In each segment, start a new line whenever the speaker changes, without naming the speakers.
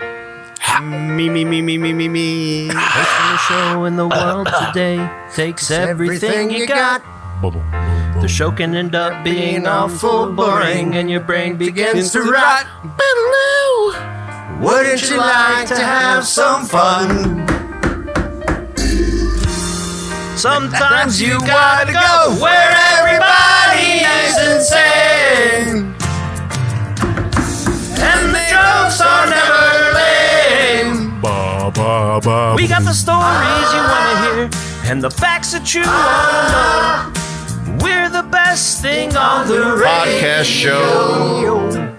Me, me, me, me, me, me, me. Hosting the show in the world today takes everything you got. The show can end up being awful boring, and your brain begins to rot.
Wouldn't you like to have some fun?
Sometimes you
You
gotta go where everybody is
insane.
and the jokes are never lame.
Ba, ba, ba.
We got the stories you wanna hear and the facts that you wanna know. We're the best thing on the radio.
Podcast show.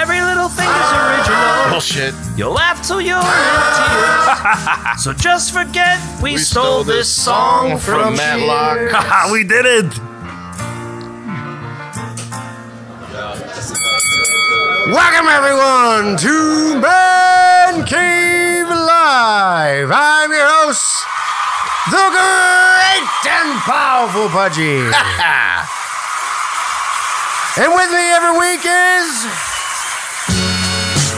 Every little thing is original.
Bullshit.
You'll laugh till you're in tears. So just forget we, stole this song from
Matlock.
Haha, we did it.
Welcome everyone to Man Cave Live. I'm your host, the great and powerful Pudgy. and with me every week is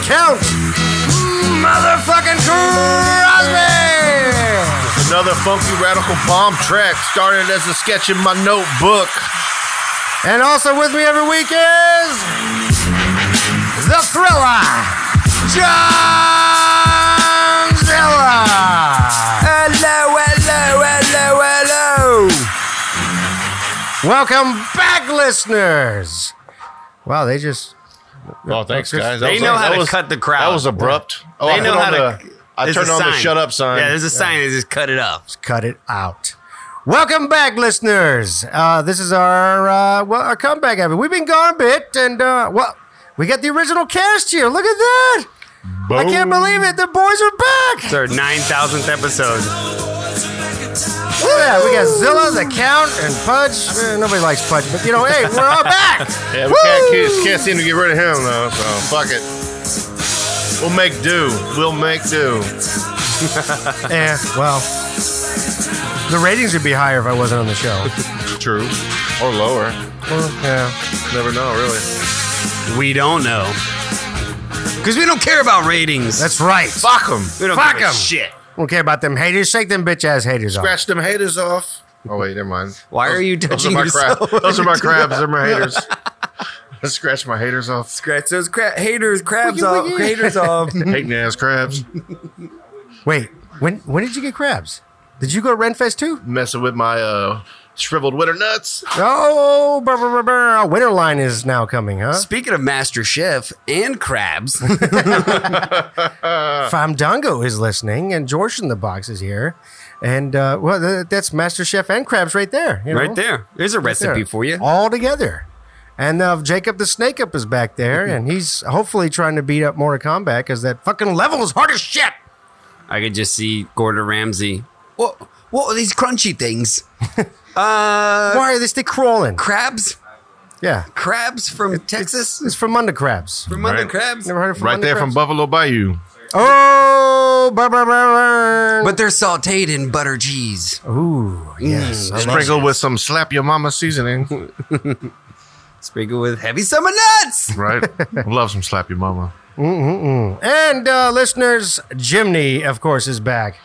Count Motherfucking Crosby.
Another funky radical bomb track started as a sketch in my notebook.
And also with me every week is the thriller, John Zilla. Hello, hello, hello, hello. Welcome back, listeners. Wow, they just
Oh, thanks,
Just-
guys. That
They
was-
know
that
how to
was-
cut the crowd.
That was abrupt. Oh,
They
I
know
put
how
on
to-
the- I
there's a
turned on the
sign.
shut up sign.
Yeah, there's a sign that just cut it off.
cut it out. Welcome back, listeners. Uh, this is our uh, well, our comeback. Ever we've been gone a bit, and uh, well, we got the original cast here. Look at that! I can't believe it. The boys are back.
It's our 9,000th episode.
Look at that. We got Zilla, the Count, and Pudge. Eh, nobody likes Pudge, but you know, hey, we're all back.
Yeah, we can't, can't, can't seem to get rid of him though. So fuck it. We'll make do. We'll make do.
Eh, well, the ratings would be higher if I wasn't on the show.
True or lower.
Well, yeah.
Never know, really.
We don't know. Because we don't care about ratings.
That's right.
Fuck them.
we don't
fuck
give a
'em.
shit.
Don't care about them haters. Shake them bitch ass haters off.
Scratch them haters off. Oh wait, never mind.
Why are you
Those are
touching
my
yourself?
crabs. Those are my crabs. They're my haters. Scratch my haters off.
Scratch those cra- haters, crabs
Wiggy,
off,
wiggy.
haters off.
Hating ass crabs.
Wait, when when did you get crabs? Did you go to Renfest too?
Messing with my uh, shriveled winter nuts.
Oh, brr, brr, brr, brr. winter line is now coming, huh?
Speaking of Master Chef and crabs,
Famdango is listening, and George in the Box is here. And uh, well, th- that's Master Chef and Crabs right there. you know?
right there. There's a
there.
recipe for you.
All together. And uh, Jacob the Snake Up is back there, and he's hopefully trying to beat up Mortal Kombat because that fucking level is hard as shit.
I could just see Gordon Ramsay. What? What are these crunchy things?
Why are they still crawling?
Crabs?
Yeah.
Crabs from Texas?
It's from Munda Crabs.
From other
Right.
crabs?
Never heard of
Right there from Buffalo Bayou.
Oh, brr, brr, brr, brr.
But they're sauteed in butter cheese. Mm,
Ooh, Oh, yes. I love-
Sprinkled with some slap your mama seasoning.
Sprinkled with heavy summer nuts.
Right? Love some slap your mama. Mm.
And uh, listeners, Jimny, of course, is back.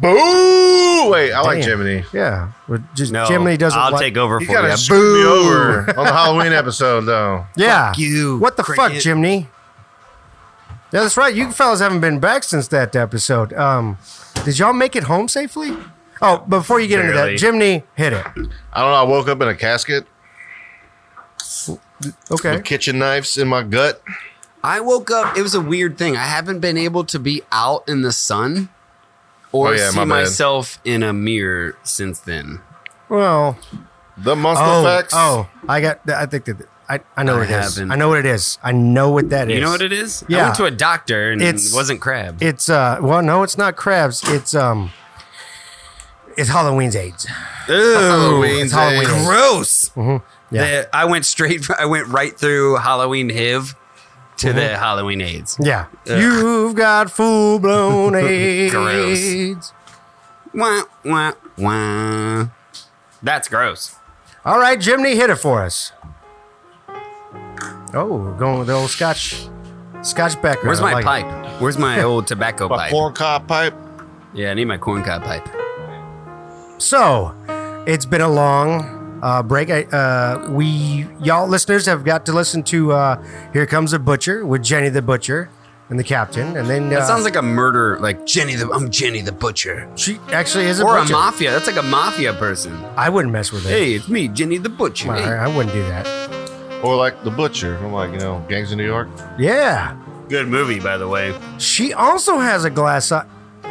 Boo! Wait, I like
Damn.
Jiminy.
Yeah. Well, just, Jimny doesn't
I'll
like-
take over
You
for
gotta
you.
screw me over on the Halloween episode, though.
Yeah.
Fuck you,
What the fuck,
cricket.
Jimny? Yeah, that's right. You fellas haven't been back since that episode. Um, did y'all make it home safely? Oh, before you get
Barely.
into that, Jimny, hit it.
I don't know. I woke up in a casket
Okay.
with kitchen knives in my gut.
I woke up. It was a weird thing. I haven't been able to be out in the sun or
Oh, yeah,
see
my bad.
myself in a mirror since then.
Well,
The monster
oh,
facts.
oh, I got. I think that I, I know
I
what it is.
haven't.
I know what it is. I know what that is.
You know what it is? I
Yeah.
went to a doctor and
It's-
it wasn't crab.
It's uh. Well, no, it's not crabs. It's um. It's Halloween's AIDS.
Halloween.
it's Halloween.
days.
gross.
Mm-hmm. Yeah.
The- I went straight. I went right through Halloween HIV to
Mm-hmm.
the Halloween AIDS.
Yeah. You've got full blown AIDS.
Wah, wah, wah. That's gross.
All right, Jimmy, hit it for us. Oh, we're going with the old Scotch, Scotch background.
Where's my
I like it.
pipe? Where's my old tobacco
My
pipe?
corn cob pipe.
Yeah, I need my corn cob pipe.
So, it's been a long uh, break. I, uh, we y'all listeners have got to listen to uh, "Here Comes a Butcher" with Jenny the Butcher and the Captain, and then uh,
That sounds like a murder. Like Jenny the I'm Jenny the butcher.
she actually is a
or
butcher.
a mafia. That's like a mafia person.
I wouldn't mess with it.
Hey, it's me, Jenny the butcher.
Well,
Hey.
I, I wouldn't do that.
Or like the butcher from like, you know, Gangs of New York.
Yeah,
Good movie, by the way.
she also has a glass eye.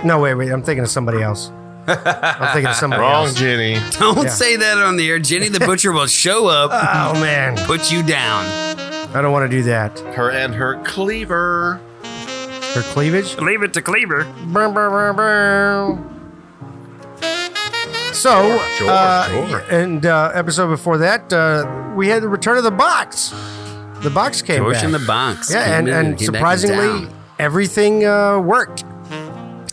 No, wait, wait. I'm thinking of somebody else. I'm thinking of somebody
Wrong
else.
Jenny.
Don't
Yeah.
say that on the air. Jenny the butcher will show up,
Oh man,
put you down.
I don't want to do that.
Her and her cleaver.
Her cleavage.
Leave it to Cleaver.
Brum, brum, brum, brum. So,
Sure,
uh,
sure.
and uh, episode before that, uh, we had the return of the box. The box came
Torch
back.
in the box.
yeah, and,
Came in
and
came back
surprisingly,
down.
everything uh, worked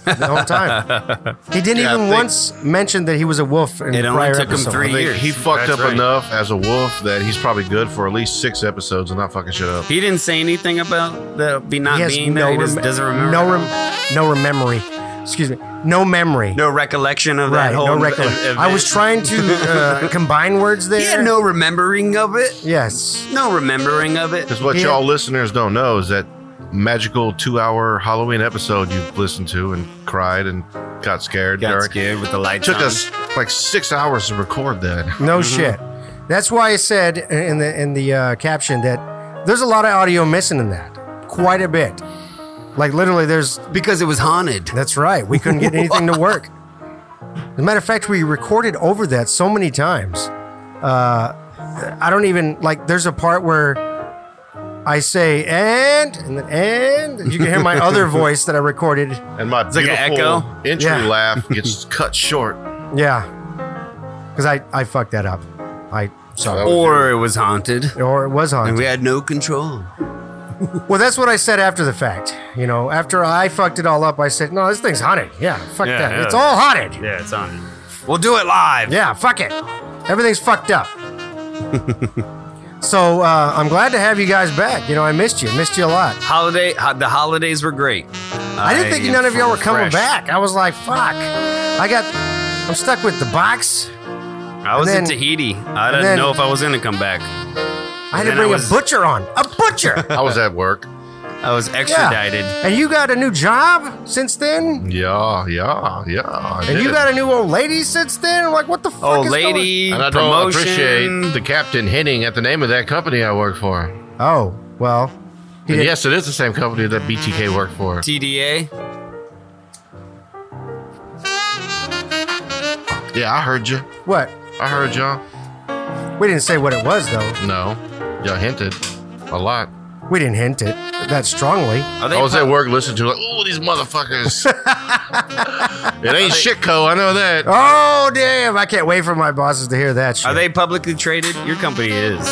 the whole time. he didn't
Yeah, I
even
think-
once mention that he was a wolf in
It
the
only
prior
took him
episode.
I
three-
think
years.
he fucked
That's
up
right.
enough as a wolf that he's probably good for at least six episodes and not fucking shit up.
he didn't say anything about the be not
He has
being there. He just
rem-
doesn't remember.
No, rem- no rem- memory. Excuse me. No memory.
no recollection of
right.
that whole
No
ev-
recollection.
event.
I was trying to uh, combine words there.
He had no remembering of it.
Yes.
No remembering of it.
Because what
Yeah.
y'all listeners don't know is that magical two-hour Halloween episode you listened to and cried and got scared.
Got
during.
scared with the
It
lights
took
on.
us like six hours to record that.
No
Mm-hmm.
shit. That's why I said in the in the uh, caption that there's a lot of audio missing in that, quite a bit. Like literally, there's.
because it was haunted.
That's right. We couldn't get anything to work. As a matter of fact, we recorded over that so many times. Uh, I don't even like. There's a part where I say and and then and you can hear my other voice that I recorded.
And my
like an
beautiful
echo.
entry
Yeah.
laugh gets cut short.
Yeah, because I I fucked that up. I sorry.
Or it was haunted.
Or it was on.
And we had no control.
Well, that's what I said after the fact. You know, after I fucked it all up, I said, "No, this thing's haunted. Yeah, fuck
Yeah,
that.
yeah.
It's all haunted.
Yeah, it's on.
We'll do it live.
Yeah, fuck it. Everything's fucked up." so uh, I'm glad to have you guys back. You know, I missed you. Missed you a lot.
Holiday. ho- The holidays were great.
I didn't think
am
none of y'all were coming
fresh.
back. I was like, "Fuck." I got. I'm stuck with the box.
I was
then-
in Tahiti. I didn't
then-
know if I was going to come back.
I had to
then
bring
I was-
a butcher on. A butcher.
I was at work.
I was extradited.
and you got a new job since then.
Yeah, yeah, yeah. I
And
did.
you got a new old lady since then. I'm like, what the fuck?
Oh,
is going-
lady.
And I don't
promotion.
appreciate the captain hinting at the name of that company I work for.
Oh, well. He
And
did-
yes, it is the same company that BTK worked for.
TDA.
Yeah, I heard you.
What?
I heard y'all.
We didn't say what it was, though.
No, y'all hinted a lot.
We didn't hint it that strongly.
Are they
I was
pu-
at work listening to it, like, ooh, these motherfuckers. it ain't shitco. I know that.
Oh, damn. I can't wait for my bosses to hear that shit.
Are they publicly traded? Your company is.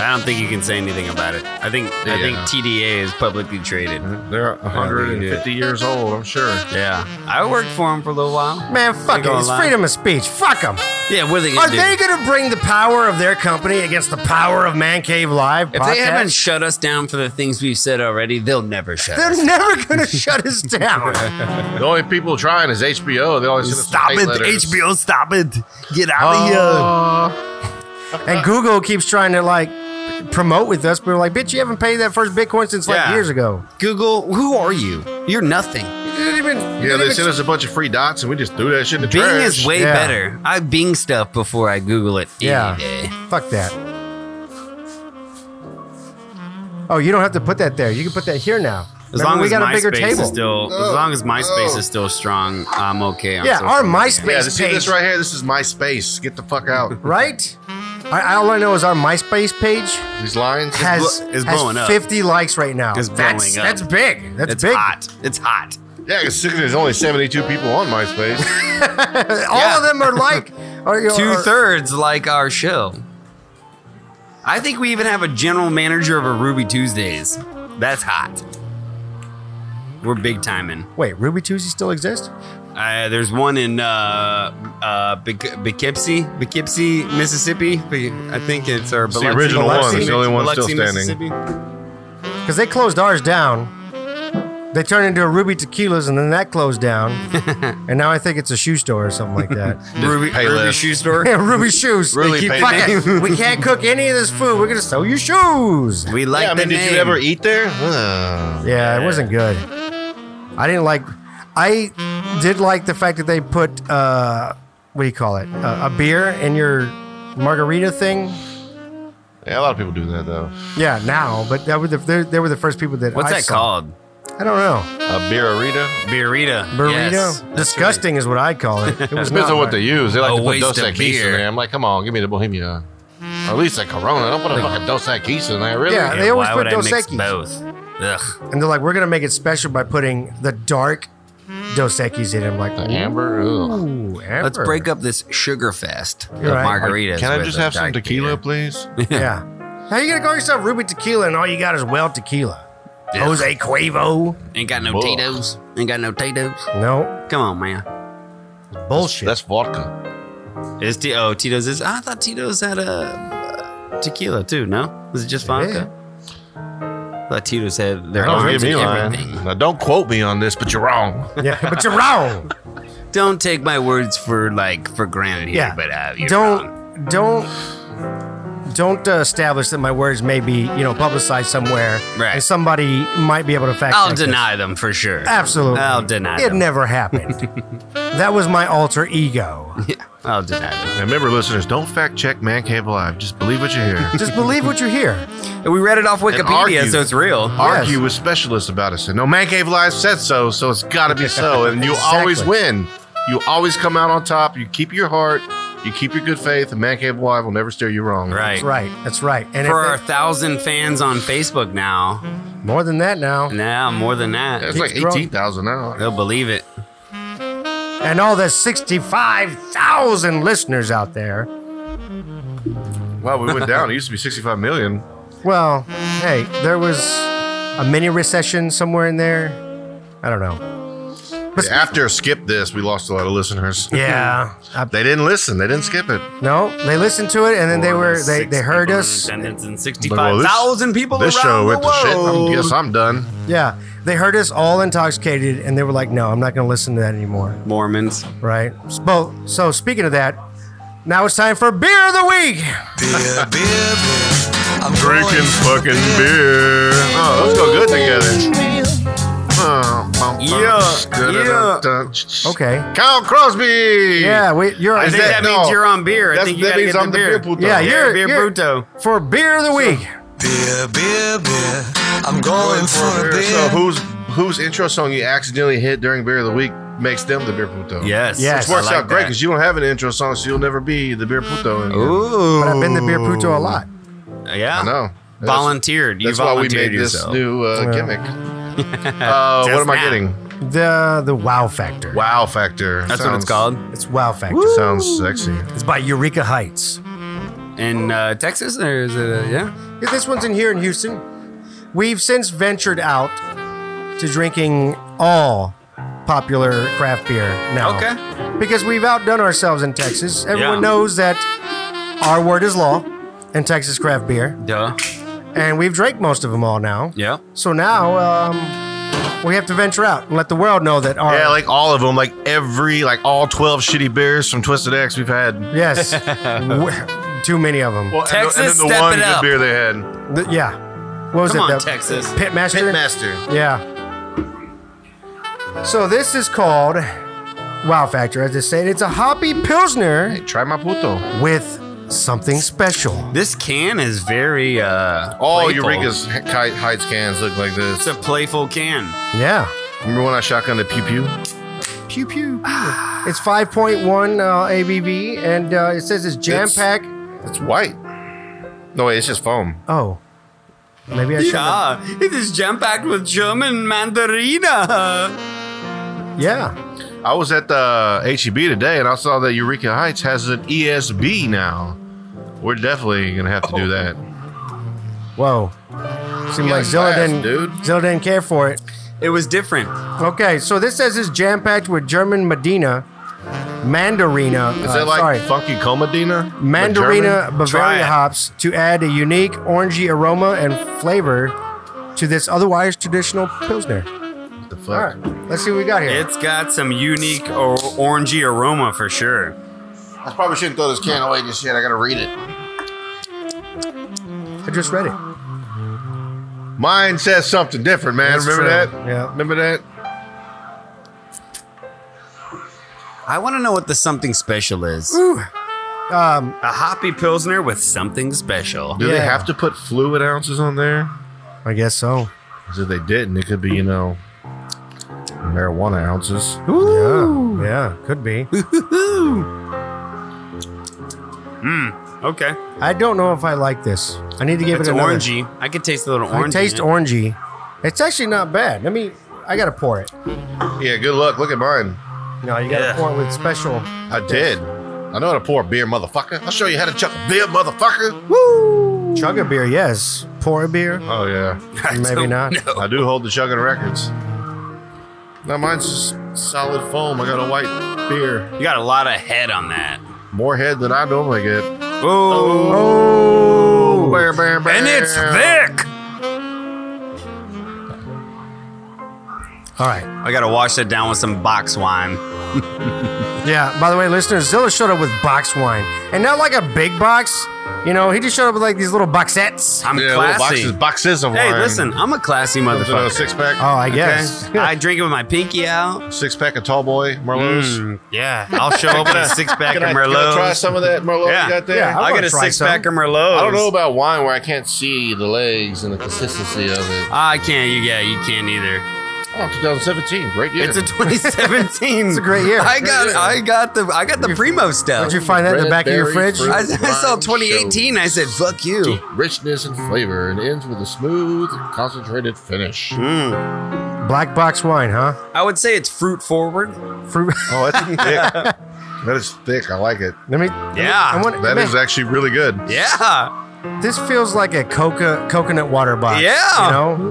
I don't think you can say anything about it. I think I think
Yeah.
TDA is publicly traded.
Mm-hmm.
They're
Yeah,
150 years old, I'm sure.
Yeah, I worked for them for a little while.
Man, fuck
Ain't
it.
gonna
It's
lie.
freedom of speech. Fuck them.
Yeah, what are they gonna
Are
do?
they going to bring the power of their company against the power of Man Cave Live
if
podcast?
they haven't shut us down for the things we've said already, they'll never shut us.
They're never going to shut us down.
The only people trying is HBO. They always send us
Stop
hate
it,
letters.
HBO! Stop it! Get out of here!
Oh,
And Google keeps trying to, like, promote with us. But we're like, bitch, you haven't paid that first Bitcoin since, like,
Yeah.
years ago.
Google, who are you? You're nothing.
You didn't even. you
yeah,
didn't
they
even-
sent us a bunch of free dots and we just threw that shit in the
Bing
trash.
is way
Yeah.
better. I Bing stuff before I Google it any
Yeah.
day.
Fuck that. Oh, you don't have to put that there. You can put that here now.
As
Remember,
long
we
as
got
MySpace
a bigger table. Oh.
is still, as long as MySpace is still strong, I'm okay. On
yeah,
social
our
media.
MySpace
yeah, see
page,
this right here? This is my space. Get the fuck out.
right? I, all I know is our MySpace page
These lines.
has,
blo- is
has
blowing up.
50 likes right now.
It's
that's,
blowing up.
that's big. That's
It's
big.
hot. It's hot.
yeah, because there's only 72 people on MySpace.
All of them are like are, are-
Two thirds like our show. I think we even have a general manager of a Ruby Tuesdays. That's hot. We're big timing.
Wait, Ruby Tuesday still exists?
Uh, there's one in uh, uh, Bic- Poughkeepsie, Poughkeepsie, Mississippi. Be- I think it's or
the original
one.
Biloxi,
It's the
only one
Biloxi,
still standing.
Mississippi.
Because they closed ours down. They turned into a Ruby Tequilas, and then that closed down. and now I think it's a shoe store or something like that.
Ruby,
pay
Ruby
less.
shoe store.
yeah, Ruby shoes.
Really
They keep-
paid
fuck
attention.
it. We can't cook any of this food. We're gonna sell you shoes.
We like
yeah, I
the
mean, did
name.
you ever eat there? Ugh.
Yeah, it wasn't good. I didn't like. I did like the fact that they put uh, what do you call it? Uh, a beer in your margarita thing.
Yeah, a lot of people do that though.
Yeah, now, but that were the, they, they were the first people that.
What's
I
that
saw.
called?
I don't know.
A burrito.
Burrito.
Burrito.
Yes.
Disgusting is what I call it. It was
Depends
not
on what
right.
they use. They like
A
to put
waste
Dos
of
Equis in
beer.
there. I'm like, come on, give me the Bohemia. Or at least a Corona. Don't put a fucking Dos Equis in there, really.
Yeah.
Yeah,
They always
why
put
would I
Dos
mix
Equis.
both? Ugh.
And they're like, we're gonna make it special by putting the dark Dos Equis in. it." I'm like,
The amber. Ugh.
ooh,
Let's break up this sugar fest of
You're right.
margaritas.
Can I
with
just
a
have some
dark beer.
tequila, please?
Yeah. How you gonna call yourself Ruby Tequila and all you got is well tequila? Jose Cuevo?
Ain't got no
Ugh.
Tito's. Ain't got no Tito's.
No.
Come on, man.
Bullshit.
That's vodka.
Is T- oh Tito's is? I thought Tito's had a uh, tequila too. No, was it just vodka? I thought Tito's had their
Don't
arms
give me
and
lying.
everything.
Now, don't quote me on this, but you're wrong.
yeah, but you're wrong.
Don't take my words for like for granted here,
Yeah.
but uh, you're
don't
wrong.
don't don't uh, establish that my words may be, you know, publicized somewhere.
Right.
And somebody might be able to fact
I'll
check it.
deny them for sure.
Absolutely.
I'll deny
It
them.
never happened. that was my alter ego.
Yeah, I'll deny them.
And remember, listeners, don't fact check Man Cave Live. Just believe what you hear.
Just believe what you hear.
And we read it off
argue.
Wikipedia, so it's real.
Argue
Yes.
with specialists about it. Say, no, Man Cave Live said so, so it's got to be so. And you
Exactly.
always win. You always come out on top. You keep your heart. You keep your good faith. And Man Cave Live will never steer you wrong.
Right.
That's right. That's right. And if
For our
it-
thousand fans on Facebook now,
more than that now.
now more than that,
That's like
Keeps growing.
18,000 now.
they'll believe it.
and all the 65,000 listeners out there.
Wow, we went down. It used to be 65 million.
Well, hey, there was a mini recession somewhere in there. I don't know.
After Skip This, we lost a lot of listeners.
Yeah.
They didn't listen. They didn't skip it.
no, they listened to it and then they were they,
Six
they heard
people
us.
in attendance and
Like, well,
sixty-five
this-
thousand people
This
around
show
the
went to shit.
world.
I guess I'm done.
Yeah. They heard us all intoxicated and they were like, "No, I'm not going to listen to that anymore."
Mormons.
Right? So, so speaking of that, now it's time for beer of the week.
Drinking fucking beer. Oh, those go good together.
Yeah,
yeah.
Okay.
Kyle Crosby.
Yeah, we, you're
I
Is
think that,
that- no.
means you're on beer. I
That's-
think you
that
gotta
means
get the
I'm the
beer.
beer puto.
Yeah,
Yeah,
you're,
beer
you're-
bruto.
for beer of the week.
Beer, beer, beer. I'm going for a beer.
So whose whose intro song you accidentally hit during Beer of the Week makes them the Beer Puto.
Yes.
Yes.
Which works
I like
out great
that.
because you don't have an intro song, so you'll never be the Beer Puto. again.
Ooh.
But I've been the beer puto a lot.
Yeah.
I know. That's-
Volunteered. You
That's why we
volunteered
made this
yourself.
new uh, gimmick. uh, what
Just
am I
now.
getting?
The the wow factor.
Wow factor.
That's what it's
Sounds-
called.
It's wow factor.
Sounds sexy.
It's by Eureka Heights.
In uh, Texas, or is it? Uh, yeah.
Yeah, This one's in here in Houston. We've since ventured out to drinking all popular craft beer now.
Okay.
Because we've outdone ourselves in Texas. Everyone
Yeah.
knows that our word is law in Texas craft beer,
Duh.
and we've drank most of them all now.
Yeah.
So now um, we have to venture out and let the world know that our
Yeah, like all of them, like every, like all twelve shitty beers from Twisted X we've had.
yes, we- too many of them.
Well, and the-
Texas,
and then the
step
one
it
good
up.
beer they had.
Th- yeah. What was
Come
it?
on,
the
Texas.
Pitmaster.
Pitmaster.
Yeah. So this is called Wow Factor. As I said, it's a hoppy pilsner
Hey, try my puto.
with something special.
This can is very. uh
All
playful.
Eureka's H- Ki- Heights cans look like
It's
this.
a playful can.
Yeah.
Remember when I shotgun the pew pew?
Pew pew. pew. it's 5.1 uh, ABV, and uh, it says it's jam packed.
It's white. No wait, it's just foam.
Oh, maybe I should. have-
Yeah, it is jam packed with German mandarina.
Yeah.
I was at the uh, HEB today and I saw that Eureka Heights has an E
Oh.
ESB now. We're definitely gonna have to do that.
Whoa. Seemed like
got
Zilla
glass,
didn't,
dude.
Zilla didn't care for it.
It was different.
Okay, so this says it's jam packed with German Medina, Mandarina.
Is
uh,
that like
sorry,
funky comadina? But
Mandarina
German?
Bavaria
it.
hops to add a unique orangey aroma and flavor to this otherwise traditional pilsner.
What the fuck?
All right, let's see what we got here.
It's got some unique or- orangey aroma for sure.
I probably shouldn't throw this can away just yet. I gotta read it.
I just read it.
Mine says something different, man.
That's
Remember
true.
that?
Yeah.
Remember that?
I want to know what the something special is.
Um,
A hoppy pilsner with something special.
Do they
Yeah.
have to put fluid ounces on there?
I guess so.
'Cause if they didn't, it could be, you know, marijuana ounces.
Ooh. Yeah, yeah, could be.
Okay,
I don't know if I like this. I need to give
it's
it another.
orangey. I could taste a little
I
orangey.
taste
in it.
orangey. It's actually not bad. Let me. I gotta pour it.
Yeah, good luck. Look at mine.
No, you gotta
Yeah.
pour it with special.
I did. I know how to pour beer, motherfucker. I'll show you how to chuck beer, motherfucker.
Woo! Chug a beer, yes. Pour a beer,
Oh, yeah.
I
maybe
don't
not.
know.
I do hold the chugging records. Now mine's just solid foam. I got a white beer.
You got a lot of head on that.
More head than I normally get.
Oh,
Bear, bear, bear.
and it's thick.
All right.
I gotta wash that down with some box wine.
Yeah. By the way, listeners, Zilla showed up with box wine, and not like a big box. You know, he just showed up with like these little boxettes.
I'm
Yeah, little
classy.
boxes, boxes of
Hey,
wine.
listen, I'm a classy
Comes in a
motherfucker.
six pack.
Oh, I guess.
I drink it with my pinky out.
Six pack of Tall Boy Merlots.
Mm, yeah, I'll show up with a six pack of
Can I, can I
Merlot.
try some of that Merlot
Yeah.
you got there?
Yeah,
I
I wanna
got a
try
six pack of
some.
Merlot.
I don't know about wine where I can't see the legs and the consistency of it.
Ah, I can't. You yeah, you can't either.
Oh, 2017, great year.
It's a 2017.
It's a great year.
I got I got the I got the Primo
Did
stout.
you find that in the back of your
Red berry
fridge?
fruit.
I, I saw
Wine
2018. I said fuck you.
richness and flavor, and ends with a smooth, concentrated finish.
Black box wine, huh?
Mm. I would say it's fruit forward.
Fruit.
Oh, that's thick. that is thick. I like it.
Let me. I
Yeah.
want.
That
man,
is actually really good.
Yeah.
This feels like a coca coconut water box.
Yeah. Oh,
You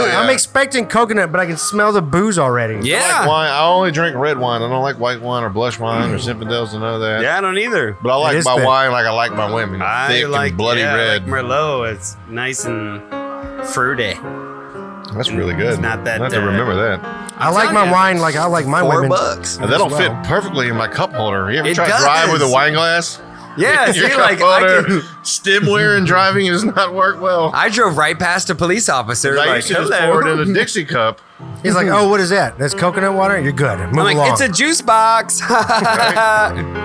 know.
yeah.
I'm expecting coconut, but I can smell the booze already.
I like
Yeah.
wine. I only drink red wine. I don't like white wine or blush wine or Zinfandels and none of that.
Yeah. I don't either.
But I
It
like
is
my
thick.
wine like I like my women.
I
thick
like
and bloody
yeah, I
red.
Like Merlot. It's nice and fruity.
That's really good.
It's not that,
I have to
uh,
remember that.
I like
telling
my
you.
wine like I like my
Four
women.
bucks.
And that'll
well.
fit perfectly in my cup holder. You ever
It
try to drive with a
does.
wine glass?
Yeah.
Your
See,
cup
like I,
holder,
can,
stemware and driving does not work well.
I drove right past a police officer.
I
like,
used to just
"Hello."
pour it in a Dixie cup.
He's like, oh, what is that? That's coconut water. You're good. Move
I'm like,
along.
it's a juice box.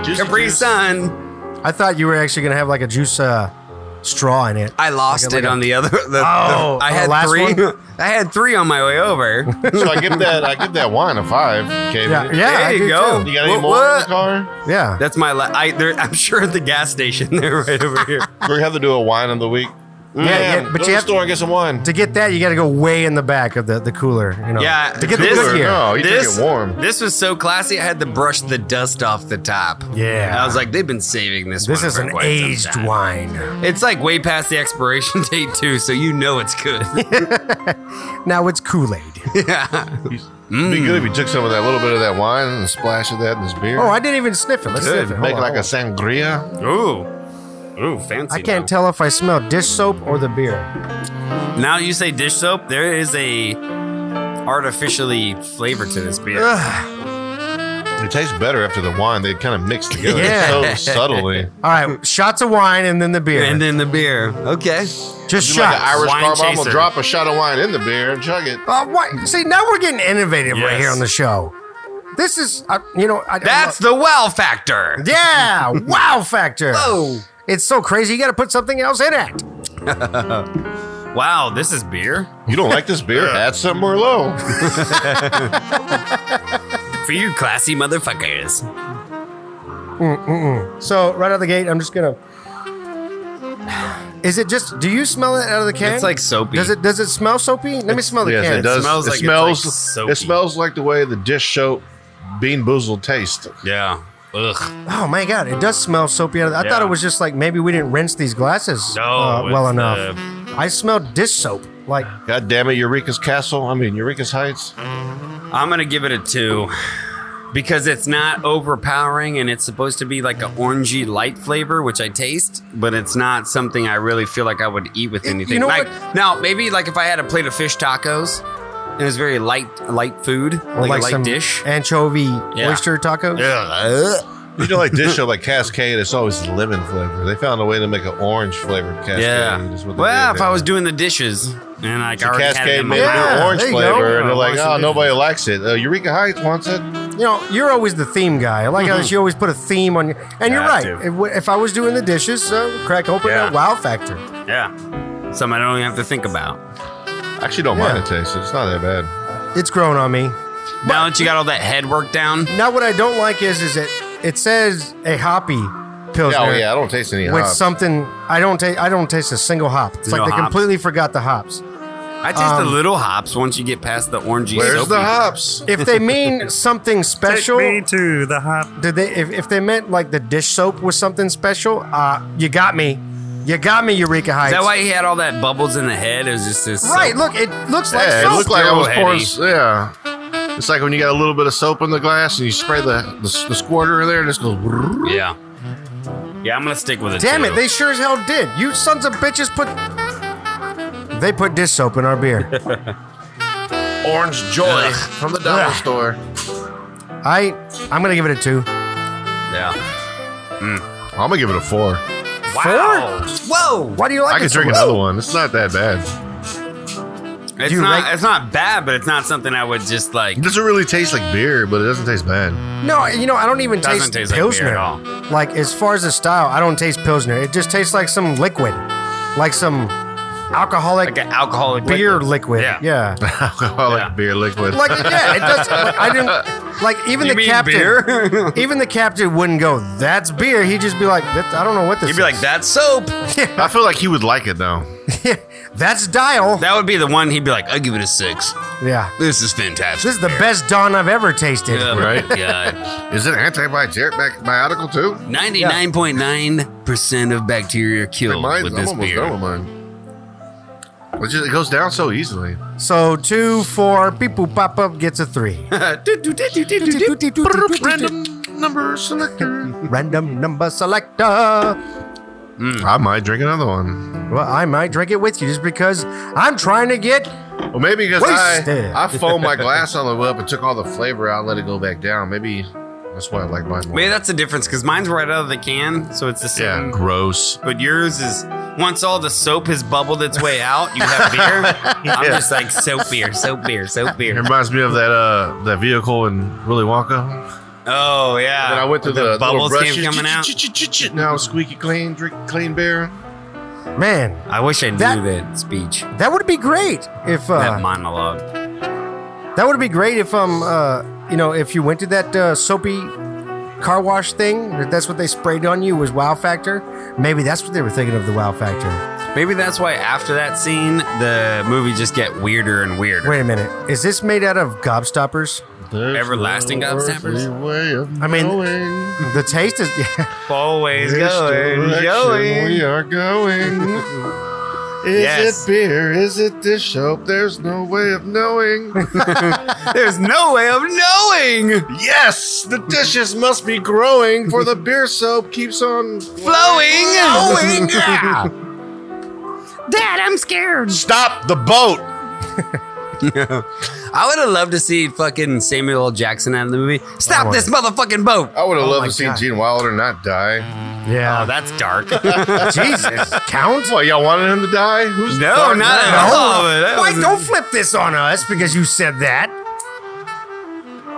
Just-
Capri Sun.
I thought you were actually gonna have like a juice uh, straw in it.
I lost
Like a-
it
like
on the other. The, the-
Oh,
I
the
had
last
three.
one?
I had three on my way over.
So I give that I give that wine a five. Okay,
Yeah, yeah.
there
I
you
do
go.
You got any
What-
more in the
what?
car?
Yeah.
That's my. La- I, there, I'm sure at the gas station. They're right over here.
We're gonna have to do a wine of the week. Yeah,
yeah, but
go to
you
the
have-
store and get some wine.
to get that, you got to go way in the back of the, the cooler. You know,
Yeah,
To get the
this-
good
Or
here.
No, you drink
this
it warm.
This was so classy. I had to brush the dust off the top.
Yeah.
I was like, they've been saving this.
This
one
is
for
an
quite some
aged
time.
wine.
It's like way past the expiration date too, so you know it's good.
Now it's Kool Aid.
yeah.
Mm.
It'd be good if you took some of that little bit of that wine and a splash of that in this beer.
oh, I Oh. didn't even sniff it. Let's
Good.
sniff it. Hold
make
on,
like a
hold on.
sangria.
Ooh. Ooh, fancy.
I can't tell if I smell dish soap or the beer.
Now you say dish soap. There is a artificially flavor to this beer.
Ugh.
It tastes better after the wine. They kind of mix together
Yeah.
so subtly.
All right, shots of wine and then the beer.
And then the beer. Okay.
Just
Do like an
shots.
Irish
Wine
Carmichael
chaser.
drop a shot of wine in the beer and chug it.
Uh, why- See, now we're getting innovative right
Yes.
here on the show. This is, uh, you know, I, I
That's
love-
the wow factor.
yeah, wow factor.
Whoa.
It's so crazy. You got to put something else in it.
Wow, this is beer?
You don't like this beer? Add some Merlot.
For you classy motherfuckers.
So right out the gate, I'm just gonna. Is it just? Do you smell it out of the can?
It's like soapy.
Does it? Does it smell soapy? Let me smell the
yes,
can.
it does.
smells
it
like it's,
smells.
like, soapy.
it smells like the way the dish soap bean boozled taste.
Yeah. Ugh.
Oh my god, it does smell soapy. Out of the, I thought
Yeah.
it was just like maybe we didn't rinse these glasses
No,
uh, well
it's
enough.
the-
I smell dish soap. Like,
God damn it, Eureka's Castle. I mean, Eureka's Heights.
I'm gonna give it a two because it's not overpowering and it's supposed to be like an orangey light flavor, which I taste, but it's not something I really feel like I would eat with anything.
know
like
what?
now, maybe like if I had a plate of fish tacos and it was very light, light food,
or
like,
like
a light
some
dish.
anchovy
Yeah.
oyster tacos.
You know, like this show, like Cascade, it's always lemon flavor. They found a way to make an orange flavored Cascade.
Yeah.
is what they
Well,
did,
if I
yeah.
was doing the dishes and like I
The
already had it
Cascade
in my
made
mouth.
an
Yeah,
orange
there you go.
flavor, and they're like,
Awesome.
oh, nobody likes it. Uh, Eureka Heights wants it.
You know, you're always the theme guy. I like
Mm-hmm.
how you always put a theme on your. And you're
Yeah, I
right.
do.
If, w- if I was doing the dishes, uh, crack open
Yeah.
that wow factor.
Yeah. Something I don't even have to think about.
I actually don't mind the taste. It's not that bad.
It's grown on me.
Now that you got all that head work down,
Now, what I don't like is is it it says a hoppy
Yeah,
pilsner
oh, yeah, I don't taste any
with
hops.
something I don't taste. I don't taste a single hop. It's
No
like they
hops.
completely forgot the hops.
I taste the little hops once you get past the orangey.
Where's
soapy.
the hops?
If they mean something special,
Me too. The hot.
did they? If, if they meant like the dish soap was something special, uh, you got me. You got me, Eureka Heights.
Is that why he had all that bubbles in the head? It was just this. uh,
Right.
soap-
Look, it looks like
Yeah, it
soap.
looked like I was
Soap.
pouring. s- Yeah, it's like when you got a little bit of soap in the glass and you spray the the, s- the squirter in there and it just goes. brrrr.
Yeah. Yeah, I'm gonna stick with it.
Damn it, they sure as hell did. You sons of bitches put. They put dish soap in our beer.
Orange joy from the dollar store.
I, I'm gonna give it a two.
yeah.
I'm gonna give it a four.
Wow. Whoa.
Why do you like
I
it
could
so
drink
much?
another one. It's not that bad.
It's
You
not.
rate-
it's not bad, but it's not something I would just like.
It doesn't really taste like beer, but it doesn't taste bad.
No, you know I don't even
Doesn't
taste,
taste like beer
pilsner.
at all.
Like as far as the style, I don't taste pilsner. It just tastes like some liquid, like some alcoholic
Like an alcoholic
beer
liquid.
liquid.
Yeah.
Yeah.
Alcoholic
Yeah.
beer liquid.
like yeah, it does. Like, I didn't. Like even
You
the
mean
captain,
beer?
even the captain wouldn't go. That's beer. He'd just be like, "That- I don't know what this.
You'd be like,
is."
that's soap.
I feel like he would like it though.
That's dial.
That would be the one he'd be like, I give it a six.
yeah.
This is fantastic. Oh
This is the best Dawn I've ever tasted.
Yeah,
Right?
Yeah.
Is it antibiotic too?
Ninety-nine point nine percent of bacteria killed
Mine,
with
I'm
this
almost done
beer.
with mine. It, just, it goes down so easily.
So two, four, people pop up gets a three.
Uh,
Random number selector.
Random number selector.
I might drink another one.
Well, I might drink it with you just because I'm trying to get.
Well, maybe because
Wasted.
I, I foamed my glass all the way up and took all the flavor out and let it go back down. Maybe that's why I like mine more.
Maybe that's the difference because mine's right out of the can, so it's the same.
yeah, gross.
But yours is once all the soap has bubbled its way out, you have beer. I'm just like soap beer, soap beer, soap
It
beer.
reminds me of that uh that vehicle in Willy Wonka.
Oh yeah.
And then I went through
With
the,
bubbles
little
came
brushes,
coming out.
ch-ch-ch-ch-ch-ch, Now squeaky clean, drink clean beer.
Man,
I wish I knew
That-
that, speech,
that would be great if
that
uh,
monologue.
that would be great if um uh you know if you went to that uh, soapy car wash thing. If that's what they sprayed on you was Wow Factor. Maybe that's what they were thinking of the Wow Factor.
Maybe that's why after that scene, the movie just get weirder and weirder.
Wait a minute, is this made out of gobstoppers?
There's
Everlasting
no
gobstoppers?
earthly Way of
I mean-
knowing
The taste is yeah.
Always
which direction We are going. Is
Yes.
it beer? Is it this soap? There's no way of knowing.
There's no way of knowing.
yes, the dishes must be growing, for the beer soap keeps on
Flowing. Flowing. Yeah. Dad, I'm scared.
Stop the boat.
I would have loved to see fucking Samuel L. Jackson out of the movie. Stop this motherfucking boat.
I would have loved
my
to see
God.
Gene Wilder not die.
Oh,
yeah.
that's dark.
Jesus, count.
What y'all wanted him to die? Who's
No,
dark-
not at
No.
all. Oh, That
Why
was-
don't flip this on us because you said that?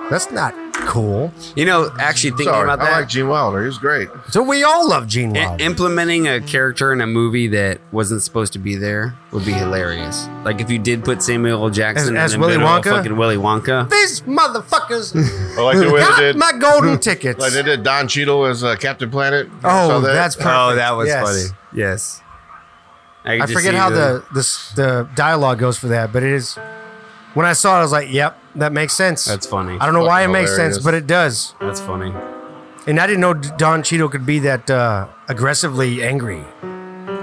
That's not cool.
You know, actually thinking
Sorry,
about
I
that,
like Gene Wilder. He was great.
So we all love Gene
i-
Wilder.
implementing a character in a movie that wasn't supposed to be there would be hilarious. Like if you did put Samuel L. Jackson
As- as
in the
Willy
middle of
Wonka?
fucking Willy Wonka.
These motherfuckers
I like the way
got
they did.
my golden tickets.
Like they did Don Cheadle as uh, Captain Planet. You saw
oh,
that?
that's perfect.
Oh, that was
Yes.
funny. Yes. could
I
just
forget
see
how the, the s- the dialogue goes for that, but it is. When I saw it, I was like, "Yep, that makes sense."
That's funny.
I don't know why it
fucking
makes sense,
hilarious.
but it does.
That's funny.
And I didn't know D- Don Cheadle could be that uh, aggressively angry.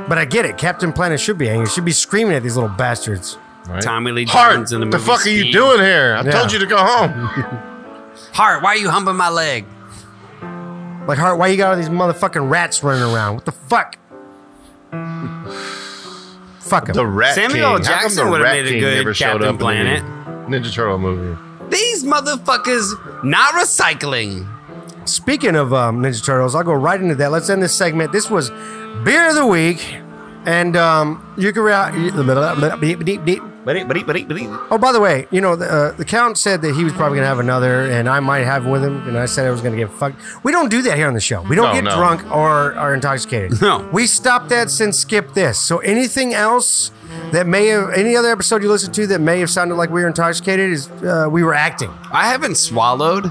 But I get it. Captain Planet should be angry. Should be screaming at these little bastards.
Right?
Tommy Lee
Hart,
Jones in the
the
movie
fuck are you
Speed.
doing here? I
Yeah.
told you to go home.
Hart, why are you humping my leg?
Like, Hart, why you got all these motherfucking rats running around? What the fuck? fuck 'em.
The Rat King.
Samuel
How come
Jackson
the
would have
Rat
made a
King never
good
showed up in
Captain
the
Planet.
Ninja Turtle movie.
These motherfuckers not recycling.
Speaking of um, Ninja Turtles, I'll go right into that. Let's end this segment. This was beer of the week, and um, you can. Re- oh, by the way, you know the, uh, the count said that he was probably gonna have another, and I might have with him, and I said I was gonna get fucked. We don't do that here on the show. We don't
No,
get
no.
drunk or are intoxicated.
No.
we stopped that since skip this. So anything else that may have any other episode you listened to that may have sounded like we were intoxicated is uh, we were acting.
I haven't swallowed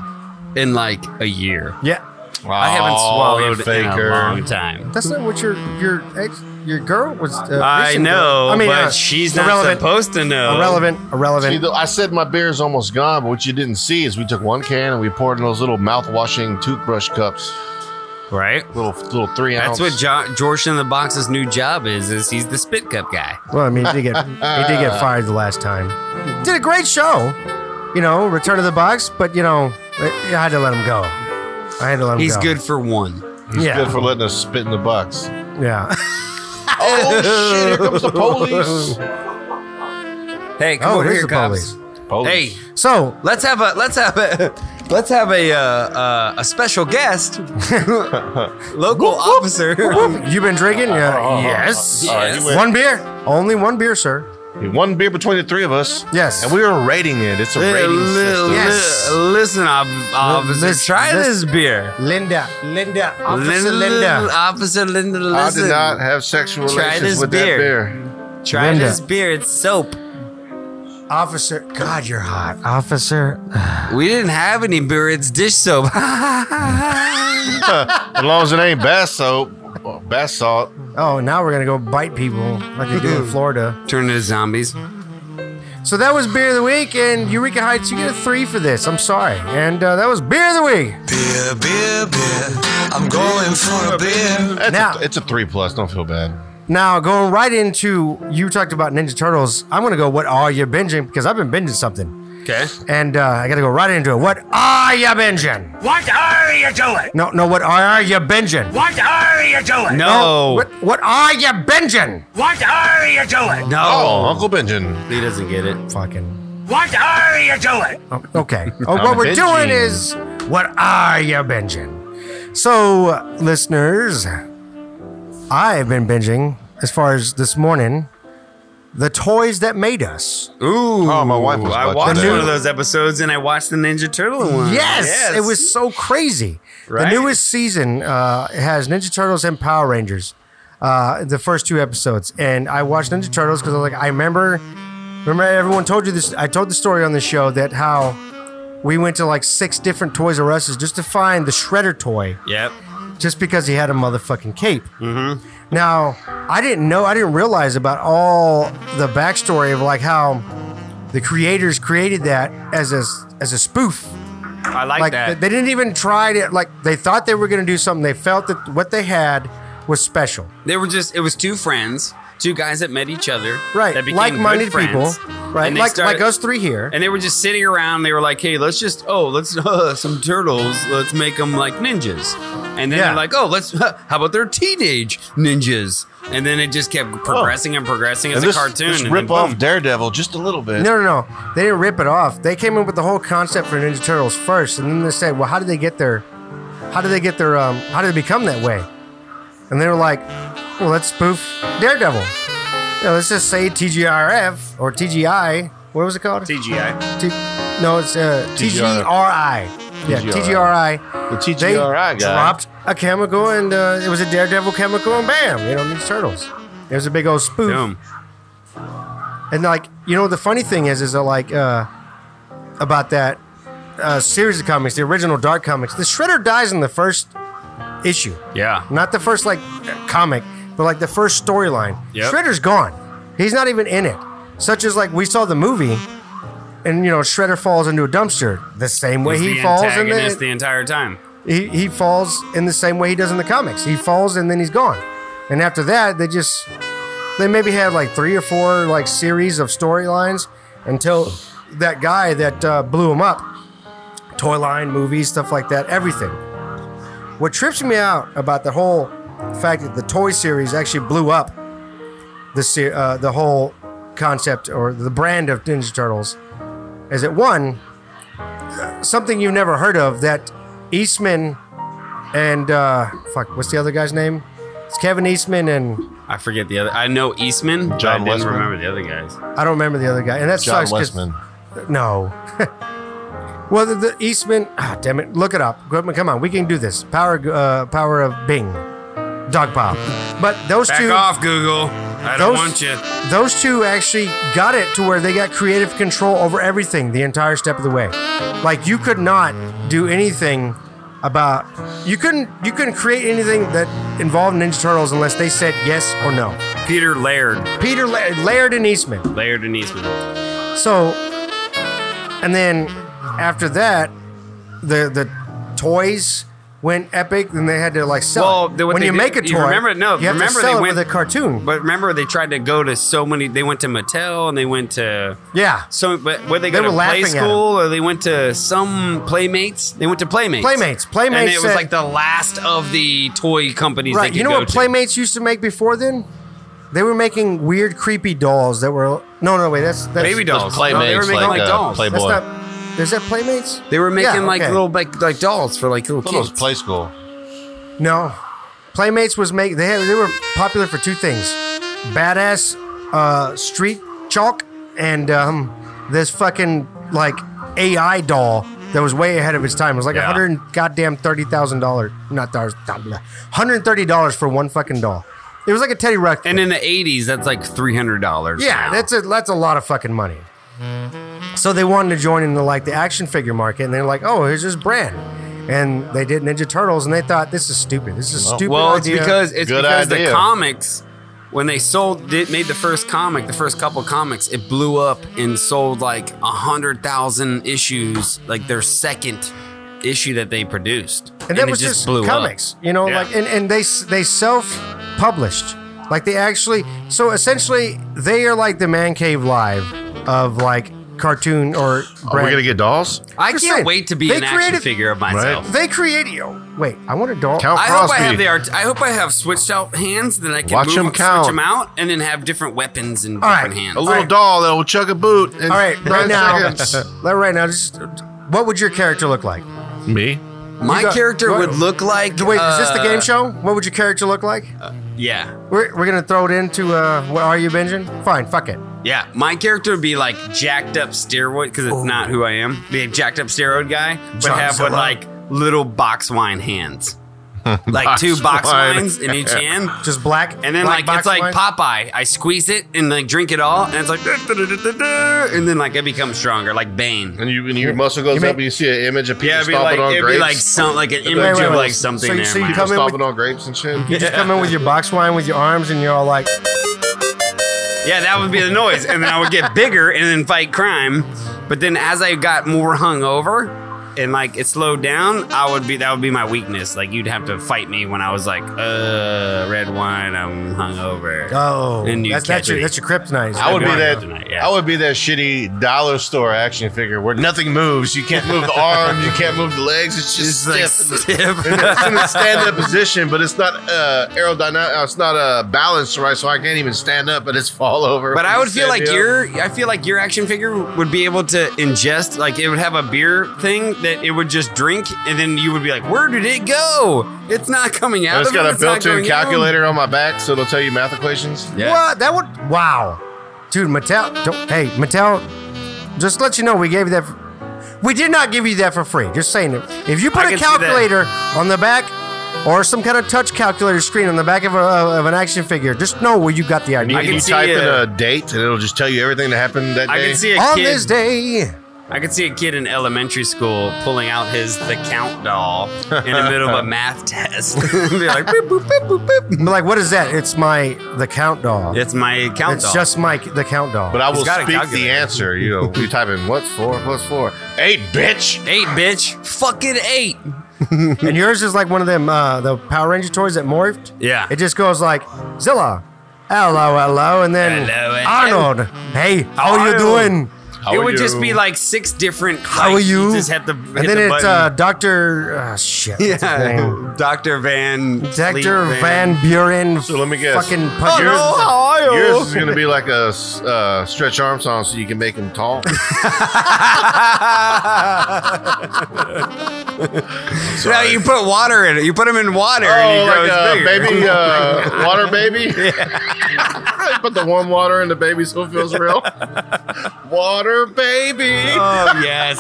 in like a year.
Yeah.
I haven't swallowed
you
in a long time.
That's not what your your ex your girl was. Uh,
I
recently-
know, but
uh,
she's not
irrelevant,
supposed to know.
irrelevant,
See,
irrelevant.
though, I said my beer is almost gone, but what you didn't see is we took one can and we poured in those little mouth-washing toothbrush cups,
right?
little little three
That's
ounce.
what jo- George in the Box's new job is, is he's the spit cup guy.
well, I mean, he did get he did get fired the last time. Did a great show, you know, Return of the Box, but you know, I I had to let him go. I had to let him
He's
go.
good for one.
yeah,
Good for letting us spit in the box.
yeah.
Oh shit! Here comes the police.
Hey, come
Oh,
over
here's
here,
the
cops.
police.
Hey,
So
let's have a let's have a let's have a uh, uh, a special guest, local officer.
you've been drinking? Yeah. Yes.
Uh-huh. All right, you win.
One beer, only one beer, sir.
One beer between the three of us.
Yes.
And we were rating it. It's a
Li-
rating
li-
system.
Yes.
li- Listen, ob- officer,
this-
try
this-
this, beer.
Linda, Linda, Officer
Lin-
Linda.
Officer Linda,
I
listen.
did not have sexual
Try
relations
this
with
beer.
that beer.
Try
Linda.
this beer. It's soap.
Officer, God, you're hot. Officer,
We didn't have any beer. It's dish soap.
As long as it ain't bath soap, or bath salt.
Oh, now we're gonna go bite people like they do in Florida.
Turn into zombies.
So that was beer of the week, and Eureka Heights, you get a three for this. I'm sorry, and uh, that was beer of the week.
Beer, beer, beer. I'm going for a beer.
That's
Now-
a, it's a three plus. Don't feel bad.
Now going right into you talked about Ninja Turtles. I'm gonna go. What are you binging? Because I've been binging something,
Okay.
and uh, I gotta go right into it. What are you binging?
What are you doing?
No, no. What are you binging?
What are you doing?
No.
What, what are you binging?
What are you doing?
No.
Oh, Uncle Benjamin.
He doesn't get it.
Fucking.
What are you doing?
oh, okay. Oh, what we're doing
binging.
is what are you binging? So, uh, listeners, I've been binging as far as this morning. The toys that made us.
Ooh.
Oh, my wife was
I
watching
watched
that.
one of those episodes and I watched the Ninja Turtle one.
Yes, it was so crazy.
Right.
The newest season uh, has Ninja Turtles and Power Rangers. Uh, the first two episodes, and I watched Ninja Turtles because I was like, I remember, remember everyone told you this. I told the story on the show that how we went to like six different Toys R Us's just to find the Shredder toy.
Yep.
just because he had a motherfucking cape. Mm-hmm. Now, I didn't know, I didn't realize about all the backstory of like how the creators created that as a as a spoof.
I like,
Like
that.
th- they didn't even try to like they thought they were gonna do something. They felt that what they had was special.
They were just it was two friends, two guys that met each other.
Right.
That became
Like-minded
good friends.
people. Right.
And they
Like
started-
like us three here.
And they were just sitting around. They were like, "Hey, let's just oh, let's uh, some turtles. Let's make them like ninjas." And then
Yeah.
they're like, "Oh, let's how about they're teenage ninjas?" And then it just
Oh.
kept progressing and progressing as
And
a
this,
cartoon.
this
and
rip
then
off
boom.
Daredevil just a little bit.
No, no, no. They didn't rip it off. They came up with the whole concept for Ninja Turtles first, and then they said, "Well, how did they get their, how did they get their, um, how did they become that way?" And they were like, "Well, let's spoof Daredevil. Yeah, let's just say TGRF or TGI. What was it called?
TGI.
T- no, it's uh,
TGRI.
TGRI. Yeah,
TGRI.
TGRI.
The
They
TGRI guy.
dropped a chemical, and uh, it was a Daredevil chemical, and bam, you know, Ninja Turtles. It was a big old spoof.
Boom.
And like, you know, the funny thing is, is that like uh, about that uh, series of comics, the original Dark comics, the Shredder dies in the first issue,
Yeah.
not the first like comic, but like the first storyline.
Yep.
Shredder's gone; he's not even in it. Such as like we saw the movie, and you know, Shredder falls into a dumpster the same way
He's
he
the
falls in
antagonist
the
the entire time.
he, he falls in the same way he does in the comics. He falls and then he's gone. And after that, they just they maybe had like three or four like series of storylines until that guy that uh, blew him up, toy line, movies, stuff like that, everything. What trips me out about the whole fact that the toy series actually blew up the se- uh, the whole concept or the brand of Ninja Turtles is that one something you've never heard of that Eastman and uh, fuck, what's the other guy's name? It's Kevin Eastman and
I forget the other. I know Eastman. but I
John
didn't
Westman.
remember the other guys.
I don't remember the other guy, and that
John
sucks. 'cause-
Westman.
No. well, the, the Eastman. Ah, damn it! Look it up. Come on, come on, we can do this. Power, uh, power of Bing, Dog Pop. But those
Back
two,
off, Google. I don't
those,
want you.
those two actually got it to where they got creative control over everything the entire step of the way. Like you could not do anything about you couldn't you couldn't create anything that involved Ninja Turtles unless they said yes or no.
Peter Laird.
Peter La- Laird and Eastman.
Laird and Eastman.
So, and then after that, the the toys went epic, and they had to like sell.
Well,
it.
the- what
when
they
you
did-
make a toy,
you remember- no,
you have
remember
to sell
they
it
went-
with a cartoon.
But remember, they tried to go to so many. They went to Mattel and they went to
yeah,
so. But where they go
They
to
were
play
laughing at
school or they went to some Playmates. They went to Playmates.
Playmates. Playmates
And it was
said-
like the last of the toy companies. They
right.
could
You know
go
what
to.
Playmates used to make before then? They were making weird, creepy dolls that were no, no, wait, that's, that's
Baby dolls.
Playmates,
No, they were making
like,
like,
uh,
dolls.
Playboy.
That's not. Is that Playmates?
They were making
Yeah,
like
okay.
little like, like dolls for like little
Thought it was
kids.
play school.
No, Playmates was make. They had, they were popular for two things: badass uh, street chalk and um, this fucking like AI doll that was way ahead of its time. It was like a
Yeah.
hundred and goddamn thirty thousand dollars, not dollars, hundred thirty dollars for one fucking doll. It was like a Teddy Ruxpin.
and in the 80s, that's like $300.
Yeah,
now.
that's a that's a lot of fucking money. So they wanted to join in the like the action figure market, and they're like, oh, here's this brand, and they did Ninja Turtles, and they thought this is stupid. This is a stupid.
well, it's
idea."
because it's
Good
because
idea.
the comics when they sold did made the first comic, the first couple comics, it blew up and sold like a hundred thousand issues, like their second issue that they produced,
and that was just, comics, you know,
Yeah.
like and, and they s- they self published, like they actually. So essentially, they are like the man cave live of like cartoon or.
Are we
brand.
gonna get dolls?
I can't
Just saying,
wait to be
they
an action
created-
figure of myself.
They create yo. Wait, I want a doll.
Count
I hope
Crosby.
I have the art. I hope I have switched out hands. Then I can
Watch
move,
'em
switch
count.
'em out, and then have different weapons and
All
different
right.
hands.
a little
Alright.
doll that will chug a boot. In
All right, right
10
now,
seconds.
like, right now, just what would your character look like?
Me?
My
You got-
character
what-
would look like.
Wait, is this the
uh,
game show? What would your character look like?
Yeah.
We're, we're gonna throw it into uh, what are you, Benjamin? Fine, fuck it.
Yeah, my character would be like jacked up steroid because it's not who I am. Be a jacked up steroid guy, but have with like little box wine hands, like two box
wine.
wines in each hand.
Just black.
And then
black
like it's
box
like
wine?
Popeye, I squeeze it and like drink it all, and it's like "Da-da-da-da-da," and then like I become stronger, like Bane.
And, you, and your muscle goes
mean-
up, and you see an image of people
Yeah, it'd be
stomping
like
on
it'd
grapes.
be like some like an image
wait,
of
wait.
like something.
So you-
there,
so you
man.
come
people
in
stomping
with-
on grapes and shit.
You just come in with your box wine with your arms, and you're all like,
Yeah, that would be the noise, and then I would get bigger and then fight crime. But then as I got more hungover and like it slowed down, I would be that would be my weakness. Like you'd have to fight me when I was like, uh, red wine, I'm hungover.
oh,
And you
that's, that's
catch
your
me.
that's your kryptonite.
I would be
Everyone
that.
does tonight, yeah.
I would be that shitty dollar store action figure where nothing moves. You can't move the arms. You can't move the legs. It's just
It's
stiff.
like stiff.
And it's in a stand-up position, but it's not uh, aerodynamic. It's not uh, balanced right, so I can't even stand up, but it's fall over.
But I would feel like
Stand up.
your I feel like your action figure would be able to ingest like it would have a beer thing that it would just drink and then you would be like, Where did it go? It's not coming out.
And it's
of it,
got a
not
built-in
going in."
calculator on my back, so it'll tell you math equations.
Yeah.
What? That would wow, dude. Mattel. Don't, hey, Mattel. Just to let you know, we gave you that. f we did not give you that for free. Just saying it. If you put
I
a
can see that.
calculator on the back. Or some kind of touch calculator screen on the back of, a, of an action figure. Just know where you got the idea.
You,
I can
you
see,
type
uh,
in a date, and it'll just tell you everything that happened that
I
day.
can see a
on
kid
this day.
I could see a kid in elementary school pulling out his the count doll in the middle of a math test. Be like, "Boop, boop, boop, boop, boop."
I'm like, what is that? It's my the count doll.
It's my count
it's
doll.
just my the count doll.
But I
He's
will
got a
speak the
calculator.
answer. You know, you type in what's four plus four? Eight, bitch.
eight, bitch. Fucking eight.
and yours is like one of them uh, the Power Ranger toys that morphed.
Yeah.
It just goes like Zilla, hello, hello, and then
Hello, hello.
Arnold. Hey, how are you
Arnold.
doing?
How
it
are
would just
you?
be like six different.
How are
like,
you?
just have to.
and
hit
then
the
it's uh,
button.
Doctor. Uh, shit. what's his name?
yeah, Doctor Van. Fleet
Doctor Van Buren.
So let me guess.
Fucking punch.
Yours-
Oh, no, how are you?
Yours is going to be like a s- uh, stretch arm song so you can make him tall.
No, you put water in it. You put him in water,
oh,
and he
like
grows
a
bigger.
baby, uh, water baby. Put the warm water in the baby so it feels real. Water baby.
Oh yes.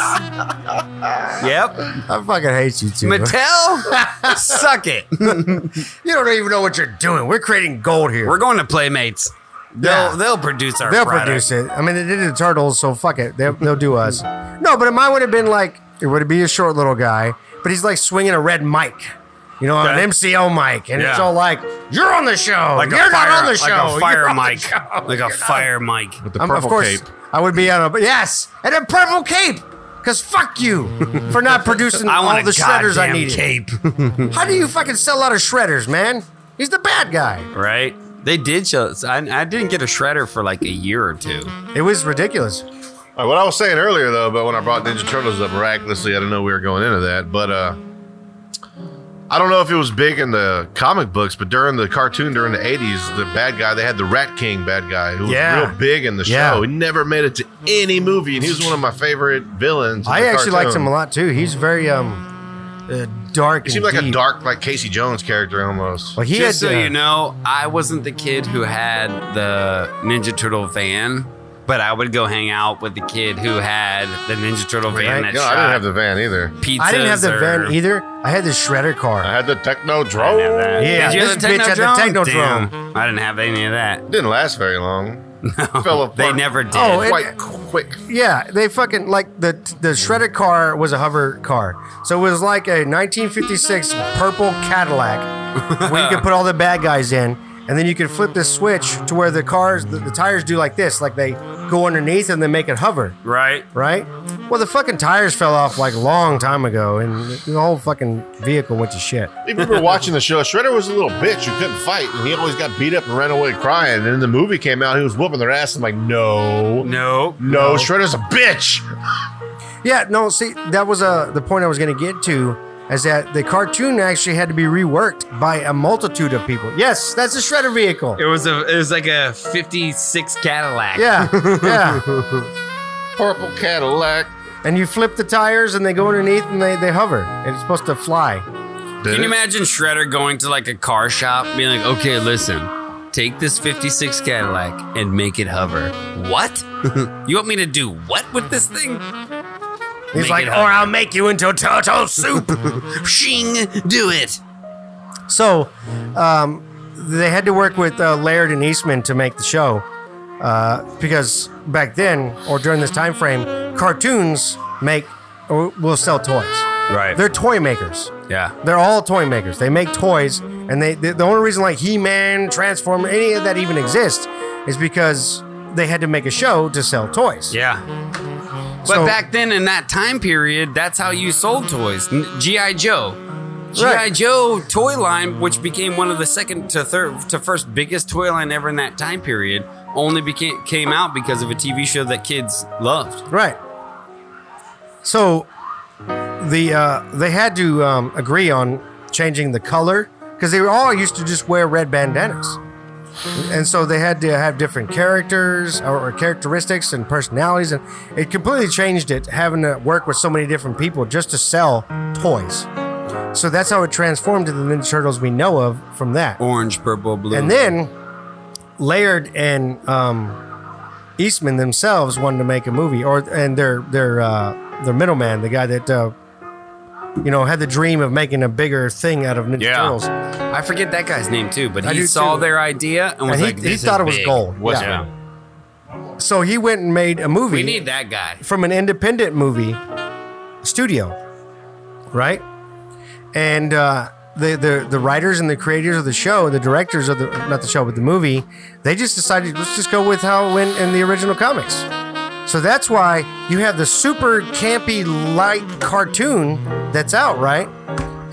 yep.
I fucking hate you too.
Mattel, suck it.
You don't even know what you're doing. We're creating gold here.
We're going to Playmates. They'll
Yeah.
they'll produce our.
They'll
product.
produce it. I mean, they did the turtles, so fuck it. They'll, they'll do us. No, but mine would have been like it would be a short little guy, but he's like swinging a red mic, you know,
Okay.
an MCO mic, and it's
Yeah.
all like, "You're on the show.
Like
You're
a fire,
not on the show.
like a
You're
fire
on the
mic,
show."
like a fire mic.
The
I'm, of
purple
course,
cape.
I would be on a yes, and a purple cape, cause fuck you for not producing
I want
all the
a goddamn
shredders I needed.
cape,
How do you fucking sell out of shredders, man? He's the bad guy.
right? They did show. I, I didn't get a shredder for like a year or two.
It was ridiculous.
All right, what I was saying earlier, though, but when I brought Ninja Turtles up miraculously, I didn't know we were going into that. But uh, I don't know if it was big in the comic books, but during the cartoon during the 80s, the bad guy, they had the Rat King bad guy who was
Yeah.
real big in the
Yeah.
show. He never made it to any movie, and he was one of my favorite villains. in
I
the
actually liked
cartoon.
him a lot too. He's very um uh, dark.
He
and
seemed like a
deep.
dark, like Casey Jones character almost.
Well, he
Just
had,
so
uh,
you know, I wasn't the kid who had the Ninja Turtle van, but I would go hang out with the kid who had the Ninja Turtle van
Right.
that
no,
shot
I didn't have the van either.
pizzas.
I didn't have the
or-
van either. I had the shredder car.
I had the Techno
I didn't have that.
Drone.
Yeah,
Did you
this bitch had the
Technodrome?
Technodrome.
Damn, I didn't have any of that.
Didn't last very long. Fell apart.
They never did.
Oh, it-
quite quick.
yeah, they fucking like the the shredder car was a hover car, so it was like a 1956 purple Cadillac where you could put all the bad guys in, and then you could flip this switch to where the cars the, the tires do like this, like they go underneath and they make it hover.
right.
Right? Well, the fucking tires fell off like long time ago, and the whole fucking vehicle went to shit.
If you were watching the show, Shredder was a little bitch who couldn't fight, and he always got beat up and ran away crying. And then the movie came out, he was whooping their ass. I'm like, no, no,
No.
Shredder's a bitch.
Yeah, no, see, that was uh, the point I was going to get to is that the cartoon actually had to be reworked by a multitude of people. Yes, that's a shredder vehicle.
It was a. It was like a '56 Cadillac.
Yeah, yeah.
Purple Cadillac.
and you flip the tires and they go underneath and they, they hover. And it's supposed to fly.
Can you imagine Shredder going to like a car shop, being like, "Okay, listen, take this '56 Cadillac and make it hover." What? you want me to do what with this thing?
He's
Make
like,
it
or
hover."
I'll make you into turtle soup.
Shing, do it.
so um, they had to work with uh, Laird and Eastman to make the show. Uh, because back then, or during this time frame, cartoons make or will sell toys.
Right.
They're toy makers.
yeah.
They're all toy makers. They make toys, and they the, the only reason like He Man, Transformer, any of that even exists is because they had to make a show to sell toys.
Yeah. But
So-
back then, in that time period, that's how you sold toys. N- GI Joe. GI
Right.
Joe toy line, which became one of the second to third to first biggest toy line ever in that time period, only became came out because of a TV show that kids loved.
Right. So the uh, they had to um, agree on changing the color because they were all used to just wear red bandanas. And so they had to have different characters or, or characteristics and personalities, and it completely changed it having to work with so many different people just to sell toys. So that's how it transformed into the Ninja Turtles we know of from that.
Orange, purple, blue.
And then Laird and um, Eastman themselves wanted to make a movie, or and their their uh, their middleman, the guy that uh, you know had the dream of making a bigger thing out of Ninja
Yeah.
Turtles,
I forget that guy's name too, but
I
he
do,
saw
too.
their idea and was
and he,
like,
he
"This
thought
is
it was
big."
gold.
What's
Yeah.
Yeah.
So he went and made a movie
We need that guy.
from an independent movie studio, right? And uh, the, the the writers and the creators of the show, the directors of the not the show but the movie, they just decided let's just go with how it went in the original comics. So that's why you have the super campy light cartoon that's out, right?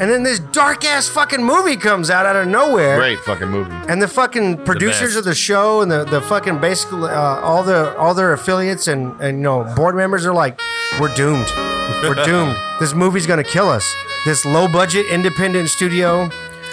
And then this dark ass fucking movie comes out out of nowhere.
Great fucking movie.
And the fucking producers
best.
of the show and the, the fucking basically uh, all the all their affiliates and and you know board members are like, we're doomed, we're doomed. This movie's gonna kill us. This low budget independent studio.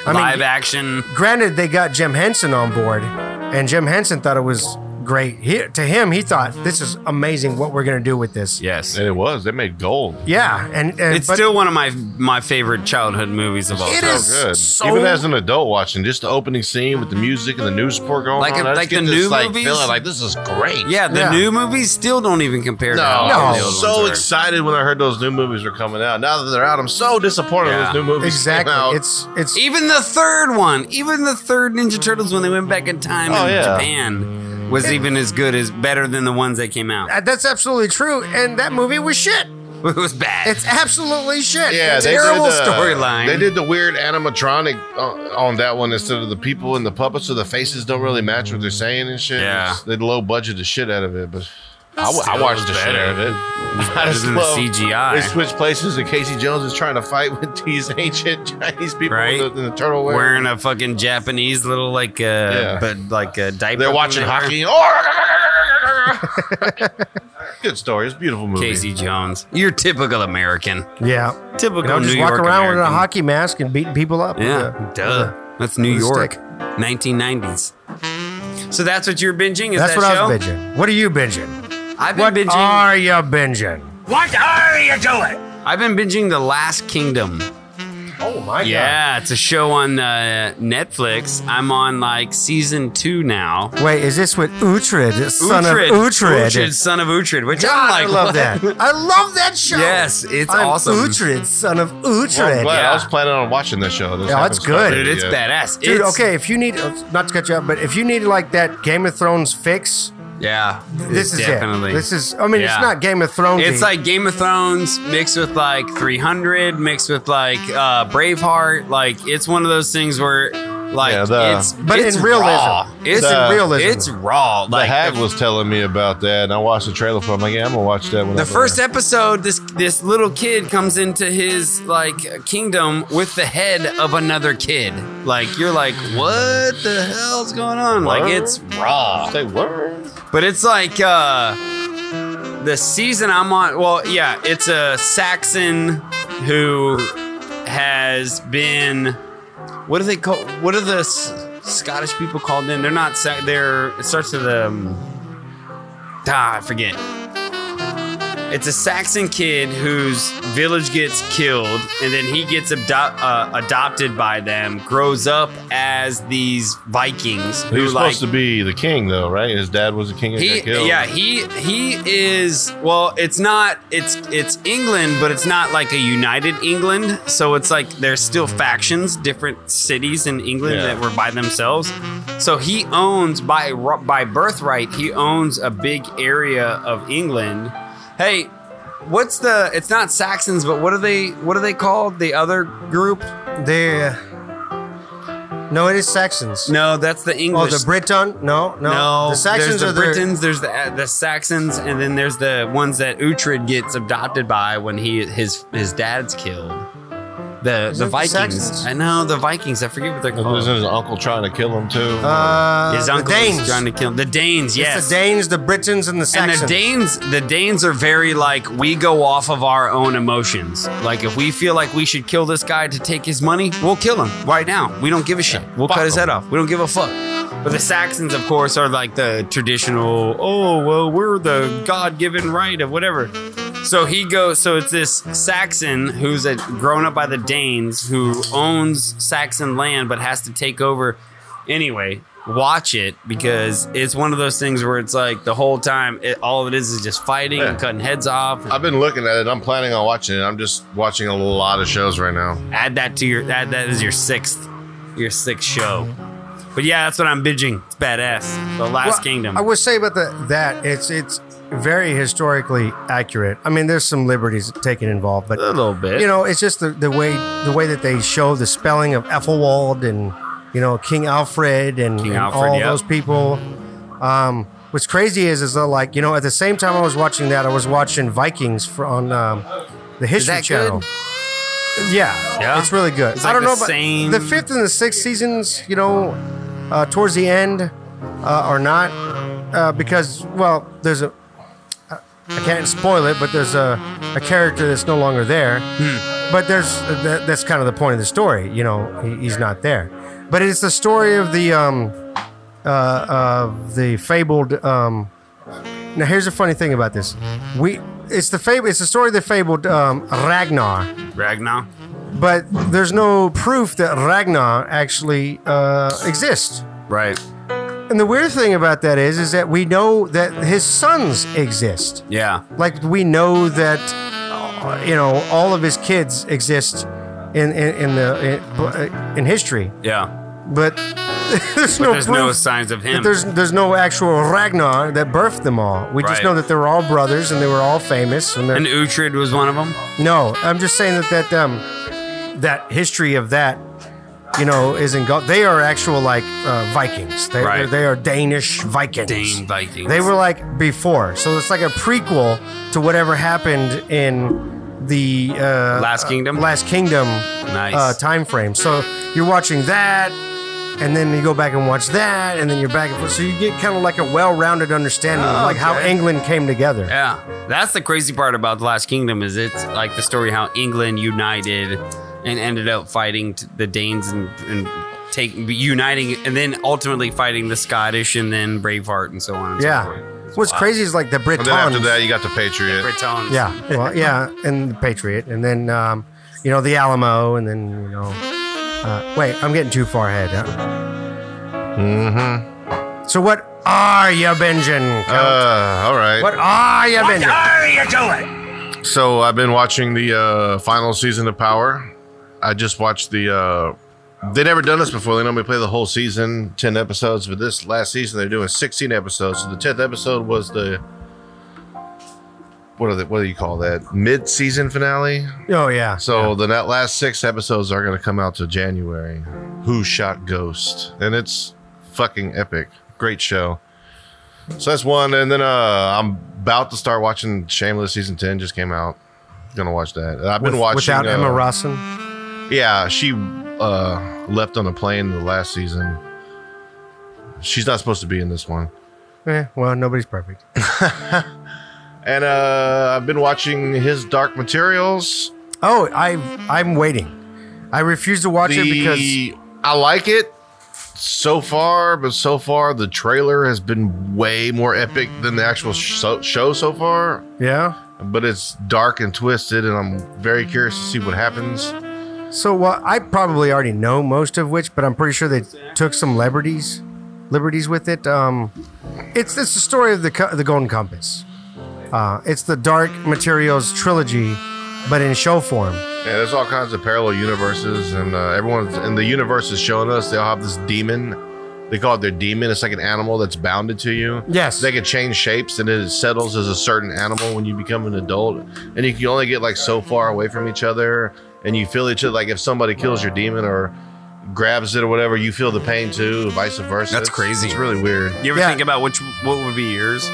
I
Live
mean,
action.
granted they got Jim Henson on board, and Jim Henson thought it was great. He, to him, he thought this is amazing. What we're gonna do with this?
Yes.
And it was. They made gold.
Yeah, and, and
It's
but
still one of my my favorite childhood movies of all
It
time.
is
Good.
so
Even as an adult watching, just the opening scene with the music and the news report going
Like
on,
a-
I just
like
get
the
this,
new
like
movies?
feeling like this is great.
Yeah, the
Yeah.
new movies still don't even compare.
No,
to how
No.
I
good
was
the old
so
ones are.
excited when I heard those new movies were coming out. Now that they're out, I'm so disappointed
Yeah.
those new movies
exactly.
came out.
It's it's
Even the third one, even the third Ninja Turtles when they went back in time
Oh,
in
yeah.
Japan was even as good as better than the ones that came out.
that's absolutely true. And that movie was shit.
It was bad.
It's absolutely shit.
yeah,
It's
they
terrible
did, uh,
story.
storyline.
They did the weird animatronic uh, on that one instead of the people and the puppets, so the faces don't really match what they're saying and shit.
Yeah.
It's- they low budget the shit out of it, but I, wa- I watched the shit out of it. I
better
just
than the
love-
CGI.
They switched places, and Casey Jones is trying to fight with these ancient Chinese people
Right.
in, the, in the turtle wear.
Wearing a fucking Japanese little like uh
Yeah.
but like a diaper.
They're watching
there.
hockey. Oh! Good story. It's a beautiful movie.
Casey Jones. You're typical American.
Yeah.
Typical
You know,
New
just
York
walk around
American.
with a hockey mask and beating people up.
Yeah,
With a-
duh. That's New
with a
York,
stick.
1990s. So that's what you're binging. Is
That's
that
what I
show?
was binging. What are you binging?
I've been
What
binging.
are you binging?
What are you doing?
I've been binging The Last Kingdom.
Oh my
Yeah, it's a show on uh, Netflix. I'm on like season two now.
god. Wait, is this with Uhtred, son
Uhtred.
of Uhtred?
Uhtred, son of Uhtred, which
God,
I'm like,
I love
what?
that. I love that show.
Yes, it's
I'm
awesome. Oh,
Uhtred, son of
Well, I'm
Uhtred.
glad.
yeah.
I was planning on watching this show. This
Yeah, that's
happens
good.
Dude, it's
yeah.
badass.
Dude,
It's-
okay, if you need oh, not to cut you up, but if you need like that Game of Thrones fix,
Yeah.
this is
definitely.
it. This is I mean,
Yeah.
it's not Game of Thrones.
It's like Game of Thrones mixed with like 300, mixed with like uh, Braveheart. Like it's one of those things where, like,
Yeah, the-
it's
But
it's
in realism.
raw. It's
The-
in
realism.
It's raw.
The
Like
Hag
the,
was telling me about that, and I watched the trailer for. it. I'm like, yeah, I'm gonna watch that one.
the first episode. This this little kid comes into his like kingdom with the head of another kid. Like you're like, what the hell's going on? Like
What?
it's raw.
Say word.
But it's like uh the season I'm on. Well, yeah, it's a Saxon who has been. What do they call? What are the S- Scottish people called? Then they're not. Sa- they're. It starts with um. Ah, I forget. It's a Saxon kid whose village gets killed, and then he gets abdo- uh, adopted by them. Grows up as these Vikings.
He
who,
was
like,
supposed to be the king, though, right? His dad was the king. that
he,
got killed.
yeah, he he is. Well, it's not. It's it's England, but it's not like a united England. So it's like there's still factions, different cities in England
Yeah.
that were by themselves. So he owns by ru- by birthright. He owns a big area of England. Hey, what's the? It's not Saxons, but what are they? What are they called? The other group?
the No, it is Saxons.
No, that's the
Oh,
English.
the Briton? No, no.
No,
the
there's
Saxons
the
are
Britons. There's the the Saxons, and then there's the ones that Uhtred gets adopted by when he his his dad's killed. The
Is
the
it the
Vikings.
Saxons?
I know the Vikings. I forget what they're
And Wasn't
called.
his uncle trying to kill him too?
Uh,
His uncle
the Danes.
is trying to kill the Danes. Yes,
It's the Danes, the Britons, and the
and
Saxons.
the Danes, the Danes are very like we go off of our own emotions. Like if we feel like we should kill this guy to take his money, we'll kill him right now. We don't give a shit. We'll
Fuck
cut his
him.
head off. We don't give a fuck. But the Saxons, of course, are like the traditional. Oh well, we're the God-given right of whatever. So he goes. So it's this Saxon who's a, grown up by the Danes who owns Saxon land but has to take over. Anyway, watch it because it's one of those things where it's like the whole time, it, all it is is just fighting and
Yeah.
cutting heads off.
Uh,
I've been looking at it. I'm planning on watching it. I'm just watching a lot of shows right now.
add that to your add that is your sixth, your sixth show. But yeah, that's what I'm binging. It's badass. The Last
Well,
Kingdom.
I would say about the, that it's it's very historically accurate. I mean, there's some liberties taken involved, but
a little bit.
you know, it's just the, the way the way that they show the spelling of Ethelwald and you know King Alfred and, and
Alfred,
all
yep.
those people. Um, what's crazy is is that like you know at the same time I was watching that I was watching Vikings for, on um, the History
that
Channel.
good?
Yeah,
Yeah?
it's really good.
It's
I
like
don't
the
know about
same-
the fifth and the sixth seasons. You know, uh, towards the end, uh, are not uh, because well, there's a I can't spoil it, but there's a, a character that's no longer there.
Hmm.
But there's that, that's kind of the point of the story. You know, he, he's not there. But it's the story of the um, uh, of the fabled. Um, now here's a funny thing about this. We it's the fable. It's the story of the fabled um, Ragnar
Ragnar.
but there's no proof that Ragnar actually uh, exists.
Right.
And the weird thing about that is, is that we know that his sons exist.
Yeah.
Like we know that, uh, you know, all of his kids exist in in, in the in, in history,
Yeah.
but there's no
There's
proof.
no signs of
that
him.
Oh, there's there's no actual Ragnar that birthed them all. We just
Right.
know that they were all brothers and they were all famous. And, they're-
And Uhtred was one of them.
no, I'm just saying that that um, that history of that, you know, isn't go- They are actual like uh, Vikings. They,
Right.
they are Danish Vikings.
Dane Vikings.
They were like before, so it's like a prequel to whatever happened in the uh,
Last Kingdom?
Last Kingdom
Nice.
uh, time frame. So you're watching that. And then you go back and watch that, and then you're back and forth. So you get kind of like a well-rounded understanding of
Oh,
like how
okay.
England came together.
Yeah, that's the crazy part about the Last Kingdom is it's like the story how England united and ended up fighting t- the Danes and, and take uniting and then ultimately fighting the Scottish and then Braveheart and so on. And
Yeah.
so forth.
What's crazy is like the Britons.
And then after that, you got the Patriot.
Britons.
Yeah, well, yeah, and the Patriot, and then um, you know the Alamo, and then you know. Uh, wait, I'm getting too far ahead. Huh? Mm-hmm. So what are you binging? Count?
Uh, all right.
what are you
What
binging?
are you doing?
So I've been watching the uh, final season of Power. I just watched the. Uh, they never done this before. They normally play the whole season, ten episodes. But this last season, they're doing sixteen episodes. So the tenth episode was the. What are the, What do you call that? Mid-season finale.
Oh yeah.
So the net last six episodes are going to come out to January. Who shot Ghost? And it's fucking epic. Great show. So that's one. And then uh, I'm about to start watching Shameless season ten. Just came out. Gonna watch that. I've been
With-
watching
without Emma
uh,
Rossum.
Yeah, she uh, left on a plane the last season. She's not supposed to be in this one.
Eh, well, nobody's perfect.
And uh, I've been watching his Dark Materials.
Oh, I I'm waiting. I refuse to watch it because
The- I like it so far, but so far the trailer has been way more epic than the actual show, show so far.
yeah.
But it's dark and twisted, and I'm very curious to see what happens.
So well, I probably already know most of which, but I'm pretty sure they took some liberties, liberties with it. Um, it's it's the story of the co- the Golden Compass. Uh, it's the Dark Materials trilogy, but in show form.
Yeah, there's all kinds of parallel universes, and uh, everyone's and the universe is showing us they all have this demon. They call it their demon. It's like an animal that's bounded to you.
Yes.
They can change shapes, and it settles as a certain animal when you become an adult. And you can only get like so far away from each other, and you feel each other. Like if somebody kills your demon or grabs it or whatever, you feel the pain too, vice versa.
That's
It's-
crazy.
It's really weird.
You ever
Yeah.
think about which what would be yours?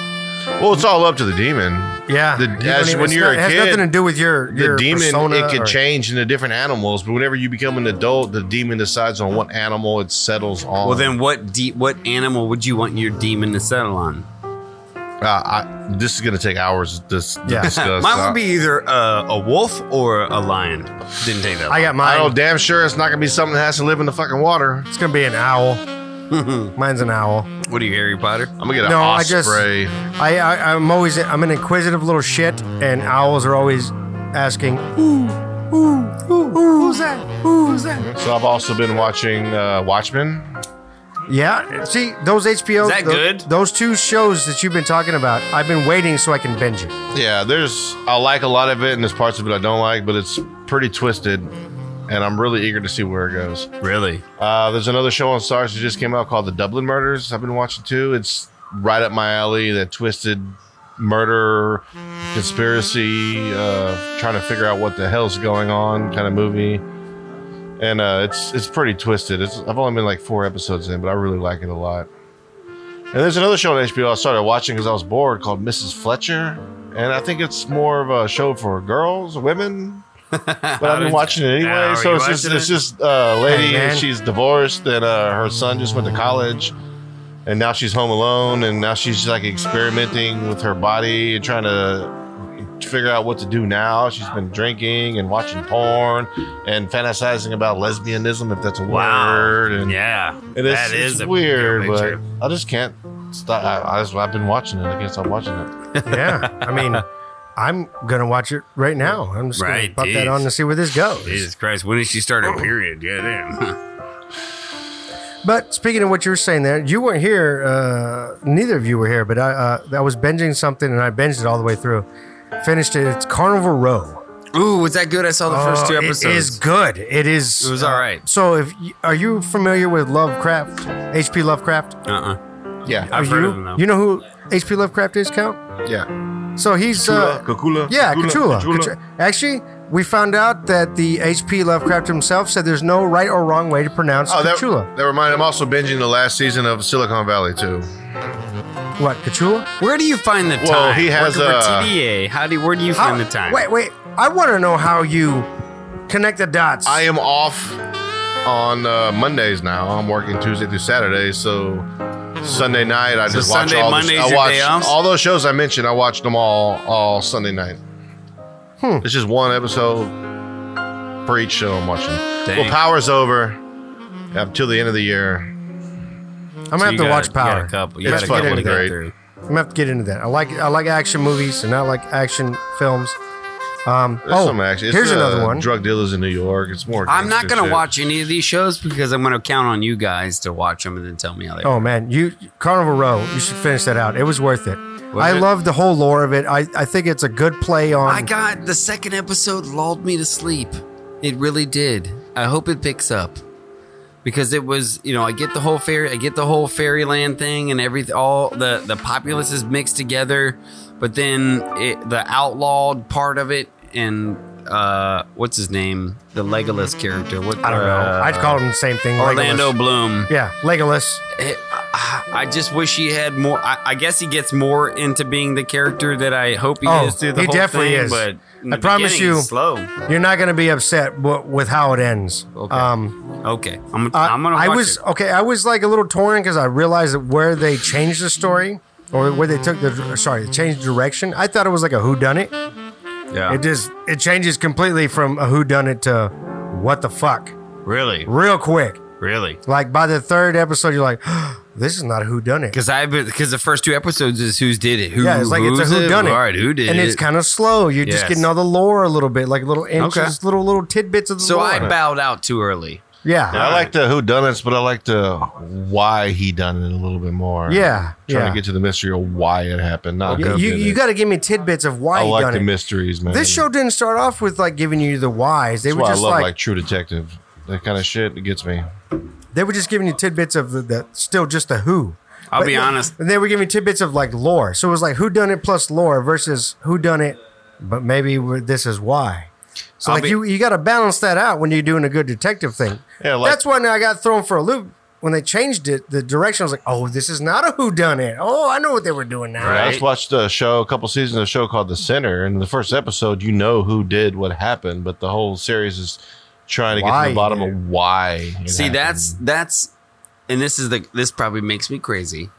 Well, it's all up to the demon.
Yeah,
The-
You don't
as when
it's
you're
not-
a
it has
kid,
nothing to do with your
the
your
demon
persona
it can
or-
change into different animals but whenever you become an adult the demon decides on what animal it settles on
Well, then what de- what animal would you want your demon to settle on?
uh, I, this is gonna take hours to, dis- to
Yeah.
discuss
Mine
Uh,
would be either a, a wolf or a lion. Didn't take that.
I got
I
mine.
know damn sure it's not gonna be something that has to live in the fucking water
it's gonna be an owl. Mine's an owl.
long. what are you, Harry Potter?
I'm gonna get an
No, I just-
osprey
I, I I'm always I'm an inquisitive little shit, and owls are always asking, ooh, ooh, ooh, who's that? Who's that?
so I've also been watching uh, Watchmen
Yeah. See, those HBO.
Is that
tho-
good?
Those two shows that you've been talking about, I've been waiting so I can binge it.
yeah there's I like a lot of it and there's parts of it I don't like but it's pretty twisted and I'm really eager to see where it goes
Really?
Uh, there's another show on Stars that just came out called The Dublin Murders. I've been watching too. It's right up my alley. That twisted murder, conspiracy, uh, trying to figure out what the hell's going on kind of movie. And uh, it's it's pretty twisted. It's, I've only been like four episodes in, but I really like it a lot. And there's another show on HBO I started watching because I was bored called Mrs. Fletcher, and I think it's more of a show for girls, women, But I've been watching it
Oh,
anyway.
you
So it's just
watching
it's
it?
just uh, a lady.
Hey, man.
she's divorced, and uh, her son just went to college, and now she's home alone, and now she's like experimenting with her body and trying to figure out what to do now. She's been drinking and watching porn and fantasizing about lesbianism, if that's a word. And
Yeah,
it is,
that
it's
is a
weird,
weird
but
picture.
I just can't stop. I, I just, I've been watching it. I can't stop watching it.
yeah. I mean, I'm gonna watch it right now. I'm just
Right,
gonna pop that
geez.
on and see where this goes.
Jesus Christ, when did she start her period? Yeah, damn.
But speaking of what you were saying there, you weren't here. Uh, neither of you were here, but I, uh, I was binging something and I binged it all the way through. Finished it. It's Carnival Row.
Ooh, was that good? I saw the first
Uh,
two
It is
episodes.
good. It is.
It was all right.
So, if y- are you familiar with Lovecraft? H.P. Lovecraft.
Uh uh-uh.
Yeah.
I've
Are
heard
you?
of them though.
You know who H.P. Lovecraft is, Count?
Yeah.
So he's uh,
Kakula.
yeah, Cthulhu.
Cthulhu.
Cthulhu. Actually, we found out that the H.P. Lovecraft himself said there's no right or wrong way to pronounce
Oh, that,
Cthulhu.
that reminded. I'm also binging the last season of Silicon Valley too.
What Cthulhu?
Where do you find the time?
Well, he has
Working for
a-
TDA. How do? Where do you
How-
find the time?
Wait, wait. I want to know how you connect the dots.
I am off on uh, Mondays now. I'm working Tuesday through Saturday, so Sunday night I
So
just
Sunday,
watch all.
Monday's
the, I
your
watched
day off?
all those shows I mentioned. I watched them all all Sunday night.
Hmm.
It's just one episode for each show I'm watching.
Dang.
Well, Power's over up till the end of the year.
I'm gonna have to
You gotta-
watch
you gotta
Power.
couple- you gotta
It's
couple
fucking
to get
great.
through.
I'm gonna have to get into that. I like I like action movies and I like action films. Um,
There's
oh,
some action. It's,
here's
uh,
another one.
Drug dealers in New York. It's more.
I'm not
gangster
gonna
shit.
watch any of these shows because I'm gonna count on you guys to watch them and then tell me how they.
oh man, you Carnival Row. You should finish that out. It was worth it. I
it?
love the whole lore of it. I, I think it's a good play on.
I got the second episode lulled me to sleep. It really did. I hope it picks up because it was you know I get the whole fairy I get the whole fairyland thing and everything all the the populace is mixed together, but then it, the outlawed part of it and uh what's his name the Legolas character what
I don't know.
uh,
I'd call them the same thing.
Orlando
Legolas.
Bloom
Yeah, Legolas.
it, Eh, I I just wish he had more. I, I guess he gets more into being the character that I hope he
Oh,
is through the
he
whole
definitely
thing.
is.
But in
I
the
promise
beginning,
you-
it's slow.
You're not gonna be upset w- with how it ends.
Okay.
Um,
Okay, I'm,
I-
I'm gonna. Watch
Uh, I was
it.
okay. I was like a little torn because I realized that where they changed the story or where they took the sorry changed direction. I thought it was like a who done it.
Yeah.
It just it changes completely from a who done it to what the fuck
really,
real quick.
really.
Like by the third episode, you're like, this is not a who done it.
Because I because the first two episodes is who's did it. Who,
Yeah, it's like it's a
who's
who done it.
All right, who did
And
it?
it's kind of slow. You're just
Yes.
getting all the lore a little bit, like little inches,
Okay.
little little tidbits of the
so
lore.
I bowed out too early.
yeah,
I like the who done but I like the why he done it a little bit more.
Yeah,
Trying
yeah.
to get to the mystery of why it happened. Not
You-
who
you
did
you
it.
got to give me tidbits of why
I
you
like
done
the
it.
mysteries, man.
This show didn't start off with like giving you the whys. They
That's
were
why I
just
love like,
like
True Detective. That kind of shit it gets me.
They were just giving you tidbits of the, the still just the who.
I'll be honest.
And they were giving you tidbits of like lore. So it was like who done it plus lore versus who done it, but maybe we're- this is why. So
I'll
like
be-
you you got to balance that out when you're doing a good detective thing.
Yeah, like-
That's when I got thrown for a loop when they changed it. The direction I was like, oh, this is not a who done it. Oh, I know what they were doing now.
I just watched a show, a couple seasons of a show called The Center, and in the first episode, you know who did what happened, but the whole series is trying to get
Why
to
he
the bottom
did it.
of why. it
See,
happened.
that's that's, and this is the this probably makes me crazy,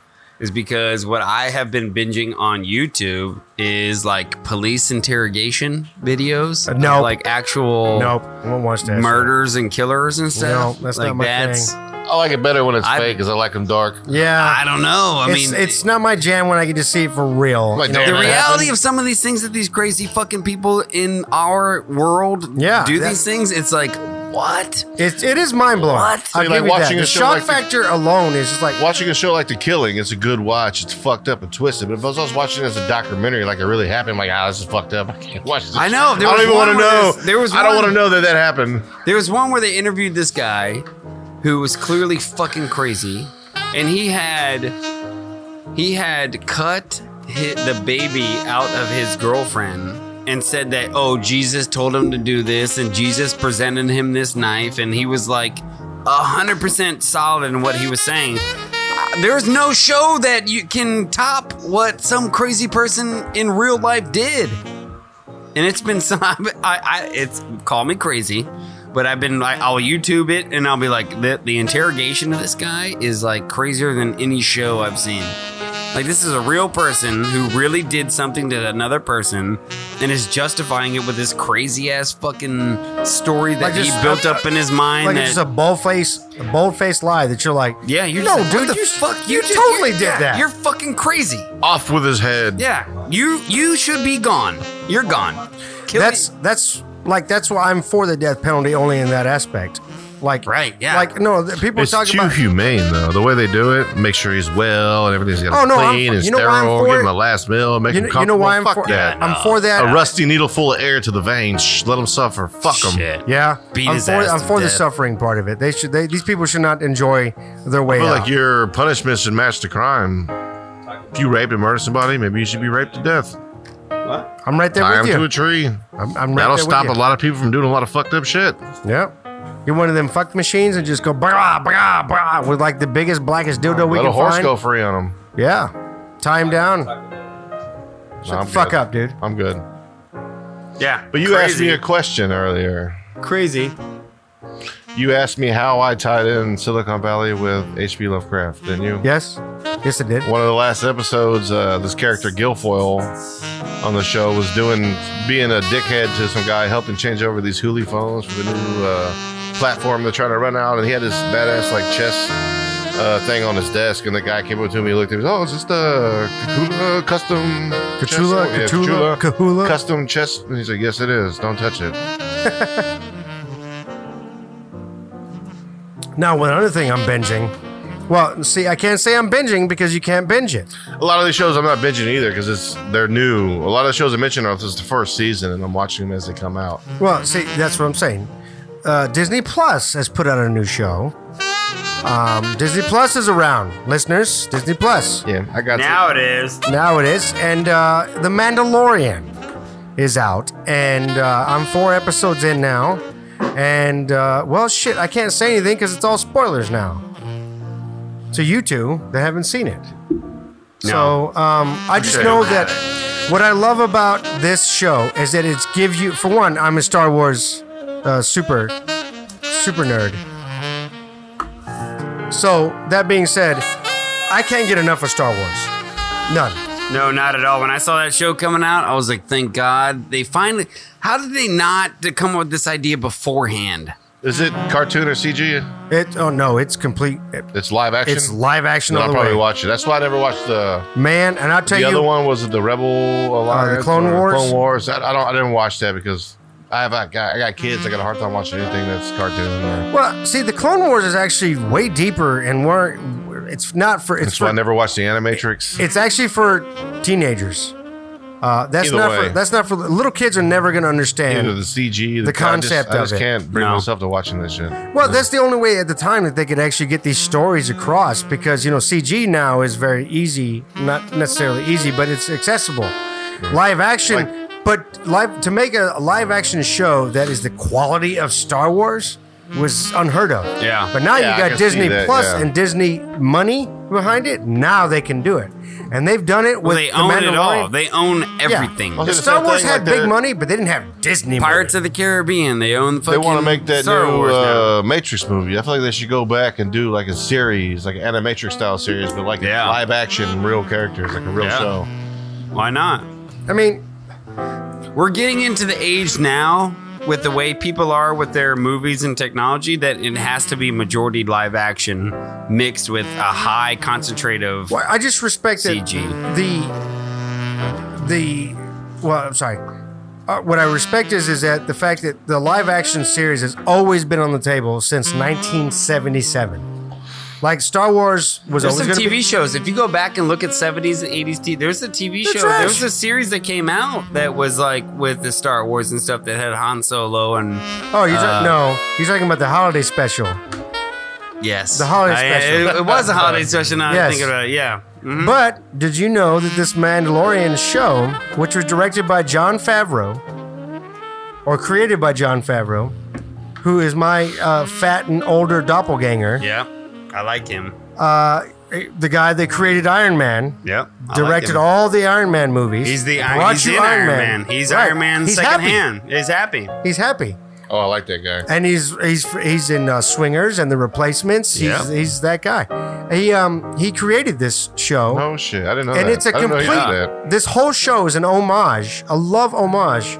is because what I have been binging on YouTube is like police interrogation videos, of,
Uh, Nope.
like actual
Nope, I won't watch that.
murders and killers and stuff.
No, that's
like
not my
that's,
I like it better when it's
I-
fake because I like them dark.
Yeah,
I don't know. I
it's,
mean,
it's not my jam when I get to see it for real.
Like,
You know,
damn
the
it.
reality of some of these things that these crazy fucking people in our world
Yeah,
do
that-
these things. It's like what?
It, it is mind blowing.
What? So
I
you like watching
that.
a
The
show
shock
like the-
factor alone is just like
Watching a show like The Killing, it's a good watch. It's fucked up and twisted. But if I was watching it as a documentary, like it really happened, like, ah, this is fucked up. I can't watch this.
I know, there
I
was
don't even
one
want to
where
know.
there's- there was
I don't
one-
want to know that that happened.
There was one where they interviewed this guy who was clearly fucking crazy, and he had he had cut hi the baby out of his girlfriend and said that oh Jesus told him to do this and Jesus presented him this knife and he was like a hundred percent solid in what he was saying. Uh, There's no show that you can top what some crazy person in real life did. and it's been some. I, I it's call me crazy, but I've been like I'll YouTube it and I'll be like the the interrogation of this guy is like crazier than any show I've seen. Like this is a real person who really did something to another person and is justifying it with this crazy ass fucking story that
Like
he
just-
built up in his mind.
Like
that,
it's just a bold face, a bold face lie that you're like,
yeah, you're
no,
just like,
dude,
dude,
the
you
fuck, you,
just-
totally did
yeah,
that.
You're fucking crazy.
Off with his head.
Yeah, you you should be gone. You're gone. Kill
that's that's like that's why I'm for the death penalty only in that aspect. Like
Right, yeah.
Like no, the people
It's
talk
too
about
humane though. The way they do it, make sure he's well and everything's got
Oh, no, I'm-
clean and
you know why I'm
sterile.
for
Give him
it?
a last meal. Make
you
him
know,
comfortable.
you know why I'm
Fuck
for
that.
I'm for that.
A rusty needle full of air to the veins. Shh, let him suffer. Fuck him.
Shit.
yeah,
Beat
I'm
his
for,
ass
I'm
to
for the
death.
suffering part of it. They should. They, these people should not enjoy their way
I feel
out.
like your punishment should match the crime. If you raped and murdered somebody, maybe you should be raped to death.
I'm right there
Tie him
with
to a
you.
tree.
I'm, I'm right
That'll
there
stop a
with you.
lot of people from doing a lot of fucked up shit.
Yep. You're one of them fuck machines and just go brah brah brah with like the biggest blackest dildo we
Let
can
a horse
find.
go free on him.
Yeah. Tie him down.
I'm
Shut the fuck
good.
up, dude.
I'm good.
Yeah,
But you asked me a question earlier.
crazy.
You asked me how I tied in Silicon Valley with H.P. Lovecraft, didn't you?
Yes. Yes, it did.
One of the last episodes, uh, this character Guilfoyle on the show was doing being a dickhead to some guy, helping change over these Huli phones for the new uh, platform they're trying to run out, and he had this badass like chess uh, thing on his desk, and the guy came up to him, he looked at me, oh, it's just a Kahula uh, custom chess-
Cthulhu,
yeah,
Cthulhu, Kahula.
custom chess, and he's like, yes, it is, don't touch it.
Now, one other thing I'm binging. Well, see, I can't say I'm binging because you can't binge it.
A lot of these shows I'm not binging either because it's they're new. A lot of the shows I mentioned are this is the first season, and I'm watching them as they come out.
Well, see, that's what I'm saying. Uh, Disney Plus has put out a new show. Um, Disney Plus is around, listeners. Disney Plus.
Yeah, I got
Now it is.
Now it is. And uh, The Mandalorian is out. And uh, I'm four episodes in now. And, uh, well, shit, I can't say anything because it's all spoilers now. To you two that haven't seen it. So um, I just
sure
know
about
that what I love about this show is that it's gives you, for one, I'm a Star Wars uh, super, super nerd. So that being said, I can't get enough of Star Wars. None.
No, not at all. When I saw that show coming out, I was like, thank God they finally. How did they not to come up with this idea beforehand?
Is it cartoon or CG?
It oh no, it's complete. it-
It's live action.
it's live action
Then
all
I'll
the
probably
way,
watch it. That's why I never watched the
man. And I'll tell
the
you, Uh,
other one was the Rebel Alliance,
Clone
or
Wars?
Clone Wars. I, I don't. I didn't watch that because I have. I got, I got kids. I got a hard time watching anything that's cartoon. Or,
well, see, the Clone Wars is actually way deeper and more. It's not for. It's
that's why I
for,
never watched the Animatrix.
It's actually for teenagers. Uh, that's
Either
not
way.
for. That's not for little kids. Are never going to
Either
understand.
the CG,
the concept
I just, I
of
just
it.
can't bring
No.
myself to watching this shit.
Well, that's the only way at the time that they could actually get these stories across because you know CG now is very easy, not necessarily easy, but it's accessible. Live action, but live to make a, a live action show that is the quality of Star Wars was unheard of.
Yeah.
But now
Yeah, I
you
can
got
see
Disney
that,
Plus
yeah.
and Disney money behind it. Now they can do it, and they've done it
Well,
with
they
the
own it all.
Mandalorian.
They own
Yeah.
everything.
Well, it's
Star
the
Wars
thing
had
like
big
that-
money, but they didn't have Disney.
Pirates
money.
of the Caribbean. They own
They
fucking.
want to make that
Star
new
Wars now.
uh, Matrix movie. I feel like they should go back and do like a series, like an animatrix style series, but like
Yeah.
live action, real characters, like a real
Yeah.
show.
Why not?
I mean,
We're getting into the age now with the way people are with their movies and technology that it has to be majority live action mixed with a high concentrate of.
Well, I just respect that
CG.
the the well, I'm sorry. Uh, what I respect is is that the fact that the live action series has always been on the table since 1977. Like Star Wars was
There's
always
some
going to
TV
be
shows. If you go back and look at 70s and 80s, t- there's a TV
They're
show.
trash.
There was a series that came out that was like with the Star Wars and stuff that had Han Solo and
Oh, you're
Uh.
ta- no, you're talking about the holiday special.
Mm-hmm. yes,
The holiday
I-
special.
It, it was a holiday special. Now that
Yes.
I think about it. Yeah, Mhm.
But did you know that this Mandalorian show, which was directed by John Favreau, or created by John Favreau, who is my uh, fat and older doppelganger,
yeah, I like him.
the guy that created Iron Man,
Yep. I like
directed
him.
all the Iron Man movies.
He's the
and
Iron,
brought
he's
you
in Iron Man. He's
Right.
Iron Man
He's
second
happy.
hand. He's happy.
He's happy,
Oh, I like that guy.
and he's he's he's in uh, Swingers and The Replacements. He's
Yeah.
he's that guy. He um he created this show.
Oh shit, I didn't know that.
and it's a
I didn't know he
complete.
did that.
This whole show is an homage, a love homage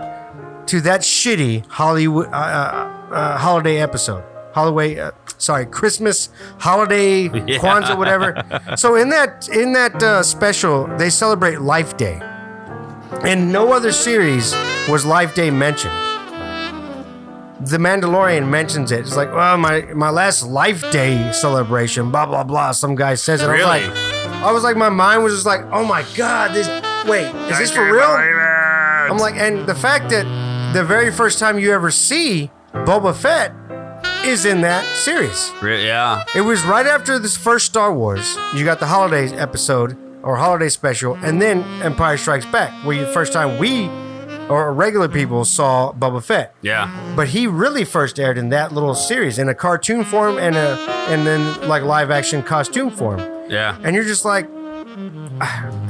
to that shitty Hollywood uh, uh, uh, holiday episode. Holiday, uh, sorry, Christmas holiday, Kwanzaa, whatever. so in that in that uh, special, they celebrate Life Day, and no other series was Life Day mentioned. The Mandalorian mentions it. It's like, well, my my last Life Day celebration, blah blah blah. Some guy says it. I'm
Really?
like, I was like, my mind was just like, oh my god, this. Wait, is this for real? I'm like, and the fact that the very first time you ever see Boba Fett is in that series.
Re- yeah.
It was right after this first Star Wars. You got the holiday episode or holiday special, and then Empire Strikes Back, where the first time we or regular people saw Boba Fett.
Yeah.
But he really first aired in that little series in a cartoon form and a and then like live action costume form
Yeah.
and you're just like,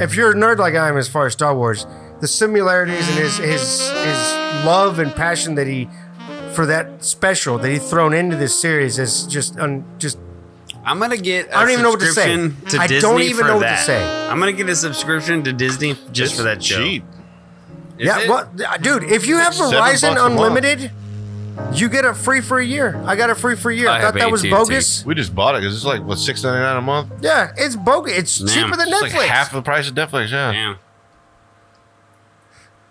if you're a nerd like I am as far as Star Wars, the similarities and his his his love and passion that he for that special that he thrown into this series is just un, just
I'm gonna get. I
I don't even know what to say. I don't even know what to say.
I'm gonna get a subscription to Disney just for that show.
cheap.
Is
yeah.
it?
Well, dude, if you have
Seven
Verizon
bucks a month.
Unlimited, you get a free for a year. I got a free for a year.
I
I,
have
thought that was
AT&T.
bogus.
We just bought it because it's like what six ninety nine a month.
Yeah, it's bogus. It's
Damn,
cheaper than
It's
Netflix
like half the price of Netflix. Yeah.
Yeah.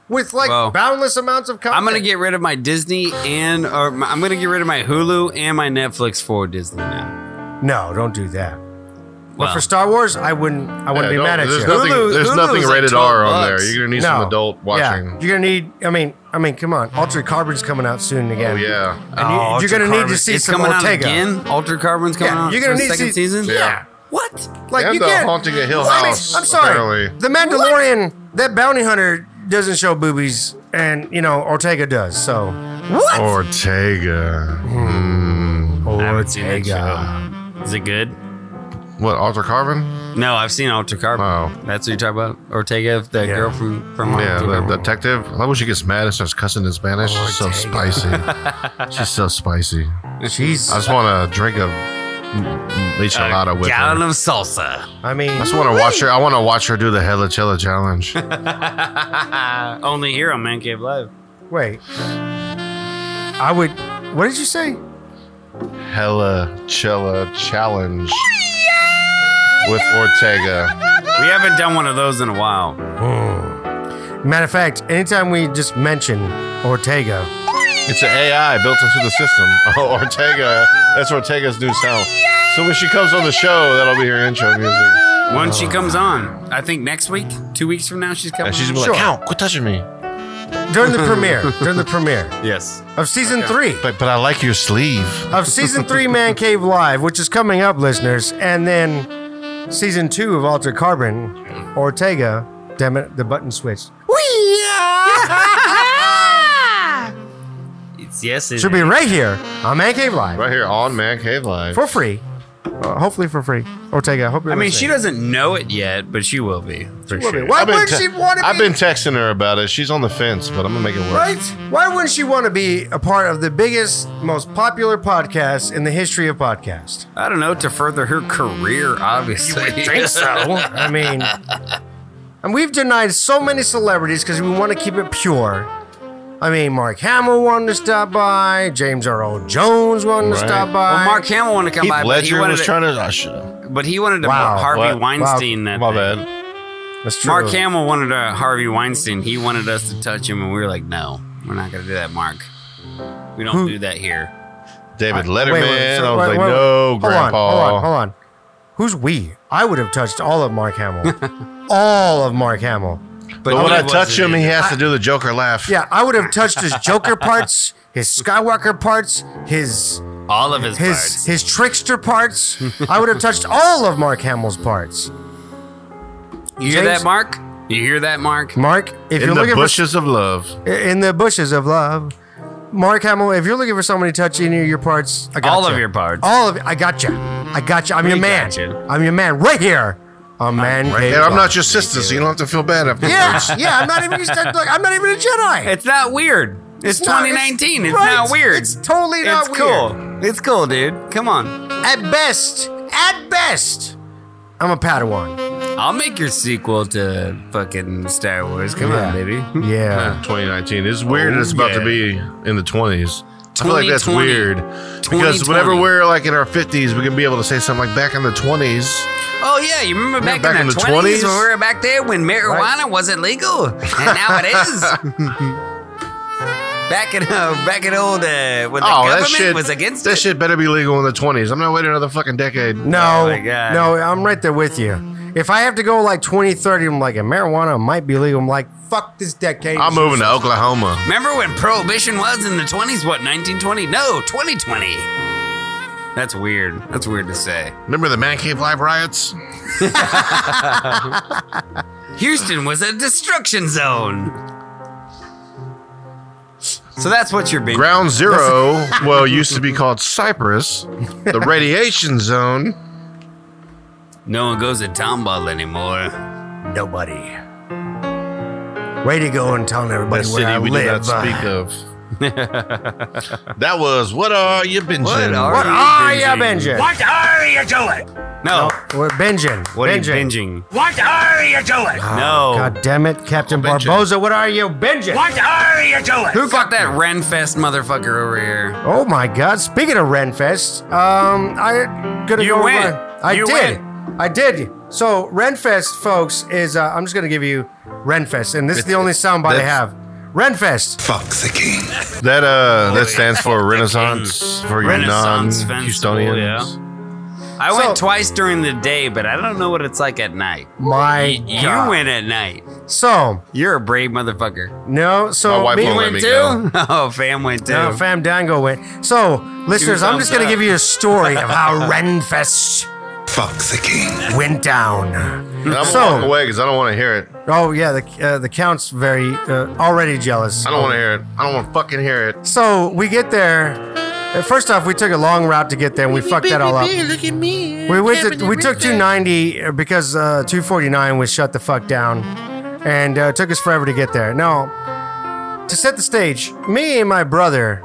with like
Well,
boundless amounts of content.
I'm gonna get rid of my Disney and or my, I'm gonna get rid of my Hulu and my Netflix for Disney now.
no, don't do that.
Well,
but for Star Wars, I wouldn't. I wouldn't
Yeah,
be
don't-
mad at
there's
you.
Nothing,
Hulu-
there's
Hulu's
nothing
like
rated
12
R on
bucks.
there. You're gonna need some adult watching.
Yeah. You're gonna need. I mean, I mean, come on. Altered Carbon's coming out soon again.
Oh yeah.
And you,
Ultra
are gonna need to
Carbon-
see
it's
some
coming out
Ortega.
again. Ultra Carbon's coming
Yeah,
out.
you're gonna
for
need to
second
see-
season.
Yeah.
What?
Like
And
you
the
can't.
Haunting of Hill
I mean,
House,
I'm sorry.
apparently.
The Mandalorian, that bounty hunter, doesn't show boobies, and you know Ortega does. So what?
Ortega.
I haven't seen that show. Is it good?
What? Alter Carbon?
No, I've seen Ultra Carbon.
Oh.
That's what you're talking about? Ortega, the girl from from
Yeah,
Ultra
the,
Carbon.
the detective. I love when she gets mad and starts cussing in Spanish. She's so spicy. She's so spicy.
Jeez.
I just want to drink a michelada with
gallon
her.
of salsa.
I mean,
I just want to watch her. I want to watch her do the Hella Chella challenge.
Uh, Only here on Man Cave Live.
wait. I would. What did you say?
Hella Chella challenge with Ortega.
We haven't done one of those in a while.
Matter of fact, anytime we just mention Ortega,
It's an AI built into the system. Oh, Ortega. That's Ortega's new sound. So when she comes on the show, that'll be her intro music.
Once she comes on, I think next week, two weeks from now, she's coming.
And Uh, she's gonna
on.
be like, "Ow, quit touching me."
during the premiere, during the premiere
yes.
of season three.
But but I like your sleeve.
of season three Man Cave Live, which is coming up, listeners, and then season two of Alter Carbon, Ortega. Damn it, the button switched.
It's yes. It
Should be right here on Man Cave Live
Right here on Man Cave Live.
for free. Uh, hopefully for free. Ortega, I hope you're
I mean, she
listening.
doesn't know it yet, but she will be. For
will be.
sure.
Why
I've been
wouldn't
te-
she want to be?
I've been texting her about it. She's on the fence, but I'm gonna make it work.
right? Why wouldn't she want to be a part of the biggest, most popular podcast in the history of podcast?
I don't know to further her career, obviously.
I mean, and we've denied so many celebrities because we want to keep it pure. I mean, Mark Hamill wanted to stop by. James Earl Jones wanted to
Right.
stop by.
Well, Mark Hamill wanted to come
Heath
by, but he
Ledger
wanted
was
to,
trying to. Oh, shit.
but he wanted to
Wow,
Harvey
what?
Weinstein. That
My
thing.
bad.
That's true.
Mark Hamill wanted a Harvey Weinstein. He wanted us to touch him, and we were like, "No, we're not gonna do that, Mark. We don't do that here."
David
Wait,
Letterman.
wait, so-
I was
wait,
like,
wait,
no,
hold
Grandpa.
On, hold on, hold on. Who's we? I would have touched all of Mark Hamill. all of Mark Hamill.
But when I
he
touch him,
wasn't
he
either.
has to do the Joker laugh.
Yeah, I would have touched his Joker parts, his Skywalker parts, his
all of his,
his
parts.
his trickster parts. I would have touched all of Mark Hamill's parts.
You hear
James-
that, Mark? You hear that, Mark?
Mark, if you're
In the
looking for
bushes of love.
in the bushes of love. Mark Hamill, if you're looking for somebody to touch any of your parts, I got
All of your parts.
All of I got you. I got you. I'm your
We
man.
got you.
I'm your man right here. A man
And I'm not your sister, so you don't have to feel bad afterwards.
Yeah, yeah. I'm not even. Like, I'm not even a Jedi.
It's not weird. It's,
not-
2019. It's,
right.
not weird.
It's totally not
It's
weird.
cool. It's cool, dude. Come on.
At best, at best, I'm a Padawan.
I'll make your sequel to fucking Star Wars. Come
Yeah.
on, baby.
Yeah.
2019. It's weird. it's about
Oh, yeah.
to be in the 20s. I feel like that's
2020.
weird because
2020.
whenever we're like in our 50s, we can be able to say something like back in the 20s.
Oh yeah, you remember back,
back
in, the, 20s when we were back there when marijuana wasn't legal, and now it is. back in uh, back in old uh, when the
oh, that
government
shit
was against
That
it.
shit better be legal in the 20s. I'm not waiting another fucking decade.
No,
Oh my God.
no, I'm right there with you. If I have to go like 20, 30, I'm like, and marijuana might be legal. I'm like, fuck this decade.
I'm moving to Oklahoma.
Remember when prohibition was in the 20s? What 1920? No, 2020. That's weird. That's weird to say.
Remember the Man Cave Live riots?
Houston was a destruction zone. So that's what you're big.
Ground Zero, well, used to be called Cyprus, the radiation zone.
no one goes to Tomball anymore.
Nobody. Way to go and telling everybody where I
we
live.
do not speak of. that was what are you binging?
What
what are you binging?
What are you doing?
No.
We're binging.
What are
binging. Ah,
you binging?
What are you doing?
No.
God damn it, Captain
Binging.
Barboza. What are you binging?
What are you doing?
Who fuck that Renfest motherfucker over here?
Oh my God! Speaking of Renfest, um, I gonna
You
go.
win.
over- I
You
did. I did. So Renfest, folks, is uh, I'm just gonna give you Renfest, and this is the only soundbite I
that's-
have. Renfest.
Fuck the king.
That uh, that stands for Renaissance for you non
Renaissance Festival,
Houstonians.
I
So-
went twice during the day, but I don't know what it's like at night.
My God.
You went at night.
So
You're a brave motherfucker.
no. So
My wife
me-
won't let me go.
oh, fam went too.
No, Fam Dango went. So listeners, I'm
thumbs
just gonna
up.
give you a story of how Renfest
Fuck the king.
went down.
And I'm
So-
gonna walk away because I don't want to hear it.
Oh yeah, the uh, the count's very uh, already jealous.
I don't want to hear it. I don't want to fucking hear it.
So we get there. and First off, we took a long route to get there, and we fucked that all up. Look at me. We went. To, we took 290 because uh, 249 was shut the fuck down, and uh, it took us forever to get there. Now, to set the stage, me and my brother,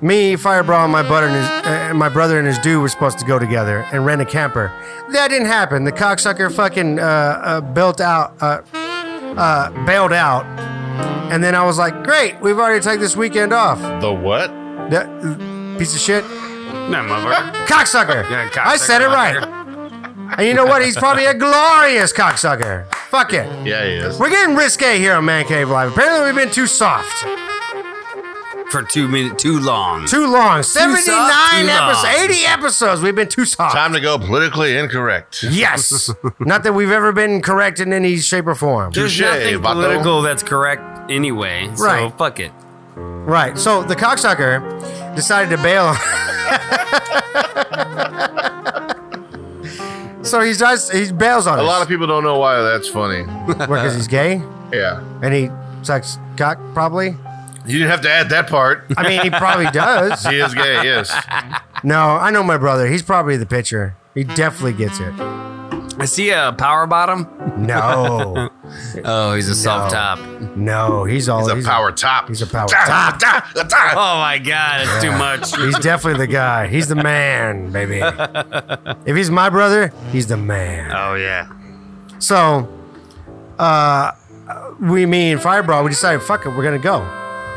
me Fireball and my brother and his, uh, my brother and his dude were supposed to go together and rent a camper. That didn't happen. The cocksucker fucking uh, uh, built out, uh, uh, bailed out, and then I was like, "Great, we've already taken this weekend off."
The what?
That piece of shit.
No, motherfucker.
Cocksucker.
Yeah, cocksucker.
I said it right. and you know what? He's probably a glorious cocksucker. Fuck it.
Yeah, he is.
We're getting risque here on Man Cave Live. Apparently, we've been too soft,
For two minutes, too long.
too long. 79
Too
episodes,
long.
80 episodes. We've been too soft.
Time to go politically incorrect.
Yes. Not that we've ever been correct in any shape or form.
There's
Touche,
nothing
vato.
political that's correct anyway. So
Right.
fuck it.
Right. So the cocksucker decided to bail. so he does. He bails on
A
us.
lot of people don't know why that's funny.
because he's gay
Yeah,
and he sucks cock probably.
you didn't have to add that part.
I mean, he probably does.
He is gay. Yes.
No, I know my brother. He's probably the pitcher. He definitely gets it.
I see a power bottom.
No,
Oh, he's a soft
No.
top.
no, he's all
He's a power top.
he's a power
Da,
top.
da, da, da.
Oh my god, it's too much.
He's definitely the guy. He's the man, baby. If he's my brother, he's the man.
Oh yeah.
So, uh, we mean Fireball. We decided, fuck it, we're gonna go.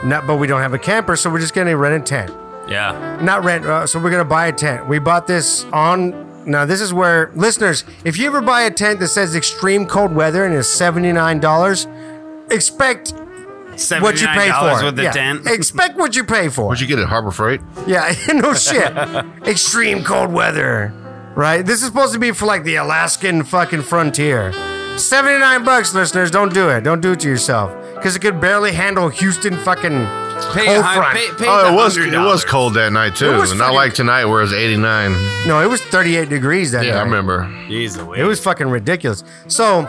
Not, but we don't have a camper, so we're just gonna rent a tent.
Yeah.
not rent. Uh, so we're gonna buy a tent. We bought this on. Now this is where listeners, if you ever buy a tent that says extreme cold weather and is seventy nine dollars, expect what you pay
$79
for.
with the
Yeah.
tent.
expect what you pay for.
What'd you get at Harbor Freight?
yeah, no shit. extreme cold weather, right? This is supposed to be for like the Alaskan fucking frontier. Seventy nine bucks, listeners. Don't do it. Don't do it to yourself because it could barely handle Houston fucking.
Pay,
cold
a hun-
front.
pay, pay
Oh,
the
it was it
$100.
was cold that night too.
It was
Not
fucking-
like tonight where it was 89.
No, it was thirty eight degrees that
Yeah,
night.
I remember.
Jeez Louise.
It was fucking ridiculous. So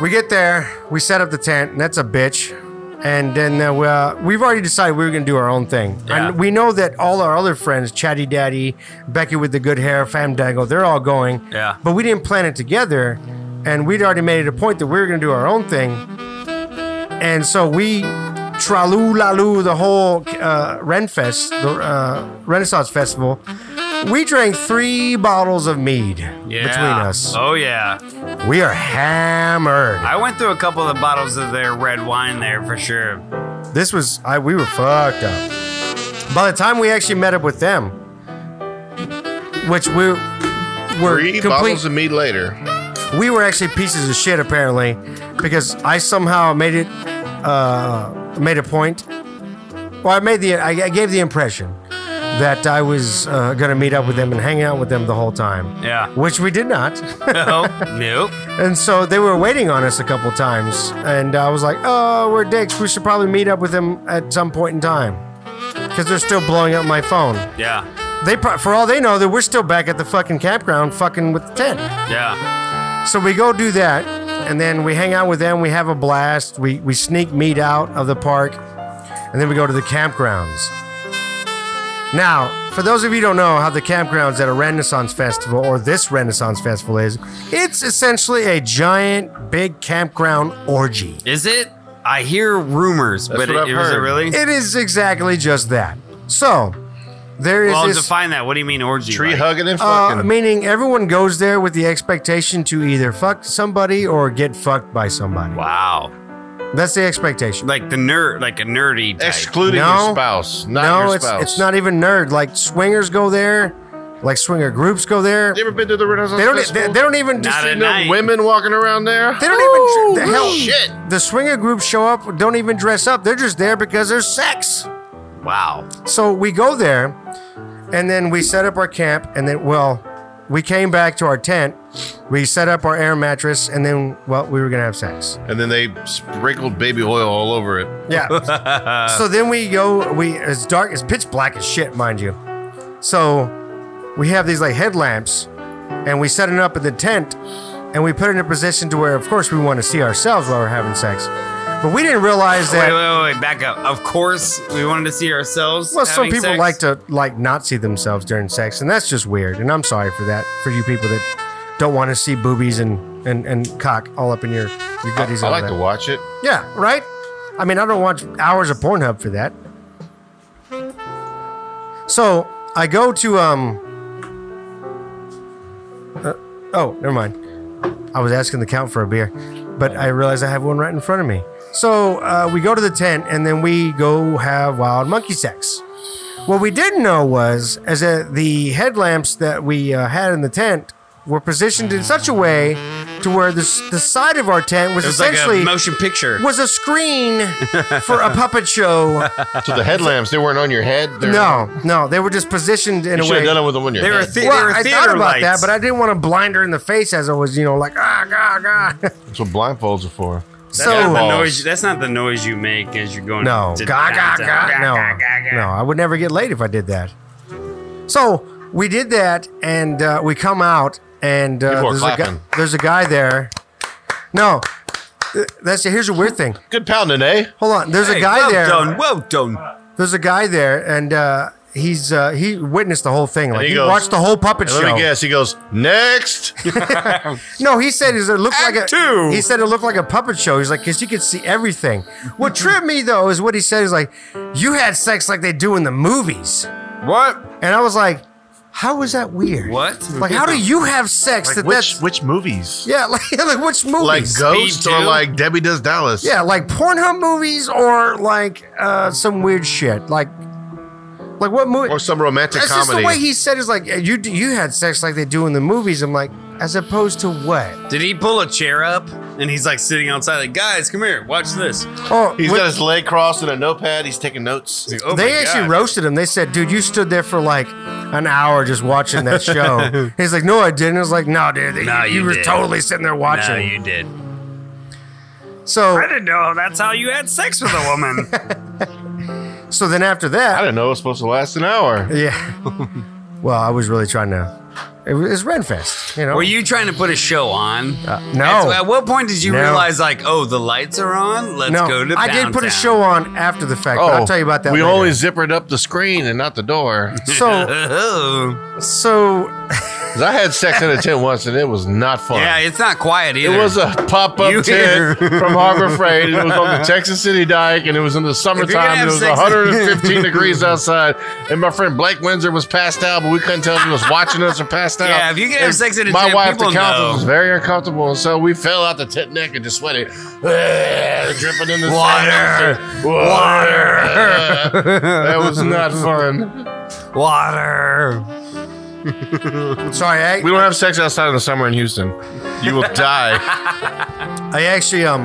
we get there, we set up the tent, and that's a bitch. and then uh, we, uh, we've already decided we were going to do our own thing.
Yeah.
And we know that all our other friends, Chatty Daddy, Becky with the good hair, Famdango, they're all going.
Yeah.
But we didn't plan it together, and we'd already made it a point that we were going to do our own thing. And so we traloo lalu the whole uh, Renfest, the uh, Renaissance Festival. We drank three bottles of mead
Yeah.
between us.
Oh yeah.
We are hammered.
I went through a couple of bottles of their red wine there for sure.
This was I we were fucked up. By the time we actually met up with them, which we were
Three
complete,
bottles of mead later.
we were actually pieces of shit apparently, because I somehow made it uh, made a point. Well, I made the I, I gave the impression that I was uh, gonna meet up with them and hang out with them the whole time.
Yeah.
Which we did not.
No. nope.
And so they were waiting on us a couple times, and I was like, "Oh, we're dicks. We should probably meet up with them at some point in time, because they're still blowing up my phone.
Yeah.
They, pro- for all they know, that we're still back at the fucking campground, fucking with the tent.
Yeah.
So we go do that, and then we hang out with them. We have a blast. We we sneak meat out of the park, and then we go to the campgrounds. Now, for those of you who don't know how the campgrounds at a Renaissance festival or this Renaissance festival is, it's essentially a giant, big campground orgy.
Is it? I hear rumors,
That's
but
what
it,
I've
is it
heard.
really?
It is exactly just that. So, there is
well,
this
define that. What do you mean orgy?
Tree
like?
hugging and
uh,
fucking.
meaning everyone goes there with the expectation to either fuck somebody or get fucked by somebody.
Wow.
That's the expectation.
Like the nerd, like a nerdy type.
excluding
No.
your spouse, not
no,
your
it's
spouse.
it's not even nerd. Like swingers go there, like swinger groups go there.
You ever been to the Renaissance
They don't. e, They,
Festival?
they don't even.
Not
Just,
at
No
night.
women walking around there.
they don't even. The hell,
Shit.
The swinger groups show up. Don't even dress up. They're just there because there's sex.
wow.
So we go there, and then we set up our camp, and then well, we came back to our tent. We set up our air mattress, and then well, we were gonna have sex.
And then they sprinkled baby oil all over it.
Yeah. so then we go. We it's dark. It's pitch black as shit, mind you. So we have these like headlamps, and we set it up in the tent, and we put it in a position to where, of course, we want to see ourselves while we're having sex. But we didn't realize
Wait,
that.
wait, wait, wait, back up. Of course, we wanted to see ourselves.
Well, some
having
people
sex.
like to like not see themselves during sex, and that's just weird. And I'm sorry for that for you people that don't want to see boobies and and and cock all up in your your
I,
goodies.
I
and all
like
that.
to watch it.
Yeah, right. I mean, I don't watch hours of Pornhub for that. So I go to um. uh, oh, never mind. I was asking the count for a beer, but I realized I have one right in front of me. So uh, we go to the tent, and then we go have wild monkey sex. What we didn't know was, is that the headlamps that we uh, had in the tent were positioned in such a way to where the, s- the side of our tent was,
It was like
essentially
a motion picture.
was a screen for a puppet show.
So the headlamps, they weren't on your head. They're-
No, no, they were just positioned in
you
a
should
way.
have done it with them on your
They were,
head.
the-
well,
they were
I
theater
thought about
lights.
that, but I didn't want to blind her in the face as I was, you know, like ah, god, god.
That's what blindfolds are for.
So
that's, not the
Balls.
noise, that's not the noise you make as you're going.
no,
to
god, god,
downtown.
god, no, no, I would never get laid if I did that. So we did that, and uh, we come out, and uh,
People are
there's a guy,
clapping.
there's a guy there. No, uh, that's here's a weird thing.
Good pounding, eh?
Hold on, there's
Hey,
a guy
well
there.
Done, well done.
There's a guy there, and uh, he's uh, he witnessed the whole thing. Like
he
he,
goes,
watched the whole puppet
And let
show.
me guess. He goes next.
No, he said it looked like a.
Act two.
He said it looked like a puppet show. He's like, because you could see everything. What tripped me though is what he said. He's like, you had sex like they do in the movies,
What?
and I was like, how was that weird?
What?
Like, how do you have sex that
which
that's
which movies?
yeah, like, like which movies?
Like Ghost
Speed
or
two?
like Debbie Does Dallas?
Yeah, like Pornhub movies or like uh, some weird shit. Like, like what movie?
Or some romantic
That's just
comedy.
the way he said. Is like you you had sex like they do in the movies. I'm like, as opposed to what?
Did he pull a chair up and he's like sitting outside? Like, guys, come here, watch this.
Oh,
He's
what-
got his leg crossed and a notepad. He's taking notes.
Like, oh
they
my
actually
God.
roasted him. They said, "Dude, you stood there for like an hour just watching that show." He's like, "No, I didn't." I was like, "No, dude,
No,
you,
you
were
did.
totally sitting there
No,
watching."
you did.
so,
I didn't know that's how you had sex with a woman.
so then after
I
that,
"Oh, didn't know it was supposed to last an hour.
yeah. well, I was really trying to It was Renfest, you know.
Were you trying to put a show on?
Oh. Uh, no.
At, at what point did you
No.
realize, like, oh, the lights are on? Let's
no,
go to
I did put a
Poundtown?
show on after the fact, but I'll tell you about that.
Oh, We
later.
only zippered up the screen and not the door.
so
Oh.
so.
'Cause I had sex in a tent once and it was not fun.
Yeah, it's not quiet
It
either.
was a pop up
You
tent from Harbor Freight. and It was on the Texas City Dike, and it was in the summertime.
have
And it was
sex-
115 degrees outside, and my friend Blake Windsor was passed out, but we couldn't tell if he was watching us or passed out.
Yeah, if you can have
And
sex in a
my
tent,
wife,
people
the counselor,
know.
was very uncomfortable, and so we fell out the tent neck and just sweated, dripping in the
Water.
sand. water. that was not fun.
water.
Sorry, I,
We don't have sex outside in the summer in Houston. You will die.
I actually um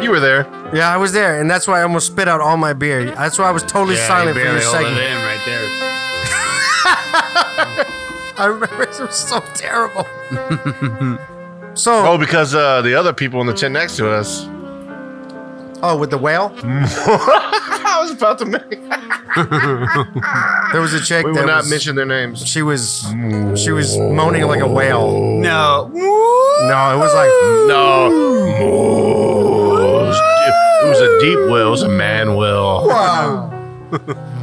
You were there.
Yeah, I was there, and that's why I almost spit out all my beer. That's why I was totally silent for your second.
in right there.
I remember it was so terrible. so,
Oh,
oh.
because uh, the other people in the tent next to us.
oh, with the whale,
I was about to make.
there was a chick
We
that
will not
was,
mention their names.
she was she was moaning like a whale.
No.
No, it was like
No. It was, it was a deep well. It was a man well.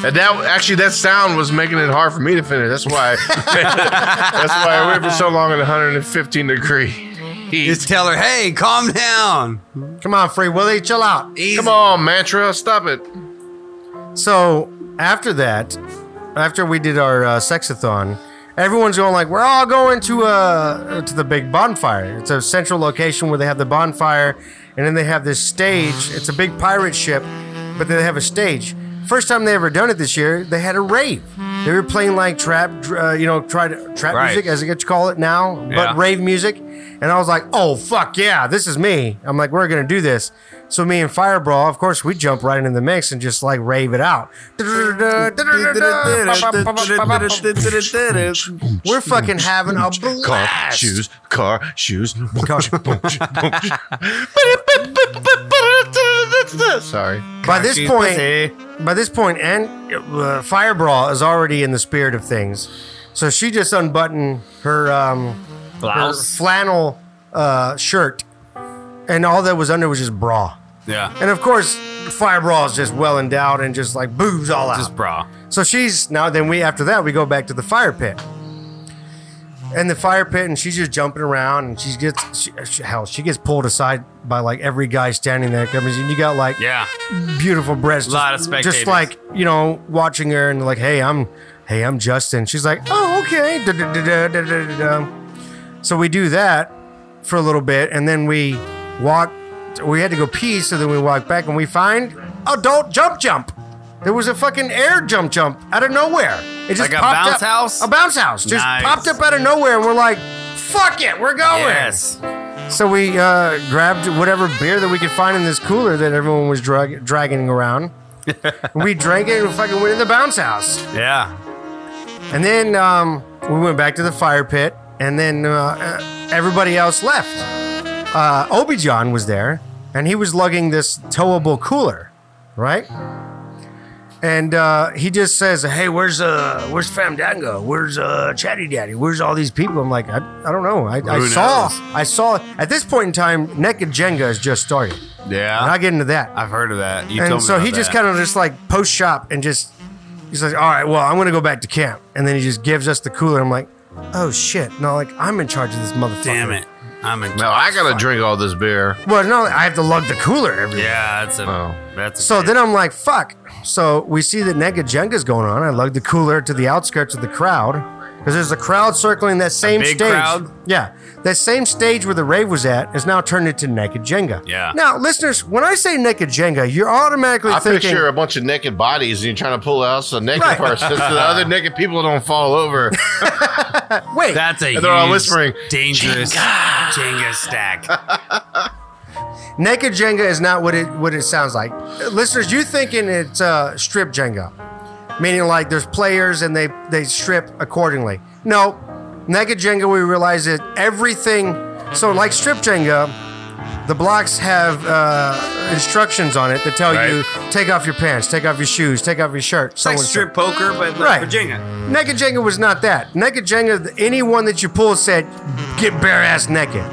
And that actually, that sound was making it hard for me to finish. That's why. that's why I waited for so long at 115 degree
You
heat.
tell her, hey, calm down.
come on, Free Willie, chill out.
Easy.
Come on, mantra, stop it.
So after that, after we did our uh, sexathon, everyone's going like, we're all going to uh to the big bonfire. It's a central location where they have the bonfire, and then they have this stage. It's a big pirate ship, but they have a stage. First time they ever done it this year, they had a rave. They were playing like trap, uh, you know, try trap
Right.
music as I get to call it now,
Yeah.
but rave music. And I was like, oh fuck yeah, this is me. I'm like, we're gonna do this. So me and Fireball, of course, we jump right in the mix and just like rave it out. We're fucking having a
Car,
blast.
shoes, car, shoes. Sorry.
By this
Cocky
point,
pussy.
by this point, and uh, Fireball is already in the spirit of things. So she just unbuttoned her um, her
Blouse.
flannel uh, shirt, and all that was under was just bra.
Yeah.
And of course, Fireball is just well endowed and just like boobs all out.
Just bra.
So she's now. Then we after that we go back to the fire pit, and the fire pit, and she's just jumping around, and she gets she, she- hell, she gets pulled aside by like every guy standing there. I mean, you got like
Yeah.
beautiful breasts,
Lot
just-
of spectators.
just like you know watching her, and like, hey, I'm, hey, I'm Justin. She's like, oh, okay. Da, da, da, da, da, da, da, da. So we do that for a little bit, and then we walk. We had to go pee, so then we walk back, and we find adult jump jump. There was a fucking air jump jump out of nowhere. It just
Like a
popped
bounce
up.
house?
A bounce house just
Nice.
popped up out of nowhere, and we're like, "Fuck it, we're going."
Yes.
So we uh, grabbed whatever beer that we could find in this cooler that everyone was drug- dragging around. we drank it and fucking went in the bounce house.
Yeah.
And then um, we went back to the fire pit, and then uh, uh, everybody else left. Uh, Obi John was there, and he was lugging this towable cooler, right? And uh, he just says, "Hey, where's uh, where's Fandango? Where's uh, Chatty Daddy? Where's all these people?" I'm like, "I, I don't know. I, I
Who
saw.
knows?
I saw. At this point in time, Naked Jenga has just started, and
Yeah.
I'll get into that
I've heard of that. You
and
told me
so
about
he just
that.
kind of just like post shop and just he's like, all right, well, I'm gonna go back to camp, and then he just gives us the cooler. I'm like, oh shit, no, like I'm in charge of this motherfucker.
Damn it. I'm in.
No, I gotta drink all this beer.
Well, no, I have to lug the cooler everywhere.
Yeah, that's a.
Oh.
That's a
So then I'm like, fuck. So we see that Nega Jenga's going on. I lug the cooler to the outskirts of the crowd because there's a crowd circling that same
big
stage.
crowd?
Yeah, that same stage where the rave was at is now turned into Naked Jenga.
Yeah.
Now, listeners, when I say Naked Jenga, you're automatically
I
thinking
picture a bunch of naked bodies and you're trying to pull out a naked
Right.
person so the other naked people don't fall over.
Wait,
That's a
And they're all
huge,
whispering,
dangerous Jenga stack.
Naked Jenga is not what it what it sounds like. Listeners, you thinking it's uh, strip Jenga, meaning like there's players and they they strip accordingly. No, Naked Jenga we realize that everything. So like strip Jenga, the blocks have uh, instructions on it that tell
Right.
you take off your pants, take off your shoes, take off your shirt.
It's like
so-and-so.
strip poker, but like
Right.
for Jenga.
Naked Jenga was not that. Naked Jenga, anyone that you pulled said, get bare ass naked.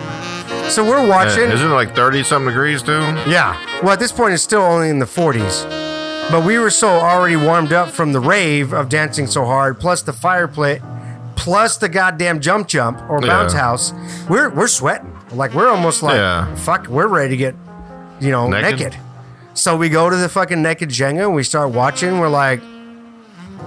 So we're watching.
Yeah, Isn't it like 30 something degrees, dude?
Yeah. Well, at this point, it's still only in the 40s. But we were so already warmed up from the rave of dancing so hard, plus the fire pit, plus the goddamn jump jump or
Yeah.
bounce house. We're we're sweating. Like we're almost like
Yeah.
fuck. We're ready to get you know naked.
Naked?
So we go to the fucking naked Jenga and we start watching. We're like,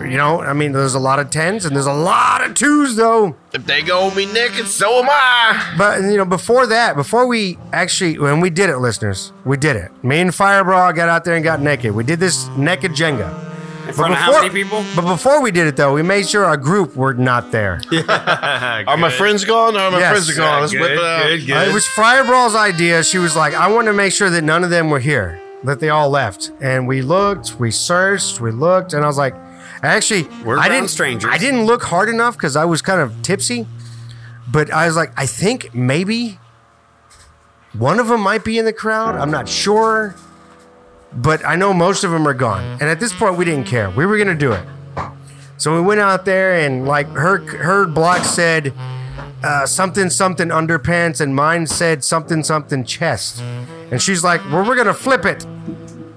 you know, I mean, there's a lot of tens and there's a lot of twos though.
If they go me naked, so am I.
But you know, before that, before we actually, when we did it, listeners, we did it. Me and Fireball got out there and got naked. We did this naked Jenga.
In front of how many people?
But before we did it, though, we made sure our group were not there.
Are my friends gone? Or are my
Yes.
friends are gone? Let's whip it out.
good,
Uh, It was Fireball's idea. She was like, "I want to make sure that none of them were here, that they all left." And we looked, we searched, we looked, and I was like, "Actually,
We're
I
around
didn't
strangers.
I didn't look hard enough because I was kind of tipsy, but I was like, I think maybe one of them might be in the crowd. I'm not sure, but I know most of them are gone. And at this point, we didn't care. We were gonna do it. So we went out there, and like her her block said uh, something something underpants, and mine said something something chest. And she's like, "Well, we're gonna flip it.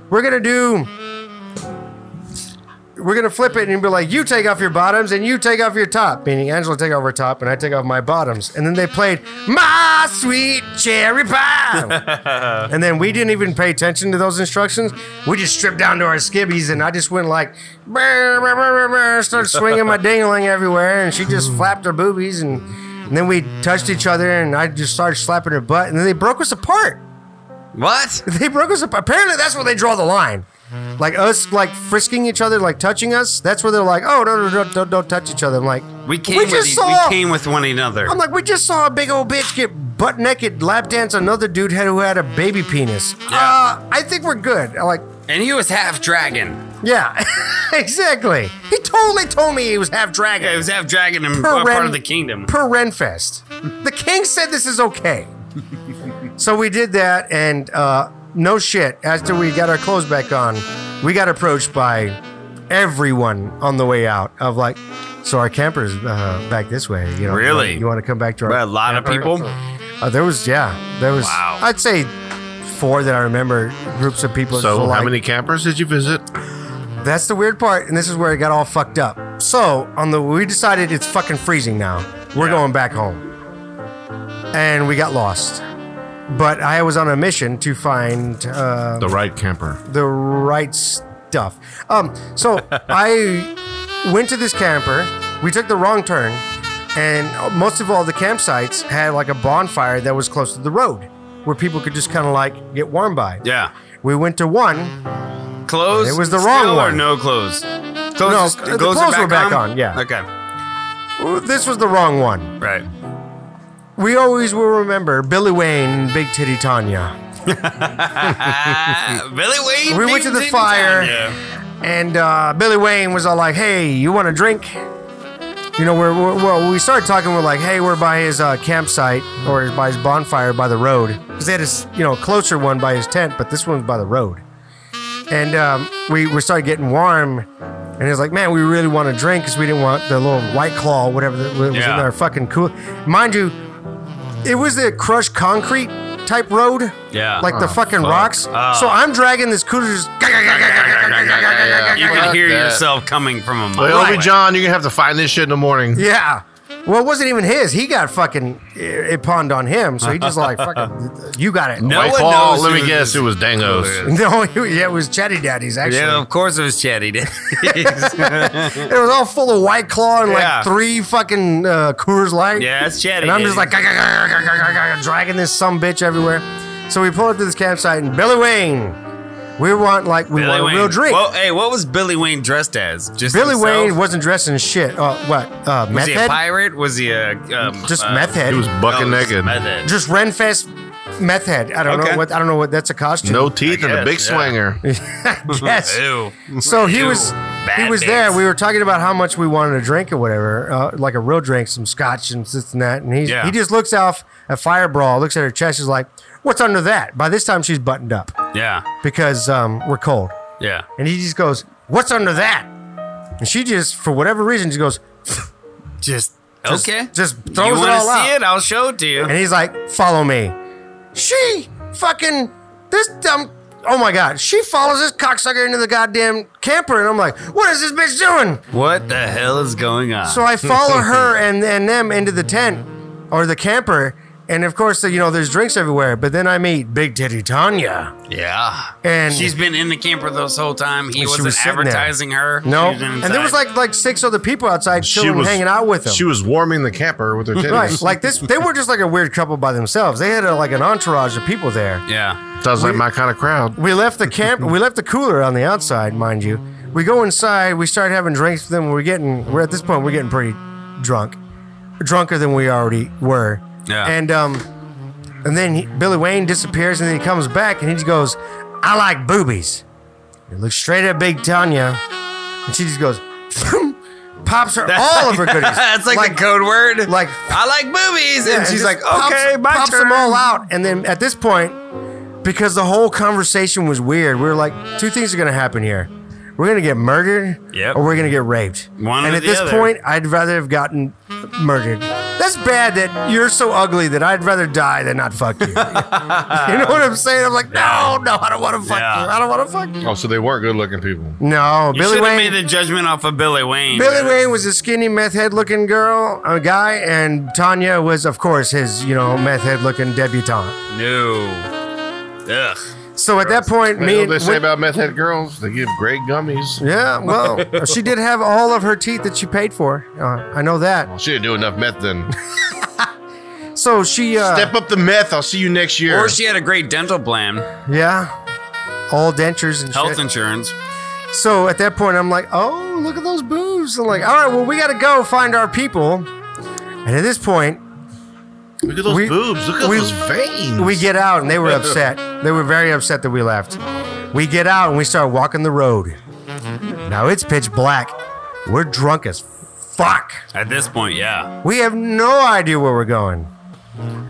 We're gonna do. We're gonna flip it, and you'll be like, you take off your bottoms, and you take off your top. Meaning Angela take off her top, and I take off my bottoms. And then they played my sweet cherry pie. and then we didn't even pay attention to those instructions. We just stripped down to our skibbies, and I just went like, brr, brr, brr, brr, brr, started swinging my dingling everywhere, and she just flapped her boobies and. And then we touched each other, and I just started slapping her butt, and then they broke us apart.
What?
They broke us apart. Apparently, that's where they draw the line. Like us, like frisking each other, like touching us. That's where they're like, "Oh, no, no, no, don't, don't touch each other." I'm like,
We came,
We
with,
just
e-
saw-
we came with one another.
I'm like, we just saw a big old bitch get butt naked lap dance another dude had- who had a baby penis. Uh, I think we're good. I'm like,
and he was half dragon.
yeah, exactly. He totally told me he was half dragon.
Yeah, he was half dragon and
Per
part
Ren-
of the kingdom.
per Renfest. The king said this is okay. so we did that, and uh, no shit, after we got our clothes back on, we got approached by everyone on the way out of like, so our camper's uh, back this way. You know,
Really?
You want to come back to our
a lot of
camper?
people.
Uh, there was, yeah, there was.
Wow.
I'd say four that I remember groups of people. that
So,
were like,
how many campers did you visit?
that's the weird part, and this is where it got all fucked up. So on the we decided it's fucking freezing now. We're going back home. And we got lost. But I was on a mission to find uh,
The right camper.
the right stuff. Um, so I went to this camper. We took the wrong turn, and most of all, the campsites had like a bonfire that was close to the road, where people could just kind of like get warm by.
Yeah.
We went to one
Clothes.
It was the wrong
still
one.
or no clothes. Clothes,
No,
is-
the clothes were back on, yeah.
Okay.
This was the wrong one.
Right.
We always will remember Billy Wayne, Big Titty Tanya.
Uh, Billy Wayne.
We went
Big
to the
Titty
fire.
Tanya.
And uh, Billy Wayne was all like, hey, you want a drink? You know, we're, we're, well, we started talking, we're like, hey, we're by his uh, campsite or by his bonfire by the road. Because they had his, you know, closer one by his tent, but this one's by the road. And um, we, we started getting warm. And he was like, man, we really want a drink because we didn't want the little white claw, whatever that was in
Yeah.
our fucking cool. Mind you, it was the crushed concrete type road.
Yeah. Oh.
like the fucking rocks. so I'm dragging this cooter. Just,
You can
Fuck
hear
that.
yourself coming from a mile.
Well,
away.
Obi John, you're gonna have to find this shit in the morning.
yeah. Well, it wasn't even his. He got fucking it, it pawned on him. So he just like fucking. You got it.
No
White
one
Claw,
knows
let me
who
guess,
this-
it was Dango's.
No, yeah, it was Chatty Daddy's actually.
Yeah, of course it was Chatty. yeah,
It was all full of white claw and
Yeah.
like three fucking uh, Coors Light.
it's Chatty.
And I'm just like dragging this some bitch everywhere. So we pull up to this campsite and Billy Wayne. We want like we
Billy
want
Wayne.
a real drink.
Well, hey, what was Billy Wayne dressed as? Just
Billy
himself?
Wayne wasn't dressed in shit. Uh, what? Uh,
Was
meth
he a
head?
pirate? Was he a um,
Just
uh,
meth head.
He was bucking
no,
naked.
meth head.
just Renfest meth head. I don't
Okay.
know what I don't know what that's a costume.
No teeth and a
guess,
big
yeah.
swinger.
yes.
Ew.
So he
Ew.
was he
Bad
was there.
days.
We were talking about how much we wanted a drink or whatever, uh, like a real drink, some scotch and this and that. And he
Yeah.
he just looks off at Fireball, looks at her chest, is like, what's under that? By this time, she's buttoned up
Yeah.
because um, we're cold.
Yeah.
And he just goes, what's under that? And she just, for whatever reason, just goes, just, just-
okay.
just
you
throws it
wanna
all out.
see it? I'll show it to you.
And he's like, follow me. She fucking, this dumb, oh my God. She follows this cocksucker into the goddamn camper. And I'm like, what is this bitch doing?
What the hell is going on?
So I follow her and, and them into the tent or the camper. And of course, you know, there's drinks everywhere. But then I meet Big Titty Tanya.
yeah.
And
She's been in the camper this whole time. He
And she
wasn't
was sitting there.
advertising her.
no.
She was
And there was
inside.
like like six other people outside chilling, hanging out with them.
She was warming the camper with her titties.
Right, like this, they were just like a weird couple by themselves. They had a, like an entourage of people there.
yeah.
Sounds like my kind of crowd.
We left the camp, we left the cooler on the outside, mind you. We go inside, we start having drinks with them. We're getting, we're at this point, we're getting pretty drunk, drunker than we already were.
Yeah.
And um, and then he, Billy Wayne disappears, and then he comes back, and he just goes, "I like boobies." He looks straight at Big Tanya, and she just goes, pops her all of her goodies.
That's like, the code word.
like
I like movies, and,
and
she's
just
like,
pops-
okay, my
pops
turn.
them all out. And then at this point, because the whole conversation was weird, we were like, two things are gonna happen here. We're gonna get murdered,
Yep.
or we're gonna get raped.
One
and
or
at
the
this
other.
point, I'd rather have gotten murdered. That's bad that you're so ugly that I'd rather die than not fuck you. you know what I'm saying? I'm like, no, no, I don't want to fuck
Yeah.
you. I don't want to fuck you.
Oh, so they weren't good looking people.
No,
You
Billy
should have
Wayne.
made the judgment off of Billy Wayne.
Billy Wayne was a skinny meth head looking girl, a guy, and Tanya was, of course, his you know meth head looking debutante.
No. Ugh.
So at that point,
Man, you
me
know what they
and
say about meth head girls? They give great gummies.
yeah, well, she did have all of her teeth that she paid for. Uh, I know that.
She didn't do enough meth then.
So she, uh,
Step up the meth. I'll see you next year.
Or she had a great dental plan,
yeah, all dentures and
health
shit.
insurance.
So at that point, I'm like, oh, look at those boobs. I'm like, all right, well, we gotta go find our people. And at this point,
Look at those
We-
boobs. Look at
we-
those veins.
we get out and they were upset. They were very upset that we left. We get out and we start walking the road. Now it's pitch black. We're drunk as fuck.
At this point, yeah.
We have no idea where we're going.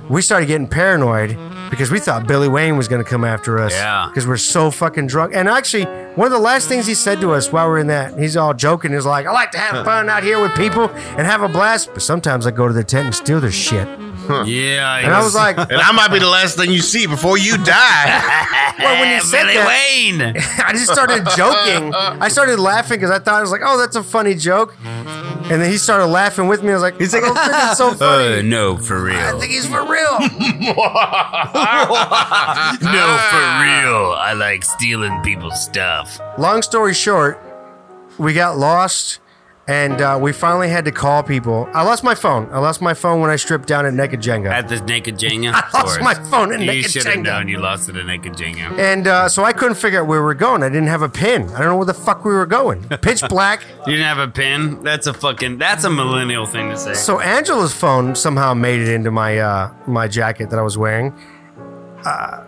We started getting paranoid because we thought Billy Wayne was going to come after us.
Yeah.
Because we're so fucking drunk. And actually, one of the last things he said to us while we are in that, he's all joking, is like, I like to have fun out here with people and have a blast, but sometimes I go to their tent and steal their shit. And
Yeah.
I was like, well,
and I might be the last thing you see before you die.
when you said
Billy
that,
Wayne.
I just started joking. I started laughing because I thought I was like, "Oh, that's a funny joke," and then he started laughing with me. I was like, "He's like, I don't think it's so funny.
Uh, no, for
I
real.
think he's for real."
No, for
ah.
real. I like stealing people's stuff.
Long story short, we got lost, and uh, we finally had to call people. I lost my phone. I lost my phone when I stripped down at Naked Jenga,
At this naked Jenga.
I lost my phone in
you
naked
should have
Jenga.
known you lost it in naked Jenga.
and uh, so I couldn't figure out where we were going. I didn't have a pin. I don't know where the fuck we were going. Pitch black.
You didn't have a pin? That's a fucking. That's a millennial thing to say.
So Angela's phone somehow made it into my uh, my jacket that I was wearing, uh,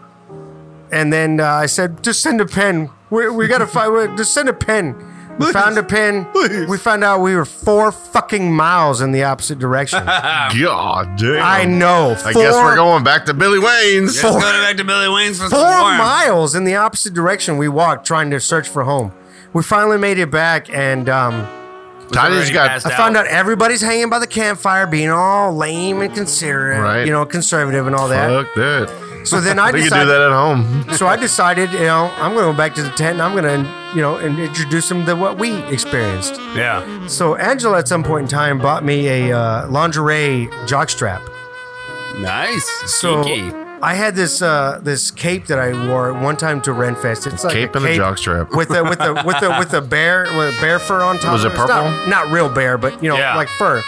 and then uh, I said, "Just send a pen. We, we gotta find. we- Just send a pen." We found a pen. We found out we were four fucking miles in the opposite direction.
God damn.
I know. Four,
I guess we're going back to Billy Wayne's.
Let's go back to Billy Wayne's for some
four
more.
miles in the opposite direction we walked, trying to search for home. We finally made it back, and um,
Tiny's
already
got
passed
I found out everybody's hanging by the campfire, being all lame and considerate,
Right.
you know, conservative and all that.
Fuck that.
So then I
we
decided.
can do that at home.
So I decided, you know, I'm going to go back to the tent and I'm going to, you know, and introduce them to what we experienced.
Yeah.
So Angela, at some point in time, bought me a uh, lingerie jockstrap.
Nice.
So
Sneaky.
I had this uh, this cape that I wore one time to Renfest. It's like
Cape
a
and a
cape
jockstrap.
with a with a with a with a bear with a bear fur on top.
Was it
of It's not-
purple?
Not, real bear, but you know,
Yeah.
like fur.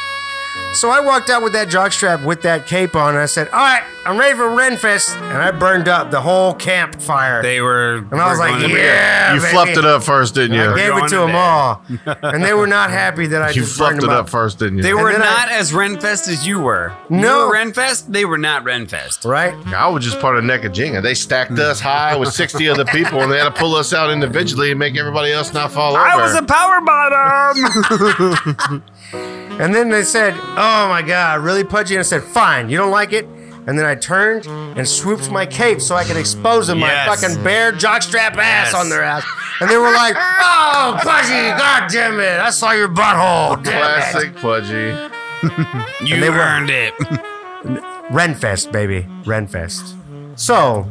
So I walked out with that jockstrap with that cape on, and I said, "All right, I'm ready for Renfest," and I burned up the whole campfire.
They were.
and I was like, "Yeah,
You
baby."
fluffed it up first, didn't
I
you?
gave it to
Going
them all, and they were not happy that I
You
just burned
fluffed it
them
up
up.
first, didn't
They
you?
were
then I-
not as Renfest as you were.
No.
You were Renfest. They were not Renfest.
Right?
I was just part of Neckajinga. They stacked us high with 60 other people, and they had to pull us out individually and make everybody else not fall over.
I was a power bottom.
And then they said, "Oh my God, really pudgy." And I said, "Fine, you don't like it. And then I turned and swooped my cape so I could expose them
Yes.
my fucking bare jockstrap
Yes.
ass on their ass. And they were like, "Oh, Pudgy, god damn it! I saw your butthole." Damn it.
Classic Pudgy.
You
they were-
earned it.
Renfest, baby, Renfest. So,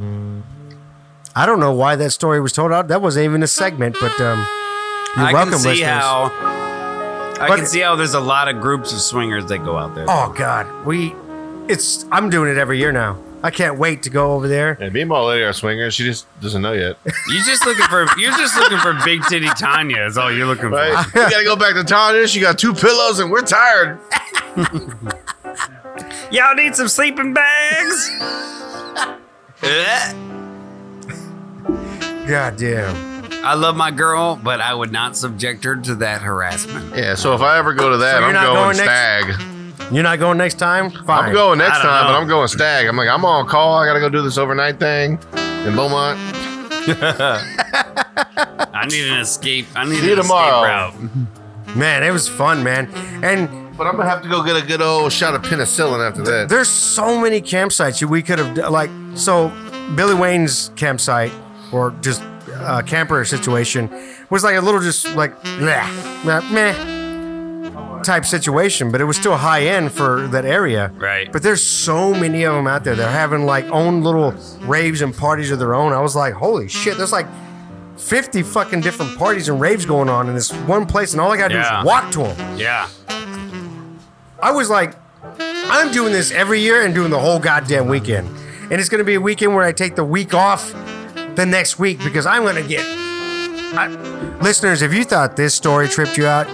I don't know why that story was told out. That wasn't even a segment, but um, you're
I
welcome,
can see
listeners.
how. I
But-
can see how there's a lot of groups of swingers that go out there.
Oh God, we, it's I'm doing it every year now. I can't wait to go over there.
And me and my lady are swingers. She just doesn't know yet.
You're just looking for you're just looking for big titty Tanya. Is all you're looking for.
Right? we gotta go back to Tanya. She got two pillows and we're tired.
Y'all need some sleeping bags. Eh.
God damn.
I love my girl, but I would not subject her to that harassment.
Yeah, so if I ever go to that,
you're
I'm
not
going,
going next-
stag.
You're not going next time? Fine.
I'm going next
I don't
time,
know.
but I'm going stag. I'm like, I'm on call. I gotta go do this overnight thing in Beaumont.
I need an escape. I need
See you
an
tomorrow.
escape route.
Man, it was fun, man. And
But I'm gonna have to go get a good old shot of penicillin after that.
there's so many campsites you- we could have d- like so Billy Wayne's campsite or just uh, camper situation was like a little just like bleh, meh, meh type situation, but it was still high end for that area.
Right.
But there's so many of them out there. They're having like own little raves and parties of their own. I was like, holy shit, there's like 50 fucking different parties and raves going on in this one place, and all I gotta do
Yeah.
is walk to them.
Yeah.
I was like, I'm doing this every year and doing the whole goddamn weekend. And it's gonna be a weekend where I take the week off the next week because I'm gonna get. I, listeners, if you thought this story tripped you out,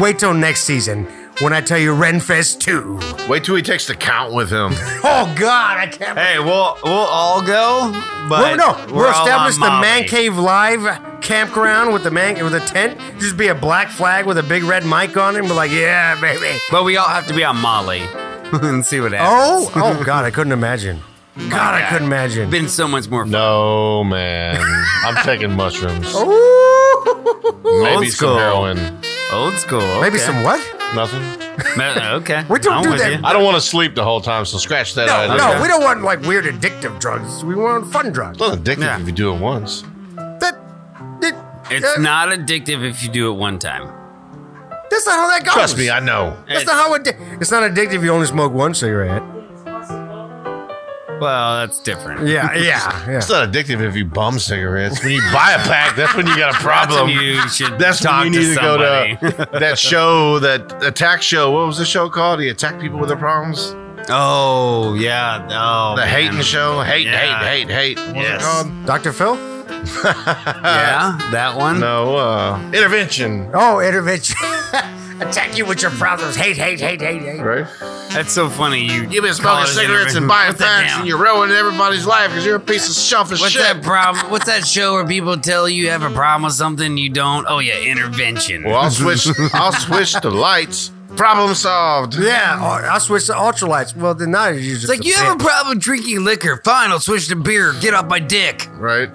wait till next season when I tell you Renfest 2.
Wait till he takes the count with him.
Oh, God, I can't.
Hey, we'll we'll all go,
Well,
but
no, we'll
we're all
establish
on
the
Molly.
Man Cave Live campground with the man with a tent. Just be a black flag with a big red mic on it and be like, yeah, baby.
But we all have to be on Molly and see what happens.
Oh, oh, God, I couldn't imagine. God, I couldn't imagine.
been so much more fun.
No, man. I'm taking mushrooms.
Oh,
Ooh.
Maybe
Old
some
school.
heroin.
Old school.
Maybe
okay.
some what?
Nothing.
Ma- Okay.
We don't
I'm
do
with
that.
you.
I don't want to sleep the whole time, so scratch that
No,
idea.
no,
okay.
we don't want like weird addictive drugs. We want fun drugs.
It's not addictive
Yeah.
if you do it once.
That, that,
It's
that-
not addictive if you do it one time.
That's not how that goes.
Trust me, I know.
that's not how it. It's not addictive. if You only smoke one cigarette.
Well, that's different.
Yeah, yeah, yeah.
It's not addictive if you bum cigarettes. When you buy a pack, that's when you got a
That's
problem.
when you should
That's
talk
when you need to, go
somebody.
to that show, that attack show. What was the show called? He attacked people with their problems.
Oh yeah. Oh,
The
man.
hating show. Hate,
Yeah.
hate, hate, hate. What was it
Yes.
called?
Doctor Phil.
yeah, that one.
No, uh, intervention.
Oh, intervention. Attack you with your problems. Hate, hate, hate, hate, hate.
Right?
That's so funny. You
You've been
call
smoking
it
cigarettes and
intervention.
buying
Put that
facts,
down.
and you're ruining everybody's life because you're a piece of selfish
What's
shit.
that problem? What's that show where people tell you you have a problem with something you don't? Oh yeah, intervention.
Well, I'll switch. I'll switch the lights. Problem solved.
Yeah, oh, I'll switch to ultralights. Well, then now you just
It's like you have a problem drinking liquor. Fine, I'll switch to beer. Get off my dick.
Right.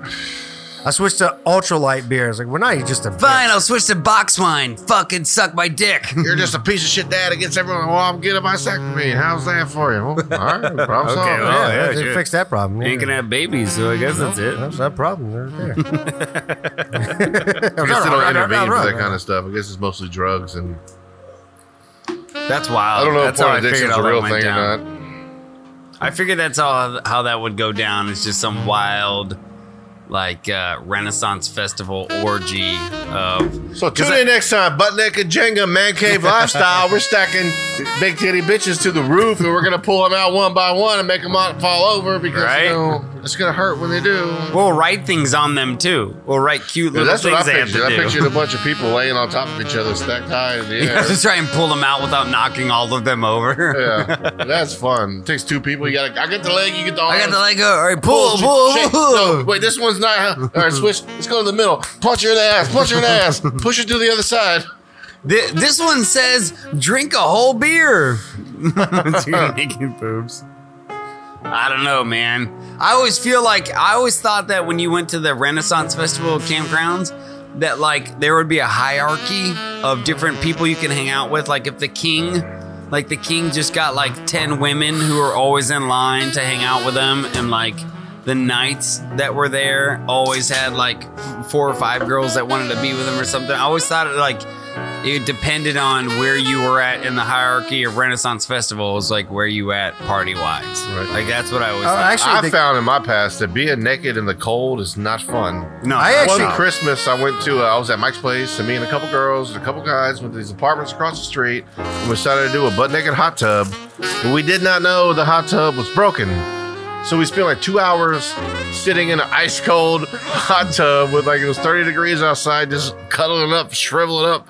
I switched to ultralight beers. Like, well, now you're just a
Fine, I'll switch to box wine. Fucking suck my dick.
You're just a piece of shit dad against everyone. Well, I'm getting a vasectomy. How's that for you? Well, all right. Problem
well,
solved. Yeah.
Oh, yeah,
yeah,
sure.
fix that problem. Yeah.
Ain't gonna have babies, so I guess that's it.
That's that problem. They're there.
I guess they don't intervene for that kind of stuff. I guess it's mostly drugs and
That's wild.
I don't know
that's
if
how
porn
I figured
addiction's
all
a
that
real
went
thing
down.
or not.
I figured that's all how that would go down. It's just some wild, like uh, Renaissance festival orgy of
So tune
I-
in next time. Butt naked Jenga, man cave lifestyle. We're stacking big titty bitches to the roof, and we're gonna pull them out one by one and make them all fall over because
Right.
you know, it's gonna hurt when they do.
We'll write things on them too. We'll write cute
Yeah,
little
that's what I
things they have
pictured.
to
I
do.
pictured a bunch of people laying on top of each other, stacked high in the air.
Just try and pull them out without knocking all of them over.
Yeah, that's fun. It takes two people. You gotta. I get the leg. You get the.
I got
arm.
the Lego. All right, pull, pull,
Shake-
pull.
Oh, no, wait, this one's not. All right, switch. Let's go to the middle. Punch her in the ass. Punch her in the ass. Push her to the other side.
Th- this one says, "Drink a whole beer." Dude, making boobs. I don't know, man. I always feel like I always thought that when you went to the Renaissance Festival campgrounds, that like there would be a hierarchy of different people you can hang out with. Like if the king Like the king just got like ten women who are always in line to hang out with him, and like the knights that were there always had like four or five girls that wanted to be with him or something. I always thought it like it depended on where you were at in the hierarchy of Renaissance festivals, like where you at party wise.
Right.
Like that's what I always.
Oh,
thought.
actually,
I
the-
found in my past that being naked in the cold is not fun.
no,
I
that's
actually-
One
not-
Christmas, I went to, uh, I was at Mike's place, and me and a couple girls and a couple guys went to these apartments across the street. And we decided to do a butt naked hot tub, but we did not know the hot tub was broken. So we spent like two hours sitting in an ice cold hot tub with like it was 30 degrees outside, just cuddling up, shriveling up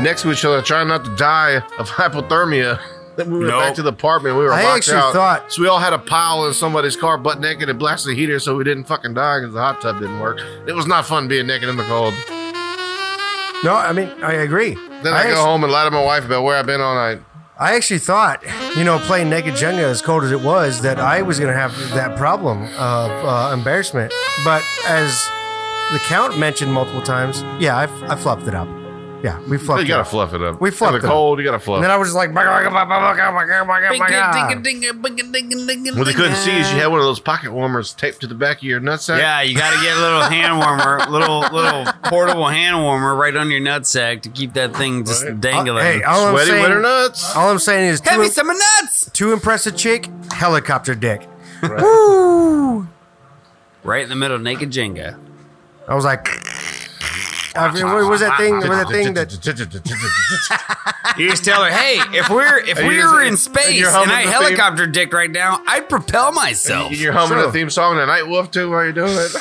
next to each other, trying not to die of hypothermia. Then we went
Nope.
back to the apartment. We were
I
locked
actually
out.
thought-
So we all had a pile in somebody's car, butt naked, and blasted the heater, so we didn't fucking die because the hot tub didn't work. It was not fun being naked in the cold.
No, I mean I agree.
Then
I,
I, go
actu-
home and lie to my wife about where I've been all night.
I actually thought, you know, playing naked Jenga as cold as it was, that I was gonna have that problem of uh, embarrassment. But as the count mentioned multiple times, yeah, I, f- I fluffed it up. Yeah, we fluffed
You gotta
it. up.
fluff it up.
We fluffed
in
it
the
up.
cold. You gotta fluff.
And then I was just like, "Oh "Bah, bah, bah, bah, bah, bah, bah, bah, bah, bah, bah."
what they couldn't see is you had one of those pocket warmers taped to the back of your nutsack.
Yeah, you got to get a little hand warmer, little little portable hand warmer right on your nutsack to keep that thing just
Uh,
dangling.
hey, all I'm
Sweaty
saying,
winter nuts.
all I'm saying is
Have me
too,
some nuts!
too impressive chick, helicopter dick.
Right in the middle, naked Jenga.
I was like, I mean, what was that thing? What was that thing that?
You just tell her, hey, if we're if
And you
we
just-
were in
and
space
you're
and
humming
I
the
helicopter dick right now, I'd propel myself.
You're humming
Sure.
the theme song to Night Wolf too while you do it.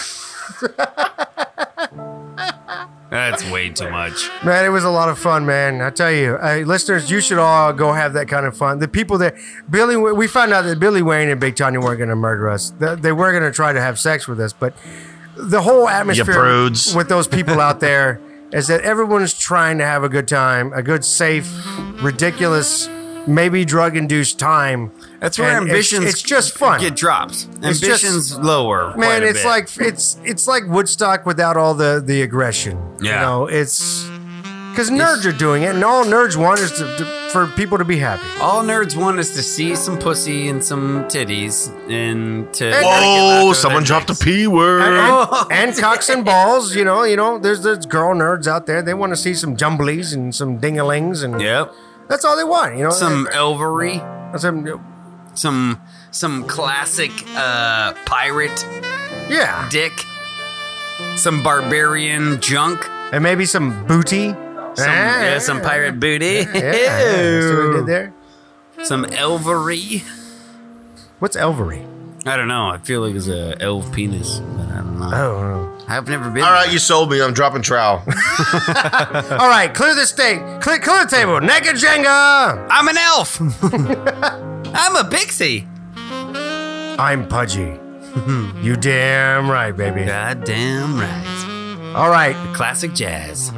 That's way too much.
Man, it was a lot of fun, man. I tell you, uh, listeners, you should all go have that kind of fun. The people that Billy, we found out that Billy Wayne and Big Tony weren't going to murder us. They, they were going to try to have sex with us, but the whole atmosphere
prudes.
with those people out there is that everyone's trying to have a good time, a good, safe, ridiculous, maybe drug-induced time.
That's where
And it's-
ambitions
it's just fun.
get dropped.
It's just-
ambitions lower.
Man,
quite a
it's
bit.
like it's it's like Woodstock without all the the aggression.
Yeah.
you know, it's because nerds are doing it, and all nerds want is to, to, for people to be happy.
all nerds want is to see some pussy and some titties and to
Whoa,
Oh, someone dropped a p word.
And, and cocks and balls, you know, you know. There's there's girl nerds out there. They want to see some jumblies and some dingalings, and
Yep.
that's all they want. You know,
Some elvery.
some
some some classic uh, pirate
yeah,
dick, some barbarian junk, some
and maybe some booty. Ah,
yeah, some pirate booty,
Yeah, yeah, see what I did there?
some elvery.
What's elvery?
I don't know. I feel like it's a elf penis, but I don't know.
Oh.
I've never been.
All right, you sold me. I'm dropping trowel.
All right, clear the stage. Clear, clear the table. Naked Jenga.
I'm an elf. I'm a pixie.
I'm Pudgy. you damn right, baby.
Goddamn right.
All right.
Classic jazz.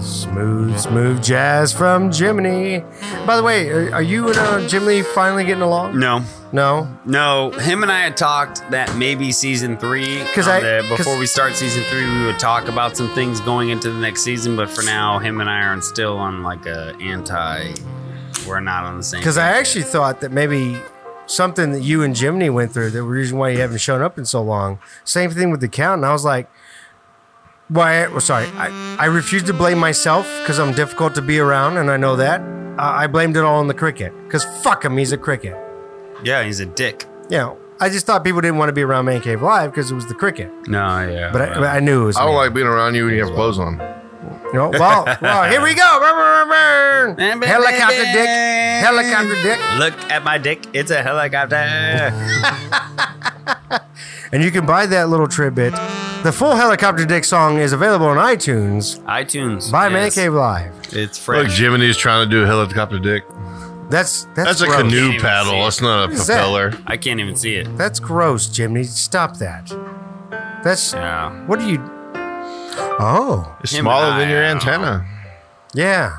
Smooth, smooth jazz from Jiminy. By the way, are, are you and uh, Jiminy finally getting along?
No,
No.
No, him and I had talked that maybe season three.
'Cause
on
I-
the-
'cause-
before we start season three, we would talk about some things going into the next season. But for now, him and I are still on like a anti. We're not on the same.
Because I
page.
actually thought that maybe something that you and Jiminy went through, the reason why you haven't shown up in so long. Same thing with the count. And I was like, why? Well, sorry. I, I refuse to blame myself because I'm difficult to be around, and I know that. Uh, I blamed it all on the cricket because fuck him, he's a cricket.
yeah, he's a dick.
you know, I just thought people didn't want to be around Man Cave Live because it was the cricket.
No, Oh, yeah,
But I, but I knew it was.
I don't
me.
like being around you when you have clothes on.
You know, well, well, here we go. Burr, burr, burr.
Burr, burr,
Helicopter
burr.
dick. Helicopter dick.
look at my dick. It's a helicopter.
And you can buy that little tribute. The full Helicopter Dick song is available on iTunes
iTunes
by Man
yes,
Cave Live.
It's
Look,
fresh.
Jiminy's trying to do a helicopter dick.
That's that's,
That's a
gross.
canoe
Can't even see
paddle.
it.
That's not a
is that?
propeller.
I can't even see it.
That's gross, Jimmy. Stop that. That's
Yeah.
what do you? Oh
It's
Him
smaller
and I,
than your
I don't
antenna.
yeah,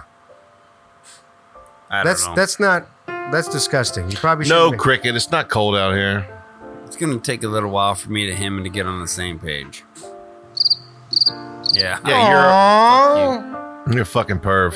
I don't
that's
know.
that's not that's disgusting. You probably
No
shouldn't be-
cricket. It's not cold out here.
It's gonna take a little while for me to him and to get on the same page. Yeah.
Yeah,
Aw.
you're you're a fucking perv.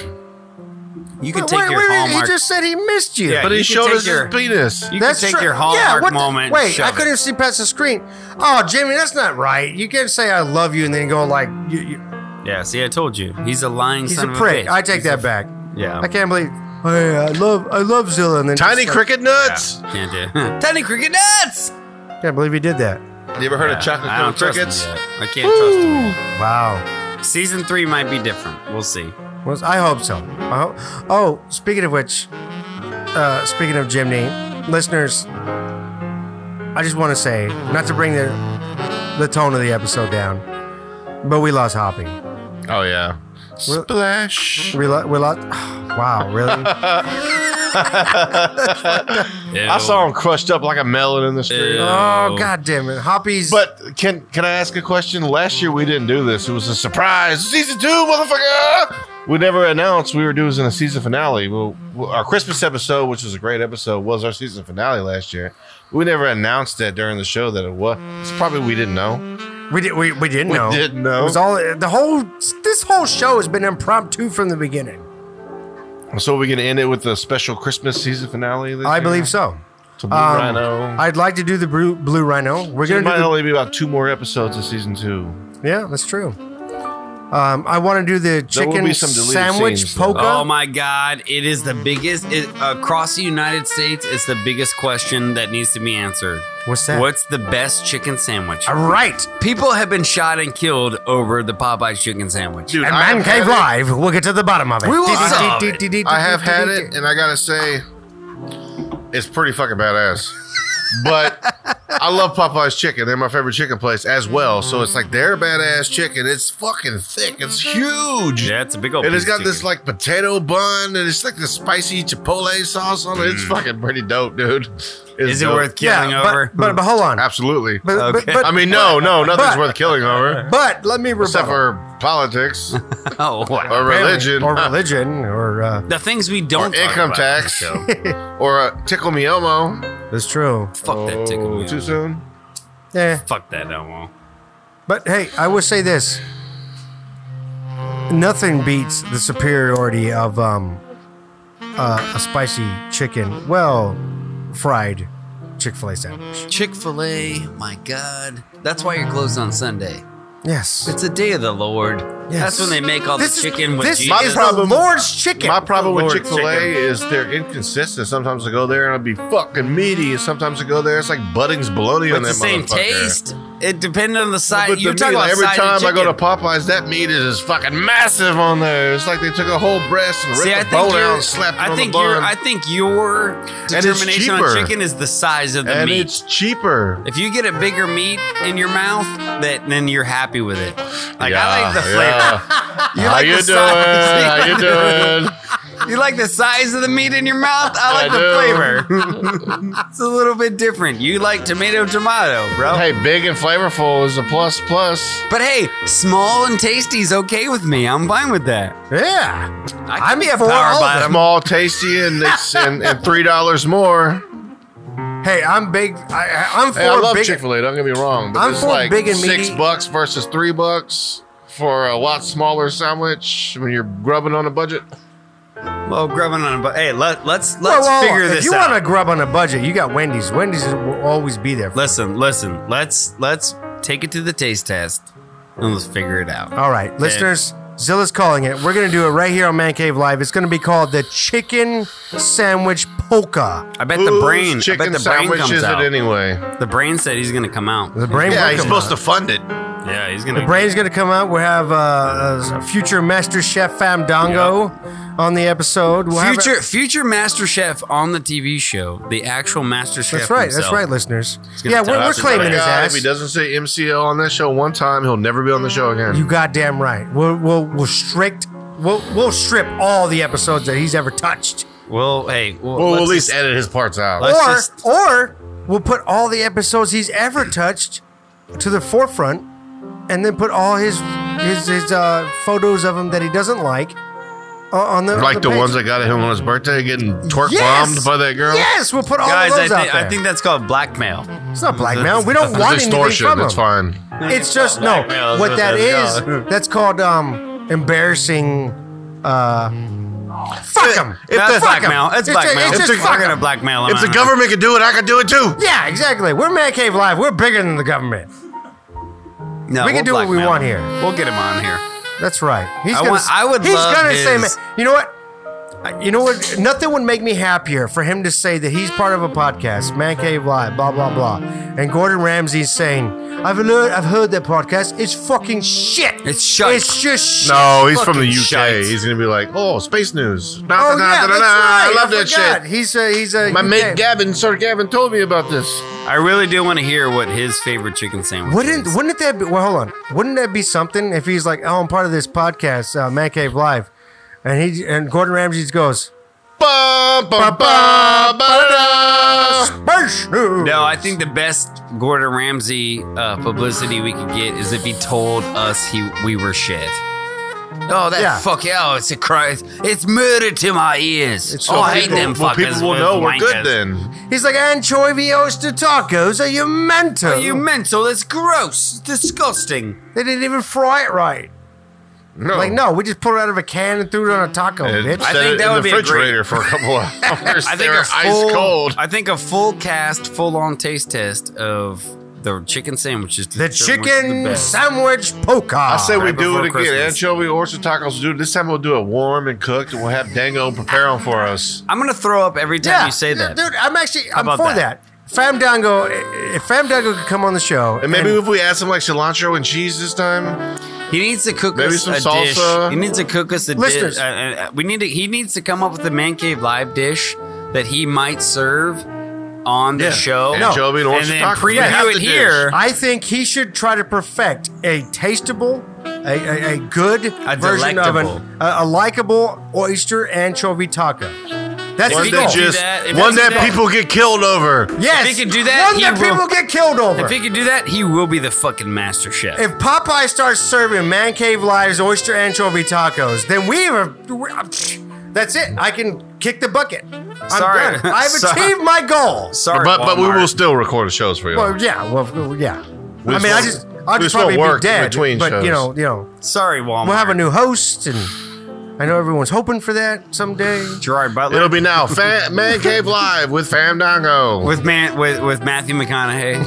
You can
But
take
wait,
your
wait,
Hallmark.
He just said he missed you.
Yeah,
But
you
he
can
showed
take
us
your-
his penis.
you
That's
can take
true.
your
Yeah,
Hallmark
what the-
moment. and
Wait,
shove
I couldn't see past the screen. Oh, Jimmy, that's not right. You can't say I love you and then go like you, you,
It. Yeah, see, I told you, he's a lying
he's
son
a
of
prick.
bitch.
I take that back.
yeah,
I can't believe. Hey, I love I love Zilla and then
Tiny
just like-
cricket nuts.
can't do. Tiny cricket nuts.
Can't believe he did that.
You ever heard
Yeah,
of chocolate
I don't
covered
trust him
crickets?
yet. I can't trust him. yet.
Wow.
Season three might be different. We'll see.
Was I hope so. I hope, oh, speaking of which, uh, speaking of Jimmy, listeners, I just want to say not to bring the the tone of the episode down, but we lost Hoppy.
Oh yeah. Splash.
We, lo- we lost. wow, really?
I saw him crushed up like a melon in the street.
Ew.
Oh god damn it, Hoppy's.
But can can I ask a question? Last year we didn't do this. It was a surprise. Season two, motherfucker. We never announced we were doing a season finale. Well, our Christmas episode, which was a great episode, was our season finale last year. We never announced that during the show that it was. It's probably we didn't know.
we did we, we didn't
We
know.
didn't know.
It was all the whole this whole show has been impromptu from the beginning.
So we're gonna end it with a special Christmas season finale. This
I
year?
believe so.
To Blue
Um,
Rhino.
I'd like to do the blue, blue rhino. We're
There
gonna
might
do
only be about two more episodes of season two.
the, yeah, that's true. Um, I want to do the
There will
chicken
be some deleted
sandwich
scenes, though.
polka.
Oh my God! It is the biggest it, across the United States. It's the biggest question that needs to be answered.
What's that?
What's the best chicken sandwich?
All right,
People have been shot and killed over the Popeye's chicken sandwich.
Dude,
and
I
Man
have had
Cave
it.
Live. We'll get to the bottom of it.
We will solve
I have had it, and I gotta say, it's pretty fucking badass. But I love Popeye's chicken. They're my favorite chicken place as well. So it's like their badass chicken. It's fucking thick. It's huge.
yeah, it's a big old.
And it's
piece
got
of
this
chicken.
like potato bun, and it's like this spicy chipotle sauce on it. It's fucking pretty dope, dude. It's
Mm. Is it
dope.
worth
Yeah,
killing
but-
over?
But, but hold on.
Absolutely.
But, but,
Okay.
but,
I mean, no, no, nothing's
but-
worth killing over,
but let me rebuttal.
except for politics
oh wow!
or religion
or religion or uh,
The things we don't.
or income tax or uh, tickle me Elmo.
that's true.
Fuck that tickle.
Oh,
me
too
Elmo.
soon.
Yeah.
Fuck that Elmo.
But hey, I will say this: nothing beats the superiority of um, uh, a spicy chicken, well fried Chick Fil A sandwich.
Chick Fil A. My God, that's why you're closed on Sunday.
Yes,
It's the day of the Lord.
Yes.
That's when they make all
this
the chicken
is,
with
this
Jesus.
is
problem-
the Lord's chicken.
My problem with
Lord,
Chick Fil A
chicken.
is they're inconsistent. Sometimes I go there and it'll be fucking meaty, and sometimes I go there it's like Budding's bologna on
It's
that
the same
motherfucker.
taste. It depends on the side.
But
You're
the
talking
meat,
about
like, every
side of
time I go to
chicken.
Popeyes, that meat is fucking massive on there. It's like they took a whole breast and ripped
See, I
the
think
bone
you're-
out and slapped it
I
on
think
the
your
bun.
I think your
it's
determination on
cheaper.
chicken is the size of the
and
meat.
it's cheaper.
If you get a bigger meat in your mouth, that then you're happy with it. Like I like the flavor.
You How
like
you
the
doing? How
size.
you doing?
You like the size of the meat in your mouth. I like
I
the flavor. it's a little bit different. You like tomato tomato, bro.
Hey, big and flavorful is a plus plus.
But hey, small and tasty's okay with me. I'm fine with that.
yeah,
I
I'm for all of
bottom.
Small, tasty, and it's and, and three dollars more.
hey, I'm big. I, I- I'm for
Hey, I love
big.
Chick Fil A. Don't get me wrong, but
I'm
it's
for
like
big and
six
meaty.
bucks versus three bucks for a lot smaller sandwich when you're grubbing on a budget.
Well, grubbing on a but hey, let, let's let's
Whoa, whoa, whoa.
figure
if
this
you
out.
want to grub on a budget, you got Wendy's. Wendy's will always be there. For you.
listen, listen. Let's let's take it to the taste test and let's figure it out.
Uh,
All right, listeners, Zilla's calling it. We're gonna do it right here on Man Cave Live. It's gonna be called the Chicken Sandwich Polka.
I bet the brain. I
chicken
bet the brain
sandwich
comes
is
out.
it anyway?
the brain said he's gonna come out.
The brain. will come out.
fund it.
Yeah, he's gonna.
The brain's gonna come out. We'll have uh, uh, future Master Chef Famdango on the episode. We'll have-
Future, future Master Chef on the TV show, the actual Master Chef.
that's right. That's
himself.
right, listeners.
gonna
Yeah,
tell
we're,
us
we're
his
claiming his
God, uh, if he
ass.
doesn't say MCL on this show one time, he'll never be on the show again.
You goddamn right. We'll we'll we'll strict. We'll we'll strip all the episodes that he's ever touched.
Well, hey, well,
well, we'll
let's
at least
just-
edit his parts out.
Let's
or
just-
or we'll put all the episodes he's ever touched to the forefront, and then put all his his his uh, photos of him that he doesn't like o- on the
like
on
the
page.
ones that got him on his birthday, getting twerk
Yes!
bombed by that girl.
Yes, we'll put all
guys,
of
I,
those
thi-
out there.
I think that's called blackmail.
it's not blackmail. We don't
It's
want
It's
anything
extortion.
from him.
It's fine.
It's just no.
Blackmail is
What
what
that
that's
is, that's called um, embarrassing uh, Fuck them.
If
That's
the-
blackmail. It's
It's a-
blackmail.
it's
It's,
just
just
fuck
fucking
'em.
a blackmail.
If the
amount.
government can do it, I can do it too.
Yeah, exactly. We're Man Cave Live. We're bigger than the government.
No,
we can
we'll
do what we
blackmail
want
him.
here.
We'll get him on here.
That's right. He's
I
gonna.
want- I would
He's
love
gonna say,
his-
man. You know what? I- You know what? Nothing would make me happier for him to say that he's part of a podcast, Man Cave Live, blah blah blah, and Gordon Ramsay's saying, "I've learned, I've heard that podcast. It's fucking shit.
It's shite.
It's just shit.
No, he's from the
Fucking
UK.
shite.
He's gonna be like, oh, space news. Nah,
Oh
nah, nah,
yeah,
nah,
that's
nah,
right.
I love that
forgot.
shit.
He's a he's a
My
UK.
mate Gavin, Sir Gavin, told me about this.
I really do want to hear what his favorite chicken sandwich
Wouldn't
is.
wouldn't that be? Well, hold on. Wouldn't that be something if he's like, "Oh, I'm part of this podcast, uh, Man Cave Live," and he and Gordon Ramsay goes,
Ba, ba, ba, ba, da, da.
"Space news."
No, I think the best Gordon Ramsay uh, publicity we could get is if he told us he we were shit. Oh, that
Yeah.
fuck yeah! It's a cry. It's murder to my ears.
So
oh, I hate
people-
them
well,
fuckers.
People will
with
know we're good
wankers.
then.
He's like anchovy oyster tacos. Are you mental?
Are you mental? That's gross. It's disgusting.
they didn't even fry it right.
No,
Like, no, we just pulled it out of a can and threw it on a taco,
And
bitch.
set
I think
it
that
in
would
the
be a great-
refrigerator for a couple of hours.
I think
They're
a full,
ice cold.
I think a full cast, full on taste test of the chicken sandwiches. to
the
determine
chicken
the best.
sandwich polka.
I say we
Oh, right
do it
before
again.
Christmas.
Anchovy oyster tacos, dude. This time we'll do it warm and cooked, and we'll have Dango prepare them for us.
I'm gonna throw up every time you say that.
dude. I'm actually I'm
about
for
that?
that. Famdango, if Famdango could come on the show,
And maybe if we add some like cilantro and cheese this time,
He needs to cook
Maybe
us
some
a dish.
salsa.
He needs to cook us a
Listeners.
dish. Uh, uh, we need to, he needs to come up with a man cave live dish that he might serve on the
Yeah.
show.
Anchovy and oyster
then
tacos. We have
preview
the
it
dish.
here.
I think he should try to perfect a tasteable, a, a, a good version of an,
delectable.
a, a likable oyster anchovy taco. That's
one
he
his
could
that
goal.
do
just
that, if that's
one that
his goal.
people get killed over.
yes,
if he could do that,
one
he
that
will-
people get killed over.
if he could do that, he will be the fucking master chef.
If Popeye starts serving Man Cave Live's oyster anchovy tacos, then we have. we- uh, psh, That's it. I can kick the bucket. I'm
Sorry.
done. I've
Sorry.
achieved my goals.
Sorry,
but but we
Walmart.
will still record the shows for you.
Well, yeah. Well, yeah.
We
I mean, I
won't-
just, I'll
we
just
won't
probably
work
be dead.
between
but you know,
shows.
you know,
Sorry, Walmart.
we'll have a new host, and I know everyone's hoping for that someday.
Gerard Butler
It'll be now Fa- Man Cave Live with Fandango
with man with with Matthew McConaughey.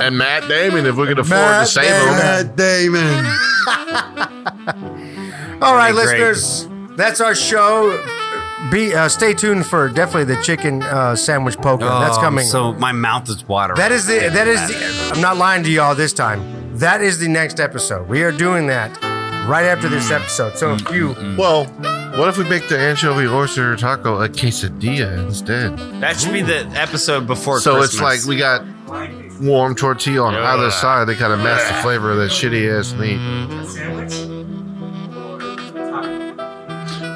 and Matt Damon if we can afford
Matt
to save him.
Damon.
Matt Damon.
All right,
That'd be great.
listeners, that's our show. Be uh, stay tuned for definitely the chicken uh, sandwich poker.
Oh,
that's
I'm
coming.
So my mouth is watering.
That is the that is the, I'm not lying to y'all this time. That is the next episode. We are doing that right after this episode. So if you
Well, what if we make the anchovy oyster taco a quesadilla instead?
That should be the episode before.
so
Christmas.
it's like we got warm tortilla on either side. They kind of match the flavor of that shitty ass meat.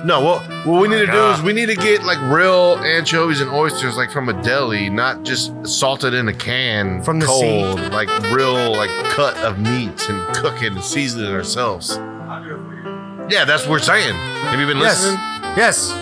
No, well, what
Oh
we need to do is we need to get like real anchovies and oysters, like from a deli, not just salted in a can,
From the sea?
cold, like real, like cut of meat and cook it and season it ourselves. Yeah, that's what we're saying. Have you been
yes
listening?
yes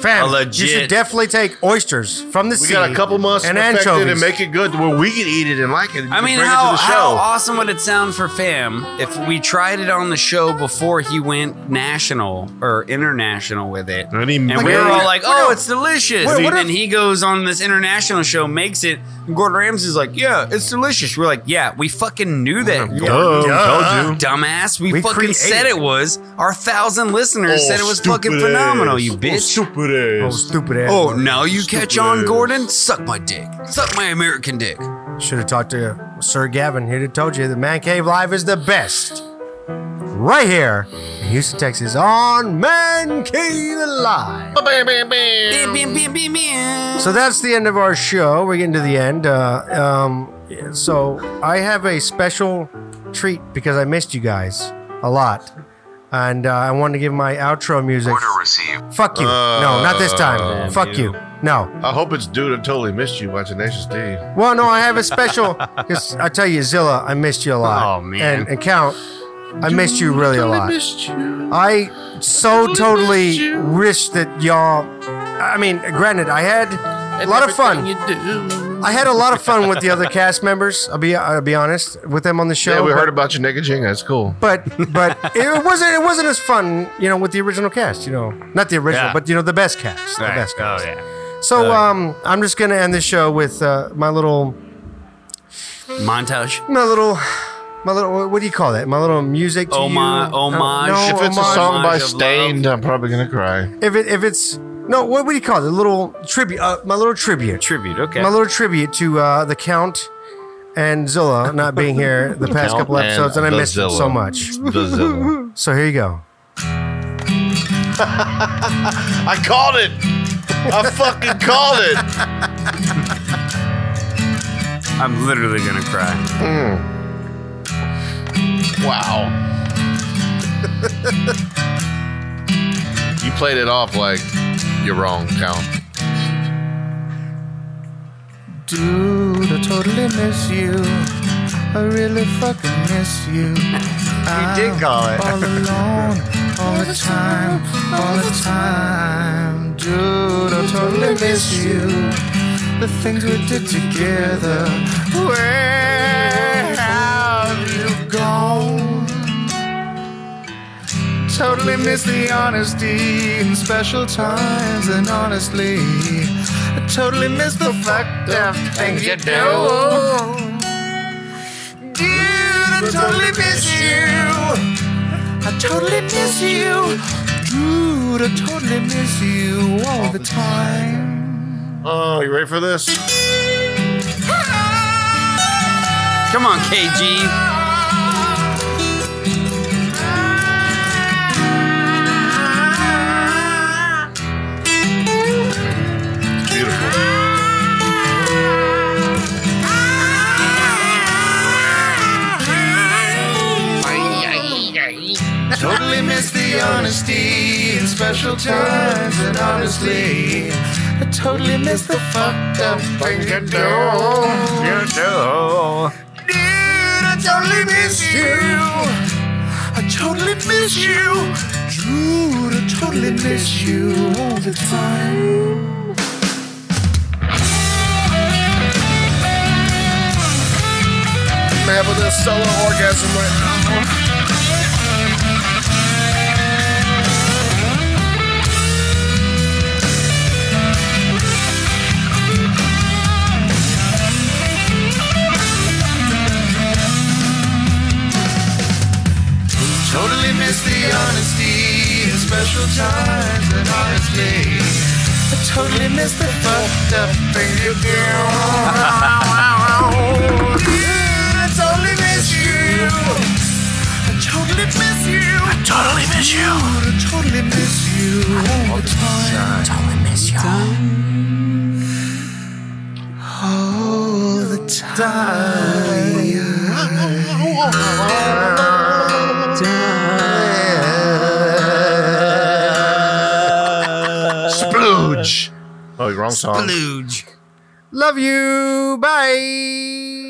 fam,
A
you should
legit-
definitely take oysters from the
We
sea.
got a couple months
and
to perfect it
anchovies.
and make it good to where we can eat it and like it. and
I mean,
bring it
how,
to the show.
how awesome would it sound for Fam if we tried it on the show before he went national or international with it?
And he
And
made
we were
it.
all like,
What
oh,
if-
it's delicious.
what- what
and then
if-
he goes on this international show, makes it. And Gordon Ramsay's like, yeah, it's delicious. We're like, yeah, we fucking knew that.
Duh,
Gordon.
Oh, told you.
Dumbass, we,
We
fucking
created
said it was. Our thousand listeners
Oh,
said it was fucking
stupid
phenomenal,
ass.
you
Oh,
bitch.
stupid
oh stupid ass.
Oh, now you catch
Stupid
on,
ass.
Gordon? Suck my dick. Suck my American dick.
Should have talked to Sir Gavin. He'd have told you the Man Cave Live is the best. Right here in Houston, Texas, on Man Cave Live. So that's the end of our show. We're getting to the end. Uh, um, so I have a special treat because I missed you guys a lot. And uh, I wanted to give my outro music.
Order received.
Fuck you. no, not this time. Fuck you. No.
I hope it's dude. I totally missed you watching HSD.
Well, no, I have a special. Because I tell you, Zilla, I missed you a lot.
Oh, man.
And, and Count, I missed you really a lot.
missed you.
I so totally wish that y'all. I mean, granted, I had a lot of fun.
do.
I had a lot of fun with the other cast members. I'll be I'll be honest with them on the show.
Yeah, we
but-
heard about your naked jinga. It's cool.
but but it wasn't it wasn't as fun, you know, with the original cast. You know, not the original,
Yeah.
but you know, the best cast, the
Right.
best cast.
Oh yeah.
So um, I'm just gonna end the show with uh, my little
Montage.
my little my little what do you call that? My little music. To
Oma-
you. Uh,
homage.
No,
If it's a
homage.
song by
Homage of love.
Stained, I'm probably gonna cry.
If it if it's no, what would you call it? A little tribute. Uh, my little tribute.
Tribute. Okay.
My little tribute to uh, the Count and Zilla not being here the past
Count
couple
and
episodes, and I
the
missed it
Zilla.
so much.
The Zilla.
So here you go.
I called it. I fucking called it.
I'm literally gonna cry.
Wow. you played it off like you're wrong, count.
Dude, I totally miss you. I really fucking miss you.
You did call it.
All alone, all the time, all the time. Dude, I totally miss you. The things we did together. Where have you gone? Totally miss the honesty in special times, and honestly, I totally miss the fucked up things you do. Dude, I totally miss you. I totally miss you. Dude, I totally miss you all the time.
Oh, you ready for this?
Come on, KG.
Beautiful.
Totally miss the honesty in special times, and honestly, I totally miss the fucked up things you do. You do. Dude, I totally miss you. I totally miss you. Dude, I totally miss you all the time.
Man, but this solo orgasm right
Totally miss the honesty in special times and honestly. I totally miss the fucked up thing you do. Dude, I totally miss you. I totally miss you. I totally miss you. I totally miss you all the time. I totally miss you. All the time.
Splooge. Oh, wrong song. Oh.
Love you. Bye.